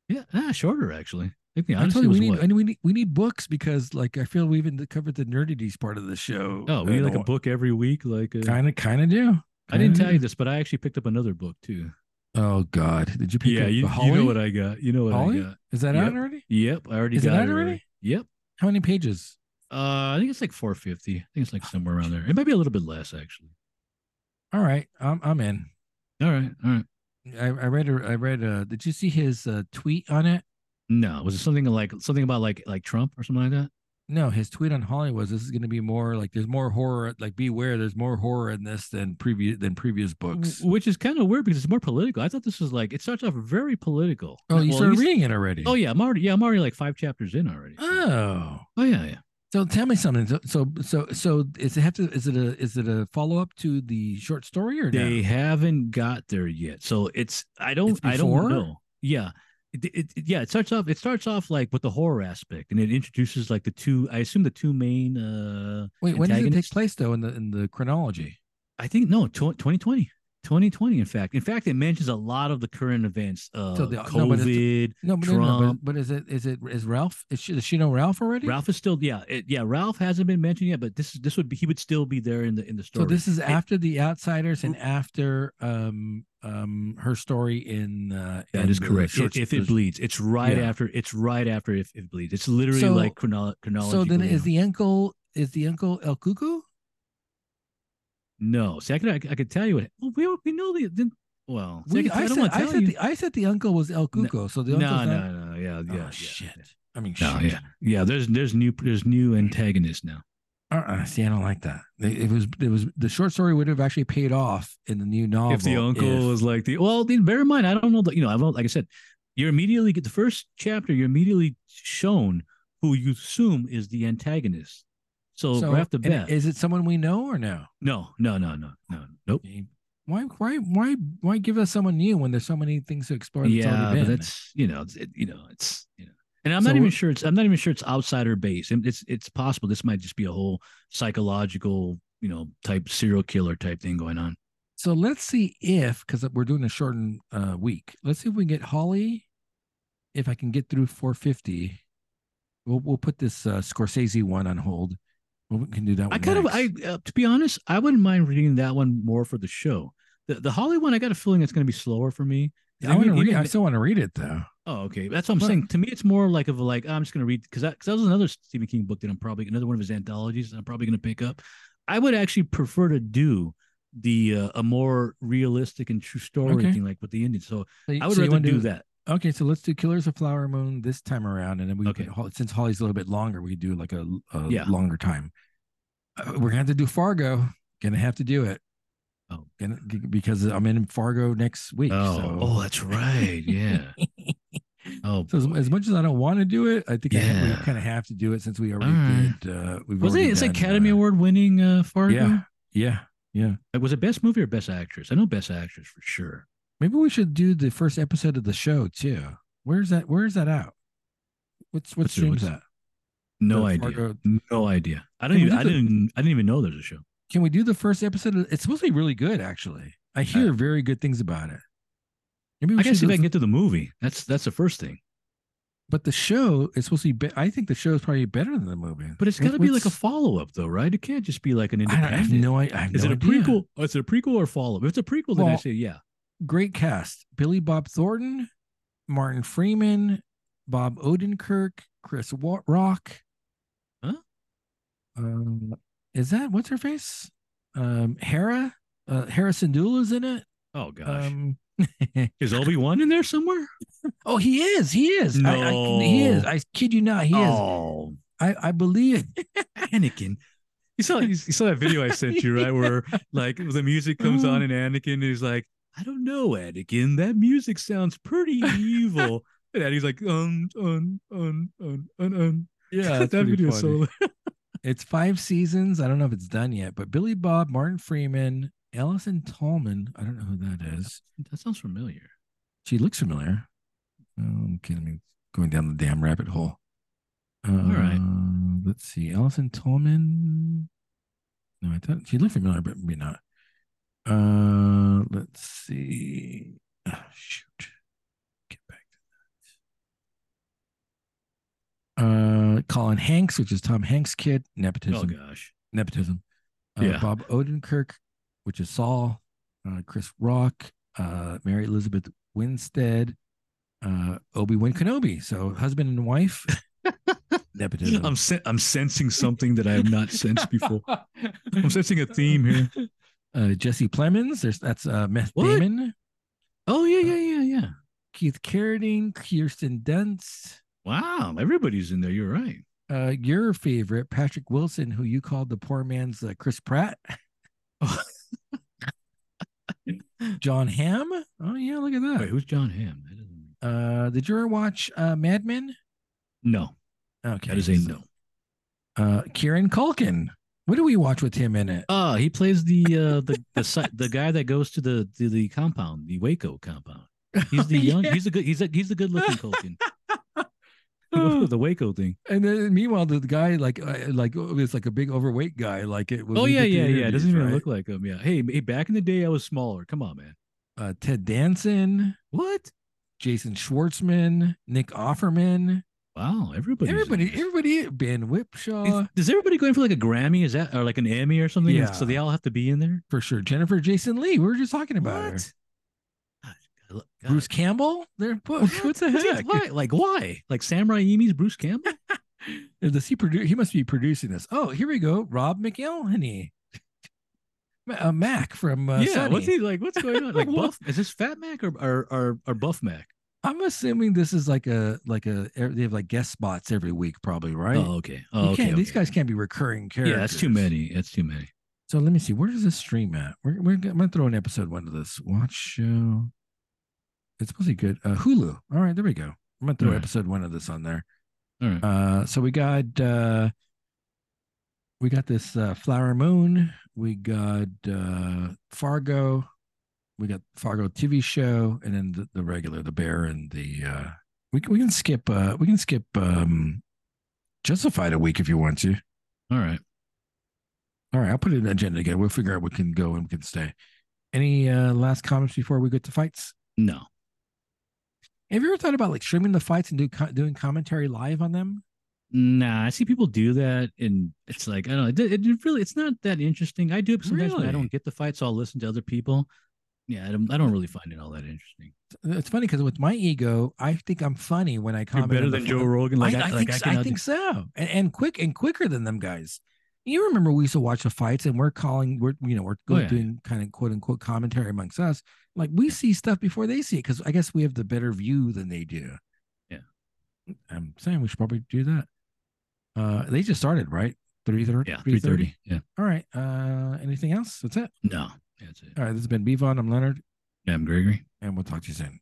S2: Yeah, ah, shorter actually. I think the
S1: I told
S2: honesty
S1: you
S2: was
S1: we need,
S2: what?
S1: and we need we need books because like I feel we've even covered the nerdities part of the show.
S2: Oh, we need like a book every week. Like uh,
S1: Kind of, kind of do.
S2: I didn't
S1: Kinda
S2: tell you
S1: do.
S2: this, but I actually picked up another book too.
S1: Oh God, did you pick
S2: Yeah,
S1: up
S2: you,
S1: the
S2: you
S1: Holly?
S2: know what I got. You know what
S1: Holly?
S2: I got.
S1: Is that
S2: Yep.
S1: out already?
S2: Yep, I already
S1: Is it
S2: got
S1: out already?
S2: Yep.
S1: How many pages?
S2: Uh, I think it's like 450. I think it's like somewhere around there. It might be a little bit less actually.
S1: All right, I'm I'm in.
S2: All right, all right.
S1: I, I read a, I read uh did you see his uh, tweet on it?
S2: No, was it something like something about like like Trump or something like that?
S1: No, his tweet on Holly was this is going to be more like there's more horror like beware there's more horror in this than previous than previous
S2: W-
S1: books.
S2: Which is kind of weird because it's more political. I thought this was like it starts off very political.
S1: Oh, you
S2: Well,
S1: started
S2: he's-
S1: reading it already.
S2: Oh yeah, I'm already yeah I'm already like five chapters in already.
S1: Oh.
S2: Oh yeah yeah.
S1: So tell me something. So so so, so is it have to is it a is it a follow up to the short story or
S2: They
S1: no?
S2: haven't got there yet, so it's I don't
S1: It's
S2: I don't
S1: before?
S2: know. Yeah. It, it, it- yeah, it starts off. It starts off like with the horror aspect, and it introduces like the two. I assume the two main. uh
S1: Wait, when does it take
S2: antagonist?
S1: place though in the in the chronology?
S2: I think no, tw- 2020, 2020. In fact, in fact, it mentions a lot of the current events. Uh,
S1: So the- no, but it's-
S2: COVID.
S1: No, but, no, no,
S2: Trump.
S1: but, but is it is it is Ralph? Is she, does she know Ralph already?
S2: Ralph is still yeah it, yeah. Ralph hasn't been mentioned yet, but this is this would be he would still be there in the in the
S1: So
S2: story.
S1: this is after the Outsiders and after um um her story in uh,
S2: that
S1: in
S2: is
S1: the
S2: correct.
S1: short
S2: if, if it
S1: story.
S2: bleeds, it's right
S1: Yeah.
S2: after. It's right after if it bleeds. It's literally
S1: So-
S2: like chrono- chronology.
S1: so then
S2: going
S1: is
S2: on.
S1: the uncle is the uncle El Cuckoo?
S2: no? See, I could I, could- I could tell you what. Well, we we know the. the well, see, I,
S1: We-
S2: could, I,
S1: I,
S2: don't
S1: said,
S2: want to
S1: I,
S2: tell
S1: said
S2: you.
S1: the, I said the uncle was El
S2: No,
S1: Cuckoo, so the
S2: no,
S1: uncle's
S2: no,
S1: not.
S2: no, yeah,
S1: Oh,
S2: yeah, yeah,
S1: shit! I mean,
S2: yeah. No,
S1: shit.
S2: yeah, yeah. There's there's new there's new antagonists now.
S1: Uh-uh, see, I don't like that. It, it was it was the short story would have actually paid off in the new novel
S2: if the uncle
S1: if-
S2: was like the well then bear in mind i don't know that you know i don't like i said you're immediately get the first chapter you're immediately shown who you assume is the antagonist so, right off the
S1: and
S2: bat
S1: Is it someone we know or no?
S2: no no no no no nope
S1: Why why why why give us someone new when there's so many things to explore? That's
S2: yeah
S1: already
S2: but
S1: been?
S2: that's you know it's, it, you know it's you know and i'm
S1: So
S2: not even
S1: we're-
S2: sure it's i'm not even sure it's outsider based And it's it's possible this might just be a whole psychological you know type serial killer type thing going on
S1: So let's see if because we're doing a shortened uh, week. Let's see if we can get Holly. If I can get through 450, we'll we'll put this uh, Scorsese one on hold. We can do that.
S2: I
S1: one
S2: kind of,
S1: next.
S2: I uh, to be honest, I wouldn't mind reading that one more for the show. The the Holly one, I got a feeling it's going to be slower for me.
S1: I want to
S2: even-
S1: read. I
S2: even-
S1: still want to read it though.
S2: Oh, okay, that's what I'm
S1: Well-
S2: saying. To me, it's more like of like I'm just going to read because that, 'cause that was another Stephen King book that I'm probably another one of his anthologies that I'm probably going to pick up. I would actually prefer to do the uh, a more realistic and true story
S1: Okay.
S2: thing like with the Indians. So
S1: So you-
S2: I would
S1: so you
S2: rather
S1: wanna
S2: do, that.
S1: Okay, so let's do Killers of Flower Moon this time around, and then we
S2: Okay.
S1: put Hol- since Holly's a little bit longer, we do like a, a
S2: Yeah.
S1: longer time. Uh, we're gonna have to do Fargo. Gonna have to do it.
S2: Oh.
S1: Gonna- g- because I'm in Fargo next week.
S2: Oh,
S1: so. *laughs*
S2: oh, that's right. Yeah. Oh,
S1: So as,
S2: boy.
S1: as much as I don't want to do it, I think I ha-
S2: Yeah.
S1: we kind of have to do it since we already
S2: Alright.
S1: did. Uh, we've
S2: was
S1: already
S2: it? It's
S1: done,
S2: Academy
S1: uh,
S2: Award winning uh, Fargo.
S1: Yeah, yeah, yeah.
S2: Uh, Was it best movie or best actress? I know best actress for sure.
S1: Maybe we should do the first episode of the show too. Where's that? Where's that out? What's what
S2: What's it-
S1: streams
S2: what's-
S1: that?
S2: No
S1: The
S2: idea.
S1: Fargo-
S2: No idea. I
S1: Can
S2: didn't.
S1: we
S2: Even,
S1: do
S2: I
S1: the-
S2: didn't. I didn't even know there's a show.
S1: Can we do the first episode? Of, it's supposed to be really good, actually. I hear very good things about it. Maybe we
S2: I
S1: should
S2: guess
S1: do
S2: if I
S1: the-
S2: can get to the movie, that's that's the first thing.
S1: But the show is supposed to be. be- I think the show is probably better than the movie.
S2: But it's
S1: What-
S2: got to be like a
S1: what's-
S2: follow up, though, right? It can't just be like an
S1: I, don't,
S2: independent.
S1: I have no. I, I have
S2: Is
S1: no
S2: it a
S1: idea.
S2: prequel? Oh, Is it a prequel or follow up? If it's a prequel, then I
S1: Well,
S2: say yeah.
S1: Great cast: Billy Bob Thornton, Martin Freeman, Bob Odenkirk, Chris Wa- Rock.
S2: Huh?
S1: Um, is that what's her face? Um, Hera. Uh, Harrison Dula's in it.
S2: Oh gosh,
S1: Um, *laughs*
S2: is Obi Wan in there somewhere?
S1: oh, he is. He is. I, I, he is.
S2: No.
S1: I kid you not. He is.
S2: oh,
S1: I, I
S2: *laughs*
S1: believe.
S2: Anakin. You saw you saw that video I sent you, right? Where like the music comes on and Anakin is like, I don't know, Anakin. That music sounds pretty evil. *laughs* And Annie's like, um, um, um, um, um, um. *laughs*
S1: Yeah,
S2: that video is so.
S1: It's five seasons. I don't know if it's done yet, but Billy Bob, Martin Freeman, Allison Tallman. I don't know who that is.
S2: That sounds familiar.
S1: She looks familiar. Um, okay, let me going down the damn rabbit hole. Uh,
S2: right.
S1: Let's see. Allison Tolman. No, I thought she looked familiar, but maybe not. Uh, let's see. Ah, shoot. Get back to that. Uh, Colin Hanks, which is Tom Hanks' kid.
S2: Oh
S1: Nepotism.
S2: gosh.
S1: Nepotism. Uh,
S2: Yeah.
S1: Bob Odenkirk, which is Saul, uh, Chris Rock, uh, Mary Elizabeth Winstead, uh, Obi Wan Kenobi. So husband and
S2: *laughs*
S1: wife. Nepotism.
S2: I'm sen- I'm sensing something that I have not sensed *laughs* before. I'm sensing a theme *laughs* here.
S1: Uh, Jesse Plemons. There's that's uh, Meth
S2: What?
S1: Damon,
S2: Oh yeah, yeah, yeah, yeah.
S1: Keith Carradine, Kirsten Dunst.
S2: Wow, everybody's in there. You're right.
S1: Uh, your favorite, Patrick Wilson, who you called the poor man's uh, Chris Pratt. *laughs* John Hamm. Oh yeah, look at that.
S2: Wait, who's John Hamm? That doesn't-
S1: Uh, did you ever watch uh, Mad Men?
S2: No,
S1: Okay,
S2: that is a
S1: so-
S2: no.
S1: uh Kieran Culkin. What do we watch with him in it?
S2: Uh he plays the uh the the si- the guy that goes to the to the compound, the Waco compound. He's *laughs* the
S1: Oh,
S2: young.
S1: yeah.
S2: He's a good. He's a he's a good looking *laughs* Culkin. Oh, the Waco thing.
S1: And then meanwhile, the guy like uh, like it's like a big overweight guy. Like it. when
S2: Oh
S1: we
S2: yeah,
S1: did the
S2: yeah, yeah. It
S1: interviews,
S2: doesn't even
S1: right?
S2: look like him. Yeah. Hey, hey, back in the day, I was smaller. Come on, man.
S1: Uh, Ted Danson,
S2: What?
S1: Jason Schwartzman, Nick Offerman,
S2: Wow, everybody. uh,
S1: everybody, everybody, Ben Whipshaw
S2: Does everybody go in for like a Grammy? Is that or like an Emmy or something? So they
S1: Yeah.
S2: all have to be in there.
S1: for sure. Jennifer Jason Lee. We were just talking about her.
S2: What? God, God, God.
S1: Bruce Campbell. There. What,
S2: What?
S1: what the
S2: Who's he-
S1: heck? *laughs*
S2: Why? Like why? Like Samurai Emmy's Bruce Campbell?
S1: Does he produce? He must be producing this. Oh, here we go. Rob McElhenney, Ma- uh, Mac from uh,
S2: yeah,
S1: Sunny.
S2: what's he like? What's going on? *laughs* Like
S1: What?
S2: Buff? Is this Fat Mac or or or, or Buff Mac?
S1: I'm assuming this is like a like a e- they have like guest spots every week, probably, right?
S2: Oh, okay.
S1: You
S2: Oh, okay,
S1: can't- These
S2: okay.
S1: guys can't be recurring characters.
S2: Yeah, that's too many. That's too many.
S1: So let me see. Where does this stream at? We're, we're g- I'm gonna throw an episode one of this watch show. It's supposed to be good. Uh, Hulu. All right, there we go. I'm gonna throw
S2: All right.
S1: episode one of this on there.
S2: All right.
S1: Uh, so we got uh, we got this uh, Flower Moon. We got uh, Fargo. We got Fargo TV show, and then the, the regular, the Bear, and the uh, we can we can skip uh, we can skip um, Justified a week if you want to.
S2: All right.
S1: All right, I'll put it in the agenda again. We'll figure out what can go and what can stay. Any uh, last comments before we get to fights?
S2: No.
S1: Have you ever thought about like streaming the fights and do, co- doing commentary live on them?
S2: Nah, I see people do that, and it's like I don't. know. It, it really, it's not that interesting. I do it sometimes when I
S1: Really?
S2: don't get the fight, so I'll listen to other people. Yeah, I don't. I don't really find it all that interesting.
S1: It's funny because with my ego, I think I'm funny when I
S2: You're
S1: comment.
S2: better
S1: on the
S2: than
S1: fi-
S2: Joe Rogan. Like I,
S1: I, I
S2: like
S1: think,
S2: I
S1: so-
S2: can.
S1: I think so, and, and quick and quicker than them guys. You remember we used to watch the fights, and we're calling, we're you know we're
S2: Oh,
S1: go-
S2: yeah.
S1: doing kind of quote unquote commentary amongst us. Like we see stuff before they see it because I guess we have the better view than they do.
S2: Yeah.
S1: I'm saying we should probably do that. Uh, they just started right three thirty.
S2: yeah, three thirty. Yeah.
S1: All right. Uh, anything else? That's it.
S2: No. That's it.
S1: All right. This has been Bevon. I'm Leonard,
S2: Yeah, I'm Gregory.
S1: and we'll talk to you soon.